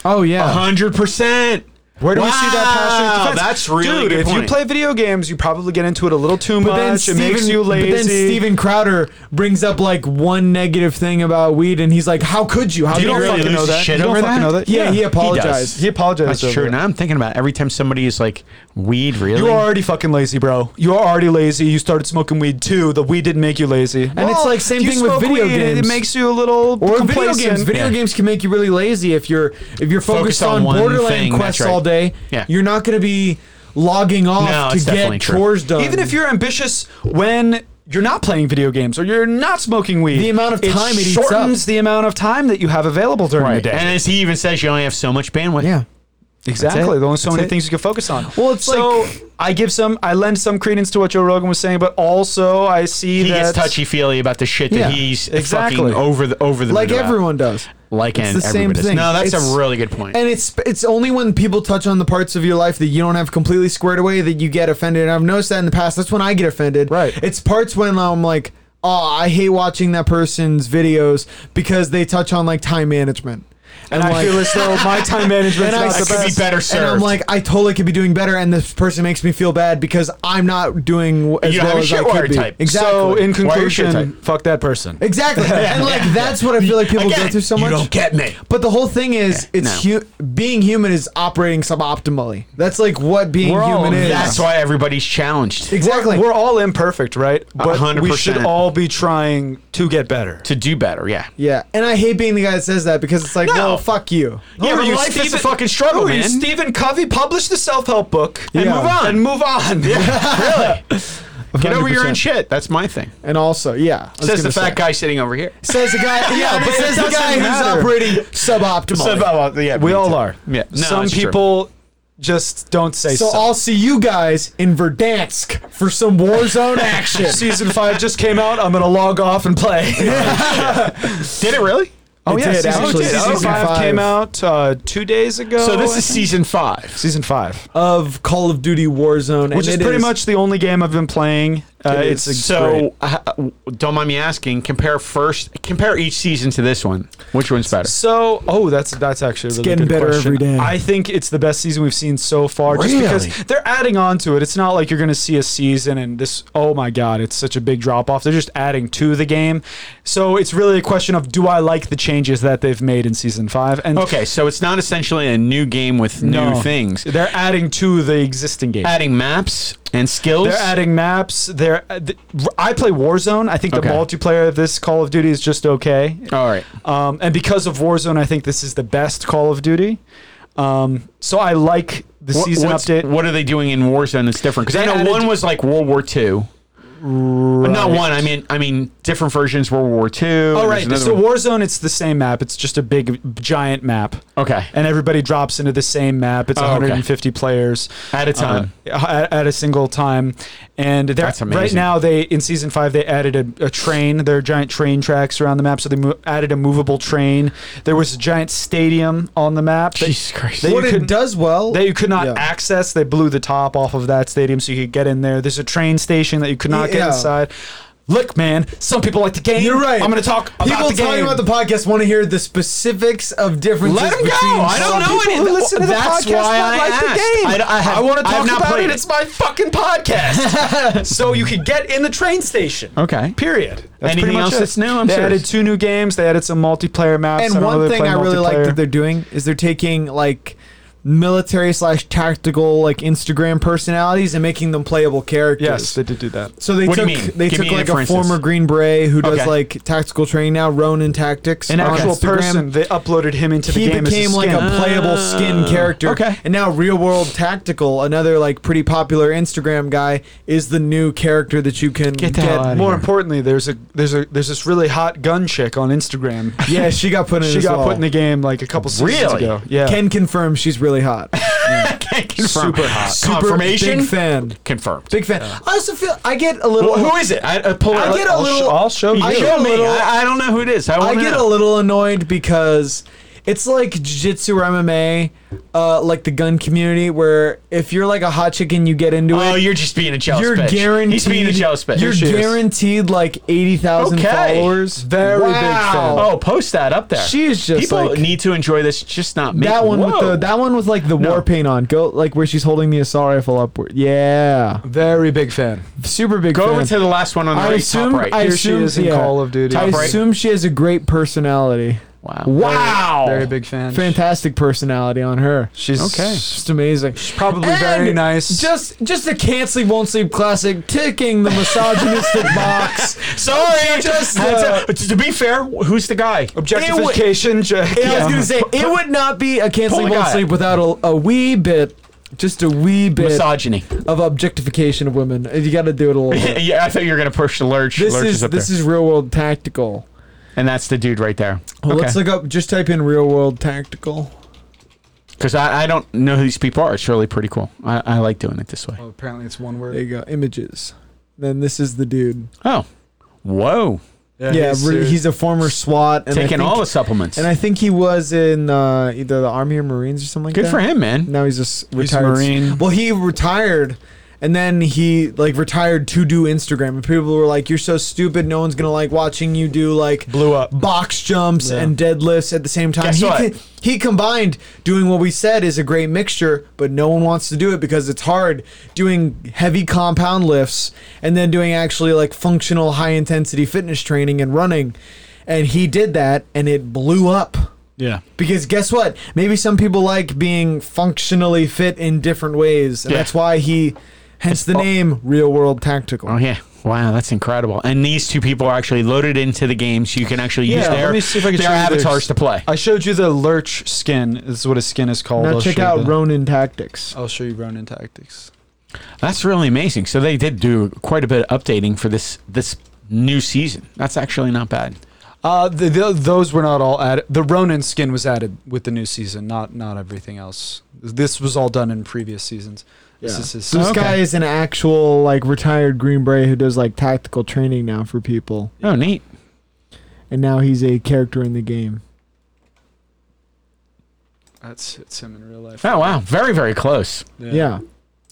B: Oh yeah.
C: hundred percent.
D: Where do we see that passionate defense?
C: That's really
D: Dude,
C: good
D: if you
C: point.
D: play video games, you probably get into it a little too
B: But then,
D: much.
B: Steven,
D: it makes you lazy.
B: but then Steven Crowder brings up like one negative thing about weed, and he's like, "How could you? How
C: Do you
B: dare
C: really
B: you?"
C: lose
D: know that.
C: shit
D: You don't
C: over
D: fucking
C: that?
D: know that.
B: Yeah,
D: Yeah,
B: he
D: he
B: apologized.
D: he apologized.
C: That's
D: over
C: true.
D: it.
C: Now I'm thinking about it. every time somebody is like, "Weed, really?"
D: You are already fucking lazy, bro. You are already lazy. You started smoking weed too. The weed didn't make you lazy. And
B: it's like same thing with video
D: It,
B: games.
D: makes you a little
B: Or video
D: complacent.
B: games. Video
C: Yeah.
B: games can make you really lazy if you're if you're focused,
C: Focused on
B: on,
C: one
B: Borderland
C: thing, that's
B: quests
C: right.
B: all day.
C: Yeah.
B: You're not going to be logging off
C: No,
B: to
C: it's
B: get
C: definitely true.
B: chores done.
D: Even if you're ambitious when you're not playing video games or you're not smoking weed,
B: The amount of time it
D: it
B: eats up.
D: shortens the amount of time that you have available during
C: right.
D: the day.
C: And as he even says, you only have so much bandwidth.
B: yeah,
D: Exactly.
B: That's it.
D: There's only so
B: That's
D: many
B: it.
D: things you can focus on.
B: Well, it's
D: so
B: like-
D: I give some, I lend some credence to what Joe Rogan was saying, but also I see
C: He
D: that
C: gets touchy feely about the shit that
B: Yeah,
C: he's
D: exactly.
C: fucking over the over the
B: like
C: moon about.
B: everyone does.
C: Like
B: It's
C: and
B: the same
C: everybody does.
B: thing.
C: No, that's
B: It's-
C: a really good point.
B: And it's it's only when people touch on the parts of your life that you don't have completely squared away that you get offended. And I've noticed that in the past. That's when I get offended.
D: Right.
B: It's parts when I'm like, oh, I hate watching that person's videos because they touch on like time management.
D: And
B: I'm
D: I
B: like-
D: feel as though my time management
B: And I
D: is not the
C: could be
D: best.
C: better
B: And I'm
C: served.
B: like, I totally could be doing better, and this person makes me feel bad because I'm not doing w- as
C: You don't
B: well
C: have a
B: as I
C: shit
B: could
C: wire
B: be.
C: type.
B: Exactly.
D: So in
C: Why are you shit
D: conclusion,
C: tight?
D: fuck that person.
B: exactly. and like that's what I feel like people
C: Again,
B: go through so
C: you
B: much.
C: don't get me.
B: But the whole thing is,
C: Yeah,
B: it's hu- being human is operating suboptimally. That's like what being
D: We're all-
B: human is.
C: That's why everybody's challenged
B: exactly.
D: We're all imperfect, right? But we
C: 100%.
D: should all be trying to get better.
C: to do better. Yeah.
B: yeah, and I hate being the guy that says that because it's like,
C: No.
B: well, fuck you.
C: Yeah,
D: Who
C: but
D: are you,
C: life is a
D: Stephen-
C: fucking struggle,
D: who are you,
C: man.
D: Stephen Covey published the self-help book and
B: Yeah.
D: move on. And move on.
C: Get over your own
B: 100%.
C: shit. That's my thing.
B: And also, yeah, I was
C: Says the
B: gonna
C: fat
B: say.
C: guy sitting over here.
B: Says the guy. Yeah, but
D: but
B: says
D: it
B: the
D: doesn't
B: guy
D: matter.
B: who's operating suboptimally.
C: oh, yeah,
D: we all are.
C: Yeah. No,
D: Some
C: that's true.
D: people just don't say
B: So
D: something.
B: I'll see you guys in Verdansk for some Warzone action.
D: Season five just came out. I'm gonna log off and play.
C: Did it really?
B: Oh, yeah,
D: season,
B: actually.
D: season
B: Season
D: five,
B: five.
D: came out uh, two days ago.
C: So this
D: Oh, I
C: is
D: think.
C: season five.
D: season five,
B: of Call of Duty Warzone, and
D: which is
B: it
D: pretty much the only game I've been playing. Uh,
B: It
D: it's
B: is.
D: it's great.
C: So uh, don't mind me asking. Compare first. Compare each season to this one. Which one's better?
D: So, oh, that's that's actually a really
B: getting
D: good
B: better
D: question.
B: every day.
D: I think it's the best season we've seen so far, just
C: Really?
D: because they're adding on to it. It's not like you're going to see a season and this. Oh my God, it's such a big drop off. They're just adding to the game, so it's really a question of do I like the changes that they've made in season five? And
C: Okay, so it's not essentially a new game with
D: no,
C: new things.
D: They're adding to the existing game.
C: Adding maps, and skills.
D: They're adding maps. They're uh, th- I play Warzone. I think
C: Okay.
D: the multiplayer of this Call of Duty is just okay.
C: All right.
D: Um, and because of Warzone, I think this is the best Call of Duty. Um, so I like the
C: What-
D: season
C: what's-
D: update.
C: What are they doing in Warzone that's different? Because
D: They
C: I know
D: added-
C: one was like World War II. Not one. I mean, I mean different versions. World War II.
D: All
C: All
D: right. So Warzone, it's the same map. It's just a big giant map.
C: Okay.
D: And everybody drops into the same map. It's
C: Oh, okay.
D: 150 players
C: At a time.
D: uh, at, at a single time. And they're-
C: That's
D: right
C: amazing.
D: now, they in season five they added a, a train. There are giant train tracks around the map, so they mo- added a movable train. There was a giant stadium on the map. that-
C: Jesus Christ.
D: that you
B: what it
D: couldn't-
B: does well
D: that you could not
B: Yeah.
D: access. They blew the top off of that stadium so you could get in there. There's a train station that you could not
B: Yeah.
D: get inside. Look, man, some people like the game.
B: You're right.
D: I'm going to talk about
B: People
D: the game.
B: talking about the podcast want to hear the specifics of differences.
C: Let 'em go.
B: between
C: I don't
B: some
C: know
B: people
C: any-
B: who listen to the
C: That's
B: podcast
C: why
B: not
C: I
B: like the
C: asked.
B: game.
C: I d- I have-
D: want to
C: I have
D: talk
C: not
D: about
C: played
D: it.
C: it.
D: It's my fucking podcast. so you could get in the train station.
C: Okay.
D: Period.
C: Anything
D: pretty much
C: else
D: it.
C: that's new? I'm
D: they
C: serious.
D: added two new games. They added some multiplayer maps. I
B: And
D: don't know
B: one
D: if they
B: thing
D: play
B: I really like
D: multiplayer.
B: that they're doing is they're taking like military slash tactical like Instagram personalities and making them playable characters.
D: yes, they did do that.
B: So they
C: What do
B: took
C: you mean?
B: they
C: Give
B: took
C: me a
B: like
C: for
B: a
C: instance.
B: former Green Beret who does
C: Okay.
B: like tactical training now, Ronin Tactics.
D: An
B: on
D: actual
B: Instagram.
D: person. They uploaded him into
B: He
D: the game
B: became
D: as a
B: like
D: skin.
B: a playable skin character.
C: okay.
B: And now Real World Tactical, another like pretty popular Instagram guy, is the new character that you can
C: Get the hell
B: get.
C: outta
D: More
C: here.
D: importantly, there's a there's a there's this really hot gun chick on Instagram.
B: Yeah, she got put in
D: She
B: as
D: got
B: well.
D: put in the game like a couple seasons
C: Really?
D: ago. Yeah.
B: Can confirm she's really hot.
C: I can't confirm.
D: Super hot.
B: Super
C: Confirmation.
B: Big fan.
C: Confirmed.
B: Big fan. I also feel I get a little
C: Well, who is it? I, uh, pull
B: I
C: it-
B: get a
C: I'll
B: little-
C: show-
D: I'll show you.
B: I get
C: show
B: a
C: me.
B: little-
C: I, I don't know who it is. I,
B: I
C: wanna
B: get a
C: know.
B: little annoyed because it's like jiu-jitsu or MMA, uh, like the gun community, where if you're like a hot chicken, you get into
C: Oh,
B: it.
C: you're just being a jealous
B: You're
C: bitch.
B: guaranteed.
C: He's being a jealous bitch.
B: You're
D: she is.
B: guaranteed like eighty thousand
C: Okay.
B: followers.
D: Very big fan.
C: Oh, post that up there.
B: She is just
C: people
B: like-
C: need to enjoy this. Just not me.
B: That one with
C: Whoa.
B: the that one with like the
C: No.
B: war paint on. Go like where she's holding the assault rifle upward. Yeah,
D: Very big fan.
B: super big.
C: Go
B: fan.
C: over to the last one on the
B: I
C: right,
B: assume.
C: top right.
B: I
D: Here she
B: assume
D: is in
B: yeah.
D: Call of Duty.
B: I
D: Top
C: right.
B: assume she has a great personality.
C: wow.
B: Wow.
D: Very big fan.
B: Fantastic personality on her.
D: She's
C: Okay.
B: Just amazing.
D: probably very
B: And
D: nice.
B: Just just the can't sleep won't sleep classic ticking the misogynistic box.
C: Sorry.
B: Just,
C: Had
B: uh,
C: to, to be fair, who's the guy?
D: objectification. Jack.
B: Yeah, I was gonna say it would not be a can't
C: Pull
B: sleep
C: the
B: won't
C: guy.
B: sleep without a, a wee bit, just a wee bit
C: Misogyny.
B: of objectification of women. You got to do it a little bit.
C: yeah, I thought you were gonna push the lurch.
B: This
C: lurch
B: is
C: up
B: this
C: there.
B: is real world tactical.
C: and that's the dude right there.
B: Let's look up. Just type in real world tactical.
C: Because I, I don't know who these people are. It's really pretty cool. I, I like doing it this way.
D: Oh, apparently, it's one
B: There
D: word.
B: you go. Images. Then this is the dude.
C: Oh, whoa!
B: Yeah, he's,
D: serious.
B: he's a former SWAT. And I
C: Taking
B: think-
C: all the supplements.
B: And I think he was in uh, either the army or marines or something like
C: Good
B: that.
C: for him, man.
B: Now he's just
D: He's
B: retired.
D: Marine.
B: Well, he retired, and then he like retired to do Instagram, and people were like, "You're so stupid. No one's gonna like watching you do like
D: blew up.
B: box jumps
D: Yeah.
B: and deadlifts at the same time."
C: Guess
B: he
C: what?
B: co- he combined doing what we said is a great mixture, but no one wants to do it because it's hard doing heavy compound lifts and then doing actually like functional high intensity fitness training and running. And he did that, and it blew up.
C: Yeah.
B: Because guess what? Maybe some people like being functionally fit in different ways, and
C: Yeah.
B: that's why he, hence the name Real World Tactical.
C: Oh yeah. Wow, that's incredible. And these two people are actually loaded into the game, so you can actually use
D: Yeah,
C: their,
D: let me see if I can
C: their
D: show you this.
C: avatars to play.
D: I showed you the lurch skin. This is what his skin is called.
B: now
D: I'll
B: check
D: show you
B: out
D: the-
B: Ronin Tactics.
C: Oh,
D: I'll show you Ronin tactics.
C: That's really amazing. So they did do quite a bit of updating for this this new season. That's actually not bad.
D: Uh, the, the, those were not all added. The Ronin skin was added with the new season, not not everything else. This was all done in previous seasons. This
B: Yeah.
D: is his
B: So this
D: skin.
B: guy is an actual like retired Green Beret who does like tactical training now for people,
C: Oh, neat.
B: and now he's a character in the game.
D: That's it's him in real life.
C: Oh wow, very very close.
B: Yeah.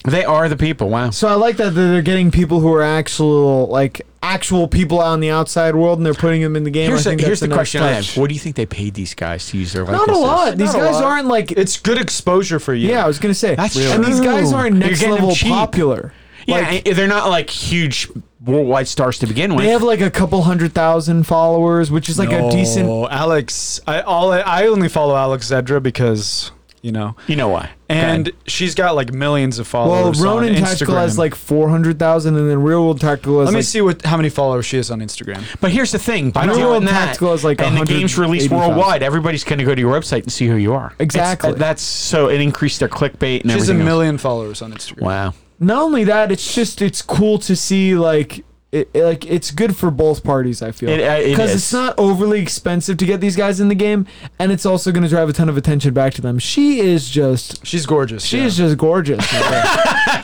C: They are the people. Wow.
B: So I like that they're getting people who are actual like actual people out in the outside world, and they're putting them in the game. I
C: Here's, the
B: think
C: here's
B: that's a
C: the
B: nice
C: question I have.
B: touch.
C: What do you think they paid these guys to use their
B: Not
C: likenesses?
B: a lot. These
D: Not a
B: guys
D: lot.
B: aren't like
D: It's good exposure for you.
B: Yeah, I was gonna say.
C: That's
B: and
C: true.
B: these guys aren't
C: You're
B: next
C: getting them
B: level
C: cheap.
B: popular.
C: Yeah,
B: Like,
C: and they're not like huge worldwide stars to begin with.
B: they have like a couple hundred thousand followers, which is like a decent.
D: Alex. I all I, I only follow Alex Zedra because you know.
C: You know why?
D: And she's got like millions of
B: Well,
D: followers.
B: Ronin
D: on
B: Tactical has
D: Instagram.
B: like 400,000, and then Real World Tactical has
D: Let me
B: like
D: see what how many followers she has on Instagram.
C: But here's the thing: by
B: Real
C: doing
B: World
C: that,
B: Tactical is like
C: and the game's released
B: 180,000.
C: worldwide, everybody's going to go to your website and see who you are. It's- uh,
B: Exactly.
C: that's so it increased their clickbait and
D: She's a
C: everything. else.
D: million followers on Instagram.
C: Wow.
B: not only that, it's just it's cool to see like it, it- like it's good for both parties. I feel
C: It- uh, it
B: because
C: is.
B: it's not overly expensive to get these guys in the game, and it's also going to drive a ton of attention back to them. She is just
D: She's gorgeous.
B: she is just gorgeous.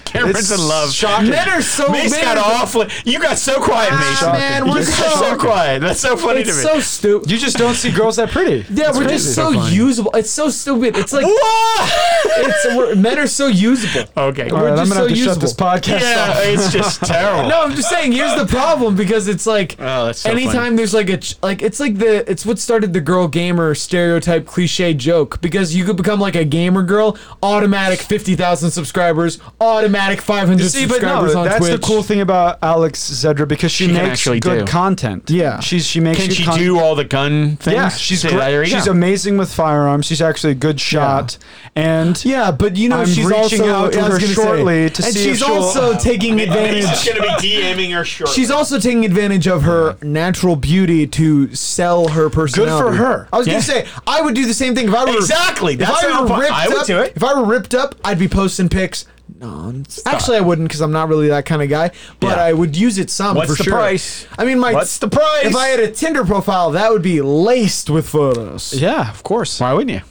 C: Cameron's in love.
D: shocking.
B: Men are so
C: Mace
B: men
C: got
B: are-
C: awful. You got so quiet, Mace.
D: shocking.
B: Oh, man,
D: You're
B: we're
C: You're so
B: so
C: quiet. That's so funny to
B: it's
C: me.
B: so stupid.
D: You just don't see girls that pretty.
B: Yeah,
D: It's
B: we're
D: crazy.
B: just so, usable. It's so stupid. It's like
C: Whoa!
B: it's we're, men are so usable.
C: okay.
B: We're
D: All right, I'm
B: just
D: gonna
B: so
D: have to shut this
B: usable.
D: podcast
C: Yeah,
D: off.
C: it's just terrible.
B: No, I'm just saying. Here's the problem because it's like
C: Oh, that's so
B: anytime
C: funny.
B: there's like a ch- like it's like the it's what started the girl gamer stereotype cliche joke because you could become like a gamer girl, automatic fifty thousand subscribers, automatic five hundred
D: See, but
B: subscribers
D: no,
B: on
D: that's
B: Twitch.
D: the cool thing about Alex Zedra because she,
C: She can
D: makes
C: actually
D: good
C: do.
D: content.
B: Yeah.
D: she's she makes
C: Can
D: good
C: she
D: con-
C: do all the gun things?
D: Yeah, she's
C: See, there
D: great.
C: you
D: She's
C: go.
D: amazing with firearms. She's actually a good shot, and
B: Yeah, but you know
D: I'm
B: she's
D: reaching
B: also
D: out to
B: I was
D: her
B: gonna
D: shortly
B: say,
D: to
B: and
D: see if
B: she's
D: she'll-
B: also taking
C: She's
B: advantage.
C: going to be DMing her shortly.
B: She's also taking advantage of her natural beauty to sell her personality.
D: her.
B: I was
C: Yeah.
B: gonna say I would do the same thing if I were
C: Exactly.
B: If
C: That's
B: I
C: how
B: were
C: fu-
B: ripped
C: I would
B: up,
C: do it.
B: If I were ripped up, I'd be posting pics. No, actually, I wouldn't because I'm not really that kind of guy. But
C: Yeah.
B: I would use it some
C: What's
B: for
C: the
B: sure.
C: price?
B: I mean, my
C: What's the price?
B: If I had a Tinder profile, that would be laced with photos.
D: yeah, of course.
C: Why wouldn't you?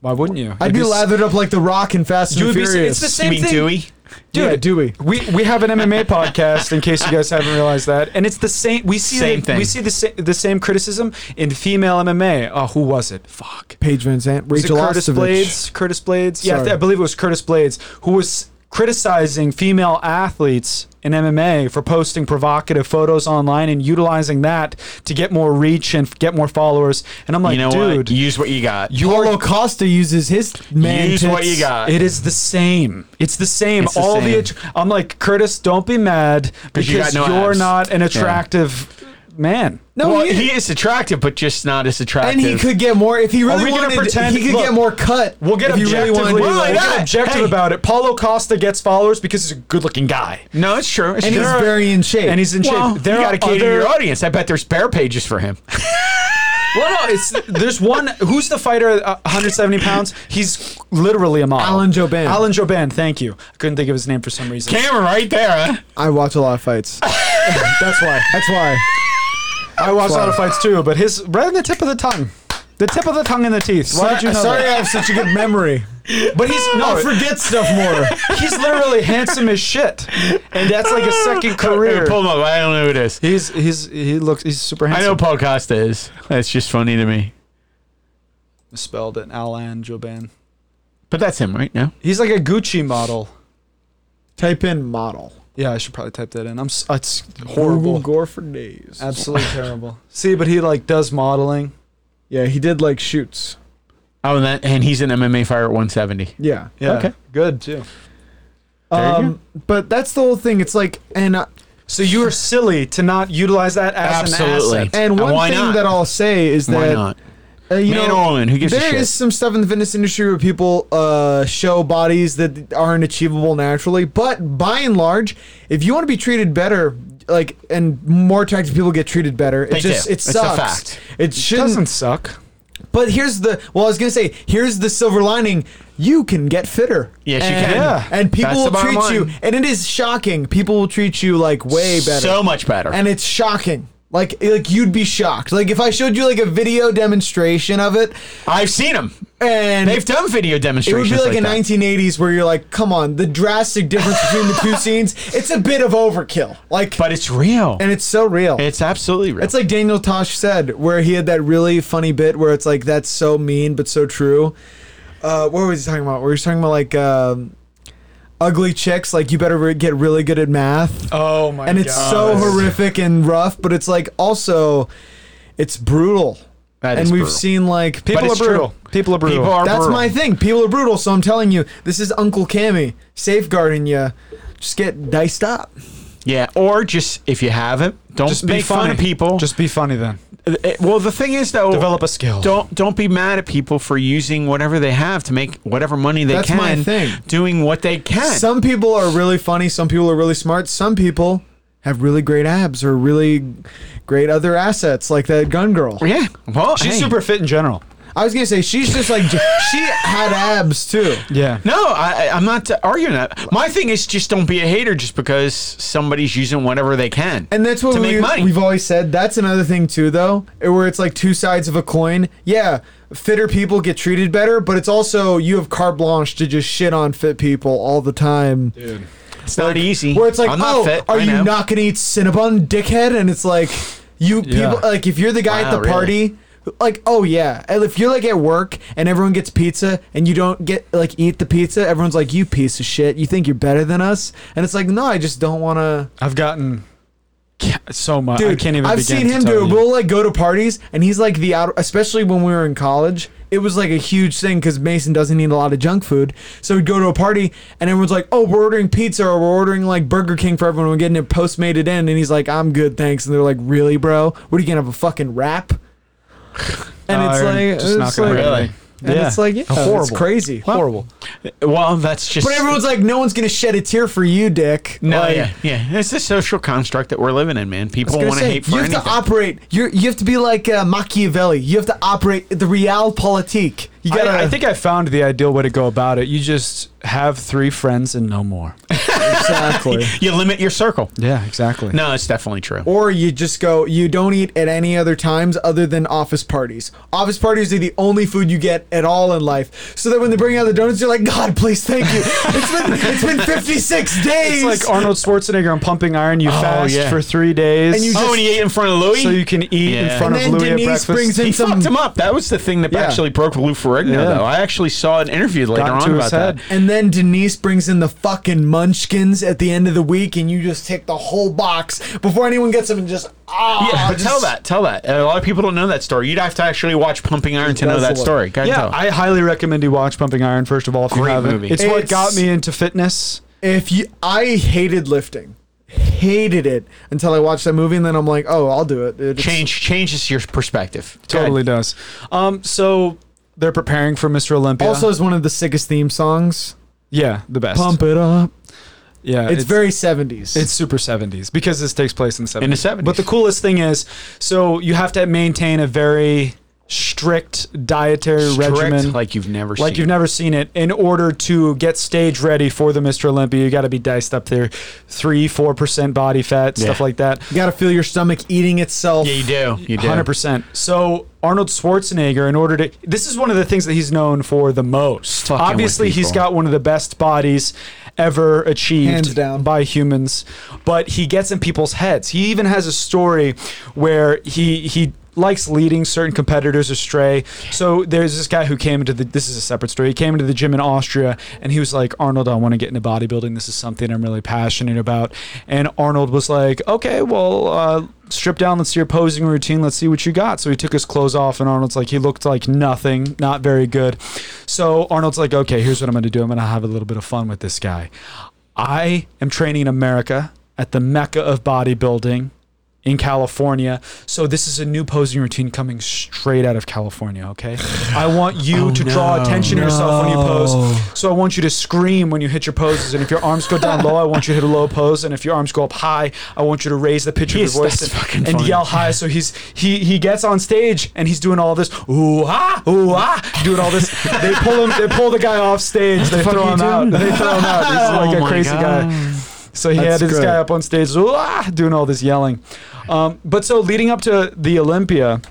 D: Why wouldn't you?
B: I'd be
D: Because
B: lathered up like The Rock in Fast and
D: You would be- it's
B: Furious.
D: the
C: you
D: same
C: mean
D: thing-
C: Dewey?
B: yeah,
D: dude.
B: Dewey.
D: We we have an MMA podcast in case you guys haven't realized that, and it's the same. We see
C: Same
D: the,
C: thing.
D: We see the sa- the same criticism in female MMA. Oh, who was it? Fuck.
B: Paige Van Zandt,
D: Was it
B: Rachel
D: Curtis
B: Ostovich.
D: Blades? Curtis Blades. Yeah, I th-
B: Sorry.
D: I believe it was Curtis Blades who was criticizing female athletes in MMA for posting provocative photos online and utilizing that to get more reach and f- get more followers. And I'm like,
C: you know
D: dude,
C: what? Use what you got. You
B: Paulo Costa uses his man
C: Use what
B: tits.
C: you got.
D: It is the same. It's the same.
C: It's the
D: All
C: same.
D: the att- I'm like Curtis. Don't be mad because
C: you
D: you
C: got no
D: are
C: abs.
D: not an attractive man.
B: No,
C: well,
B: he is.
C: he is attractive, but just not as attractive.
B: Oh, and he could get more if he really
D: we gonna
B: wanted.
D: pretend-
B: he could
D: look,
B: get more cut.
D: We'll get
B: if you really
D: objectively.
B: wanted to do
D: we'll
B: that.
C: Why
D: get
C: not?
D: objective
C: Hey.
D: about it. Paulo Costa gets followers because he's a good-looking guy.
C: No, it's true. It's
B: and
C: true.
B: he's very in shape.
D: And he's in
C: Well,
D: shape. There
C: you
D: are
C: got to cater to
D: other-
C: your audience. I bet there's spare pages for him.
D: Well, no, it's there's one. Who's the fighter? at, uh, 170 pounds. He's literally a model.
B: Alan Joban.
D: Alan Joban. Thank you. I couldn't think of his name for some reason.
C: Cameron, right there. Huh?
B: I watch a lot of fights.
D: That's why.
B: That's why.
D: I watch a lot of fights too, but his right on the tip of the tongue, the tip of the tongue and the teeth. Why did you know
B: Sorry,
D: that?
B: I have such a good memory.
D: But he's no.
B: I'll forget stuff more.
D: He's literally handsome as shit, and that's like a second career.
C: Here, pull him up. I don't know who it is.
D: He's he's he looks he's super
C: I
D: handsome.
C: know Paul Costa is. That's just funny to me.
D: Misspelled it. Alan Joban.
C: But that's him, right? No.
D: He's like a Gucci model.
B: Type in model.
D: Yeah, I should probably type that in. I'm s- it's horrible,
B: gore for days.
D: absolutely terrible. See, but he like does modeling.
B: Yeah, he did like shoots.
C: Oh, and that, and he's an MMA fighter at 170.
B: Yeah.
D: Yeah,
C: Okay.
D: good too.
C: There you
B: Um, but that's the whole thing. It's like, and uh,
D: So you are silly to not utilize that as
C: Absolutely.
D: an asset.
B: and
C: And
B: one
C: why
B: thing
C: not?
B: that I'll say is
C: Why
B: that
C: not?
B: uh, you
C: Man
B: know
C: or woman? Who gives a
B: there
C: shit?
B: is some stuff in the fitness industry where people uh, show bodies that aren't achievable naturally. But by and large, if you want to be treated better, like and more attractive people get treated better. It
C: They do.
B: just it
C: It's a
B: sucks.
C: fact.
B: It shouldn't.
D: Doesn't suck.
B: But here's the well, I was gonna say here's the silver lining. You can get fitter.
C: Yes, you
B: and,
C: can.
D: Yeah.
B: And people
C: That's the
B: will
C: bottom
B: treat you,
C: line.
B: and it is shocking. People will treat you like way better,
C: So much better.
B: and it's shocking. Like like you'd be shocked. Like if I showed you like a video demonstration of it,
C: I've seen him.
B: and
C: They've done video
B: it would
C: demonstrations.
B: be like, a
C: that.
B: 1980s where you're like, come on, the drastic difference between the two scenes. It's a bit of overkill. Like,
C: But it's real.
B: and it's so real.
C: It's absolutely real.
B: It's like Daniel Tosh said, where he had that really funny bit where it's like that's so mean but so true. Uh, what was he talking about? Where he was talking about like um, ugly chicks, like you better re- get really good at math,
D: Oh my
B: and it's so horrific and rough, but it's like also it's brutal.
C: That
B: and
C: is
B: we've
C: brutal.
B: seen like
D: People are
C: it's true.
D: brutal. People are brutal.
C: People are
B: That's
C: brutal.
B: my thing. People are brutal, so I'm telling you, this is Uncle Cammy safeguarding you. Just get diced up.
C: Yeah, or just if you haven't, don't
D: Just be
C: make fun
D: funny.
C: of people.
D: Just be funny then.
C: it- uh, well, the thing is though,
D: Develop a skill.
C: Don't don't be mad at people for using whatever they have to make whatever money they
B: That's
C: can.
B: my thing.
C: Doing what they can.
B: Some people are really funny. Some people are really smart. Some people have really great abs or really great other assets, like that gun girl.
C: yeah. Well,
D: She's
C: hey.
D: super fit in general.
B: I was gonna say she's just like she had abs too.
D: Yeah.
C: No, I, I- I'm not arguing that. My thing is just don't be a hater just because somebody's using whatever they can.
B: And that's what
C: to
B: we,
C: make money.
B: we've always said. That's another thing too, though, eh, where it's like two sides of a coin. Yeah, fitter people get treated better, but it's also you have carte blanche to just shit on fit people all the time.
C: it's not easy.
B: Where it's like,
C: I'm not
B: oh,
C: fit.
B: are
C: I
B: you
C: know.
B: not gonna eat Cinnabon, dickhead? And it's like, you
D: Yeah.
B: people, like if you're the guy at
C: Wow,
B: the
C: really?
B: party. Like oh yeah, and if you're like at work and everyone gets pizza and you don't get like eat the pizza, everyone's like you piece of shit. You think you're better than us, and it's like no, I just don't want to.
D: I've gotten ca- so much.
B: Dude,
D: I can't even.
B: I've
D: begin
B: seen
D: to
B: him
D: tell
B: do. it.
D: you.
B: We'll like go to parties, and he's like the out. Especially when we were in college, it was like a huge thing because Mason doesn't eat a lot of junk food. So we'd go to a party, and everyone's like, "Oh, we're ordering pizza, or we're ordering like Burger King for everyone. We're getting it postmated in." And he's like, "I'm good, thanks." And they're like, "Really, bro? What are you gonna have a fucking wrap?" And
D: Oh,
B: it's
D: you're
B: like,
D: just not
B: it's
D: gonna
B: like,
D: have
C: anything.
B: and
D: Yeah.
B: it's like, yeah, it's
D: Horrible.
B: crazy, horrible.
C: Well, that's just.
B: But everyone's like, "No one's gonna shed a tear for you, Dick."
C: No,
B: Like,
C: yeah, yeah. It's the social construct that we're living in, man. People
B: I was
C: want
B: gonna
C: to
B: say,
C: hate for
B: you have
C: anything.
B: to operate. You you have to be like uh, Machiavelli. You have to operate the realpolitik. You gotta.
D: I, I think I found the ideal way to go about it. You just have three friends and no more.
B: exactly.
C: you limit your circle.
D: Yeah, exactly.
C: No, it's definitely true.
B: Or you just go. You don't eat at any other times other than office parties. Office parties are the only food you get at all in life. So that when they bring out the donuts, you're like, God, please, thank you. It's been it's been 56 days.
D: It's
C: oh.
D: like Arnold Schwarzenegger on Pumping Iron. You fast
C: yeah.
D: for three days,
B: And you
C: oh,
B: just-
C: and he ate in front of Louis.
D: so you can eat
C: Yeah.
D: in front
B: and then
D: of Louis at
B: Denise
D: breakfast.
B: brings
C: he
B: in some.
C: fucked him up. That was the thing that
B: Yeah.
C: actually broke Lou Ferrigno,
D: Yeah.
C: though. I actually saw an interview later
D: Got
C: on
D: into
C: about
D: his head.
C: that.
B: And then Denise brings in the fucking munchkins at the end of the week, and you just take the whole box before anyone gets them and just ah.
C: Yeah, but
B: just-
C: tell that. Tell that. A lot of people don't know that story. You'd have to actually watch Pumping Iron to know
B: That's
C: that
B: the one.
C: story. Go ahead
D: Yeah,
C: and tell.
D: I highly recommend you watch Pumping Iron first of all. If you
C: Great
D: haven't,
C: movie.
D: it's what
B: It's-
D: got me into fitness.
B: if you i hated lifting hated it until i watched that movie and then i'm like oh i'll do it It's-
C: change changes your perspective. Go ahead.
D: Totally does. Um, so they're preparing for Mr. Olympia.
B: also is one of the sickest theme songs
D: yeah, the best.
B: pump it up
D: Yeah,
B: it's, very 70s
D: It's super 70s because this takes place in the 70s.
C: In the 70s.
D: But the coolest thing is, so you have to maintain a very strict dietary
C: Strict
D: regimen.
C: like you've never seen.
D: Like you've never seen it. In order to get stage ready for the Mr. Olympia, you got to be diced up there, three, four percent body fat, stuff
C: Yeah.
D: like that.
B: you gotta feel your stomach eating itself
C: Yeah, you do. You do.
D: Hundred percent. So Arnold Schwarzenegger, in order to, this is one of the things that he's known for the most.
C: Fucking with
D: Obviously, he's
C: people.
D: got one of the best bodies ever achieved
B: Hands down.
D: by humans, but he gets in people's heads. He even has a story where he he likes leading certain competitors astray. So there's this guy who came into the this is a separate story. He came into the gym in Austria and he was like, "Arnold, I want to get into bodybuilding. This is something I'm really passionate about." And Arnold was like, "Okay, well, uh strip down, let's see your posing routine, let's see what you got. So he took his clothes off, and Arnold's like, he looked like nothing, not very good. So Arnold's like, okay, here's what I'm gonna do. I'm gonna have a little bit of fun with this guy. I am training in America at the mecca of bodybuilding in California. So this is a new posing routine coming straight out of California, okay? I want
C: Oh,
D: you to draw attention to yourself when you pose. So I want you to scream when you hit your poses. And if your arms go down low, I want you to hit a low pose. And if your arms go up high, I want you to raise the pitch
C: Yes,
D: of your voice
C: that's
D: and,
C: fucking
D: and
C: funny.
D: yell high. So he's he he gets on stage and he's doing all this ooh ah ooh ah doing all this. They pull him they pull the guy off stage. They
C: fuck
D: throw
C: are you
D: him out.
C: doing?
D: They throw him out. He's like
C: Oh
D: a
C: my
D: crazy guy.
C: God.
D: So he
B: That's
D: had this
B: good.
D: guy up on stage ooh, ah, doing all this yelling. Um, but so leading up to the Olympia.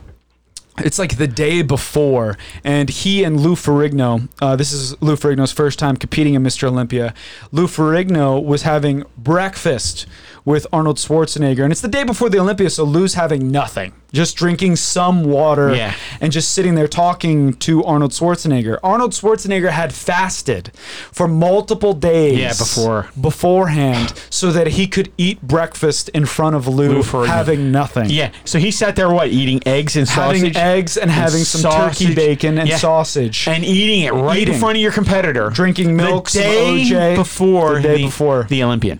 D: It's like the day before, and he and Lou Ferrigno. Uh, this is Lou Ferrigno's first time competing in Mr. Olympia. Lou Ferrigno was having breakfast with Arnold Schwarzenegger, and it's the day before the Olympia, so Lou's having nothing, just drinking some water
C: Yeah.
D: and just sitting there talking to Arnold Schwarzenegger. Arnold Schwarzenegger had fasted for multiple days,
C: Yeah, before.
D: beforehand, so that he could eat breakfast in front of Lou,
C: Lou Ferrigno.
D: having nothing
C: Yeah. So he sat there, what, eating eggs and sausage?
D: having eggs and having some turkey
C: sausage.
D: bacon and
C: Yeah.
D: sausage.
C: and eating it right
D: Eating.
C: in front of your competitor,
D: Drinking milk,
C: the
D: some
C: day
D: OJ,
C: before
D: the day before.
C: the Olympian,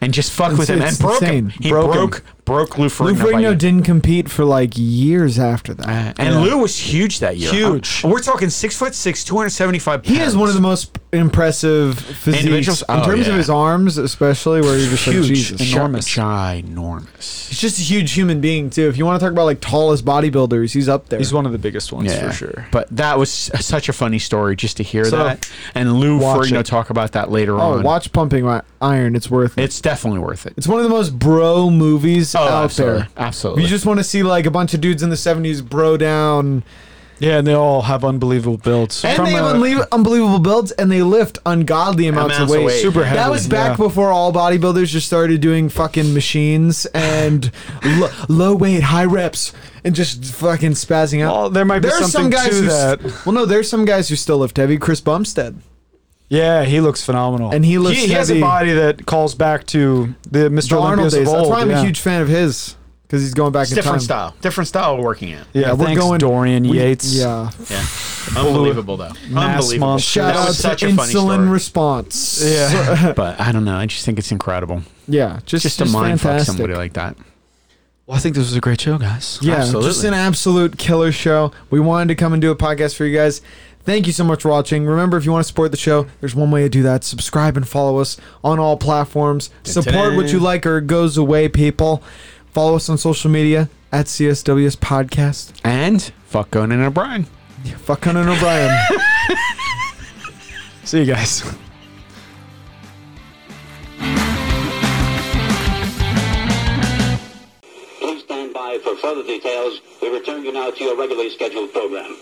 C: and just fuck with him
B: it's
C: and broke him.
B: insane.
C: He
D: Broke
C: broke,
D: him.
C: broke Lou
B: Lou
C: Ferrigno. by
B: Ferrigno
C: you.
B: didn't compete for like years after that.
C: Uh, and Lou was huge that year.
B: Huge.
C: Uh, we're talking six foot six, two hundred seventy five.
B: He is one of the most impressive physiques
C: Individuals?
B: in
C: Oh,
B: terms of
C: yeah.
B: his arms, especially where you're just like
C: huge,
B: Jesus,
C: enormous, ginormous.
B: He's just a huge human being too. If you want to talk about like tallest bodybuilders, he's up there.
D: He's one of the biggest ones for sure.
C: But that was s- such a funny story just to hear
D: So,
C: that. And Lou
D: watch
C: Ferrigno
D: it.
C: talk about that later
B: oh,
C: on.
B: watch Pumping Ri- Iron. It's worth it.
C: It's definitely worth it.
B: It's one of the most bro movies
C: Oh,
B: out
C: absolutely.
B: there.
C: Absolutely.
B: You just want to see like a bunch of dudes in the '70s bro down.
D: Yeah, and they all have unbelievable builds.
B: And
D: From
B: they
D: a-
B: have unle- unbelievable builds, and they lift ungodly amounts,
C: Amounts
B: of
C: of
B: weight.
C: weight.
D: Super
B: That
D: heavy,
B: was back
D: yeah.
B: before all bodybuilders just started doing fucking machines and lo- low weight, high reps, and just fucking spazzing out.
D: Well, there might be
B: There are some
D: something
B: guys
D: to
B: who s-
D: that.
B: well, no, there's some guys who still lift heavy. Chris Bumstead,
D: yeah, he looks phenomenal.
B: and he lifts
D: he, he has a
B: heavy.
D: body that calls back to the Mr.
B: The Arnold
D: Olympias
B: days.
D: of
B: That's
D: old.
B: why I'm
D: yeah.
B: a huge fan of his because he's going back
C: It's
B: in
C: different
B: time.
C: style. Different style of working in.
D: Yeah,
B: we're
D: thanks,
B: going-
D: Dorian
B: We-
D: Yates.
B: Yeah.
C: Yeah. Unbelievable though.
D: Mass
C: Unbelievable.
D: monster.
B: Shout
C: that
B: out
C: was
B: to
C: such a funny
B: insulin
C: story.
B: response.
D: Yeah.
C: but I don't know. I just think it's incredible.
B: yeah. Just, just,
C: Just, to mind fuck
B: fantastic.
C: somebody like that.
D: Well, I think this was a great show, guys.
B: Yeah,
C: Absolutely.
B: just an absolute killer show. We wanted to come and do a podcast for you guys. Thank you so much for watching. Remember, if you want to support the show, there's one way to do that. Subscribe and follow us on all platforms. Support what you like or it goes away, people. Follow us on social media at CSWS Podcast.
C: And fuck Conan O'Brien.
B: Fuck Conan O'Brien.
D: See you guys.
E: Please stand by for further details. We return you now to your regularly scheduled program.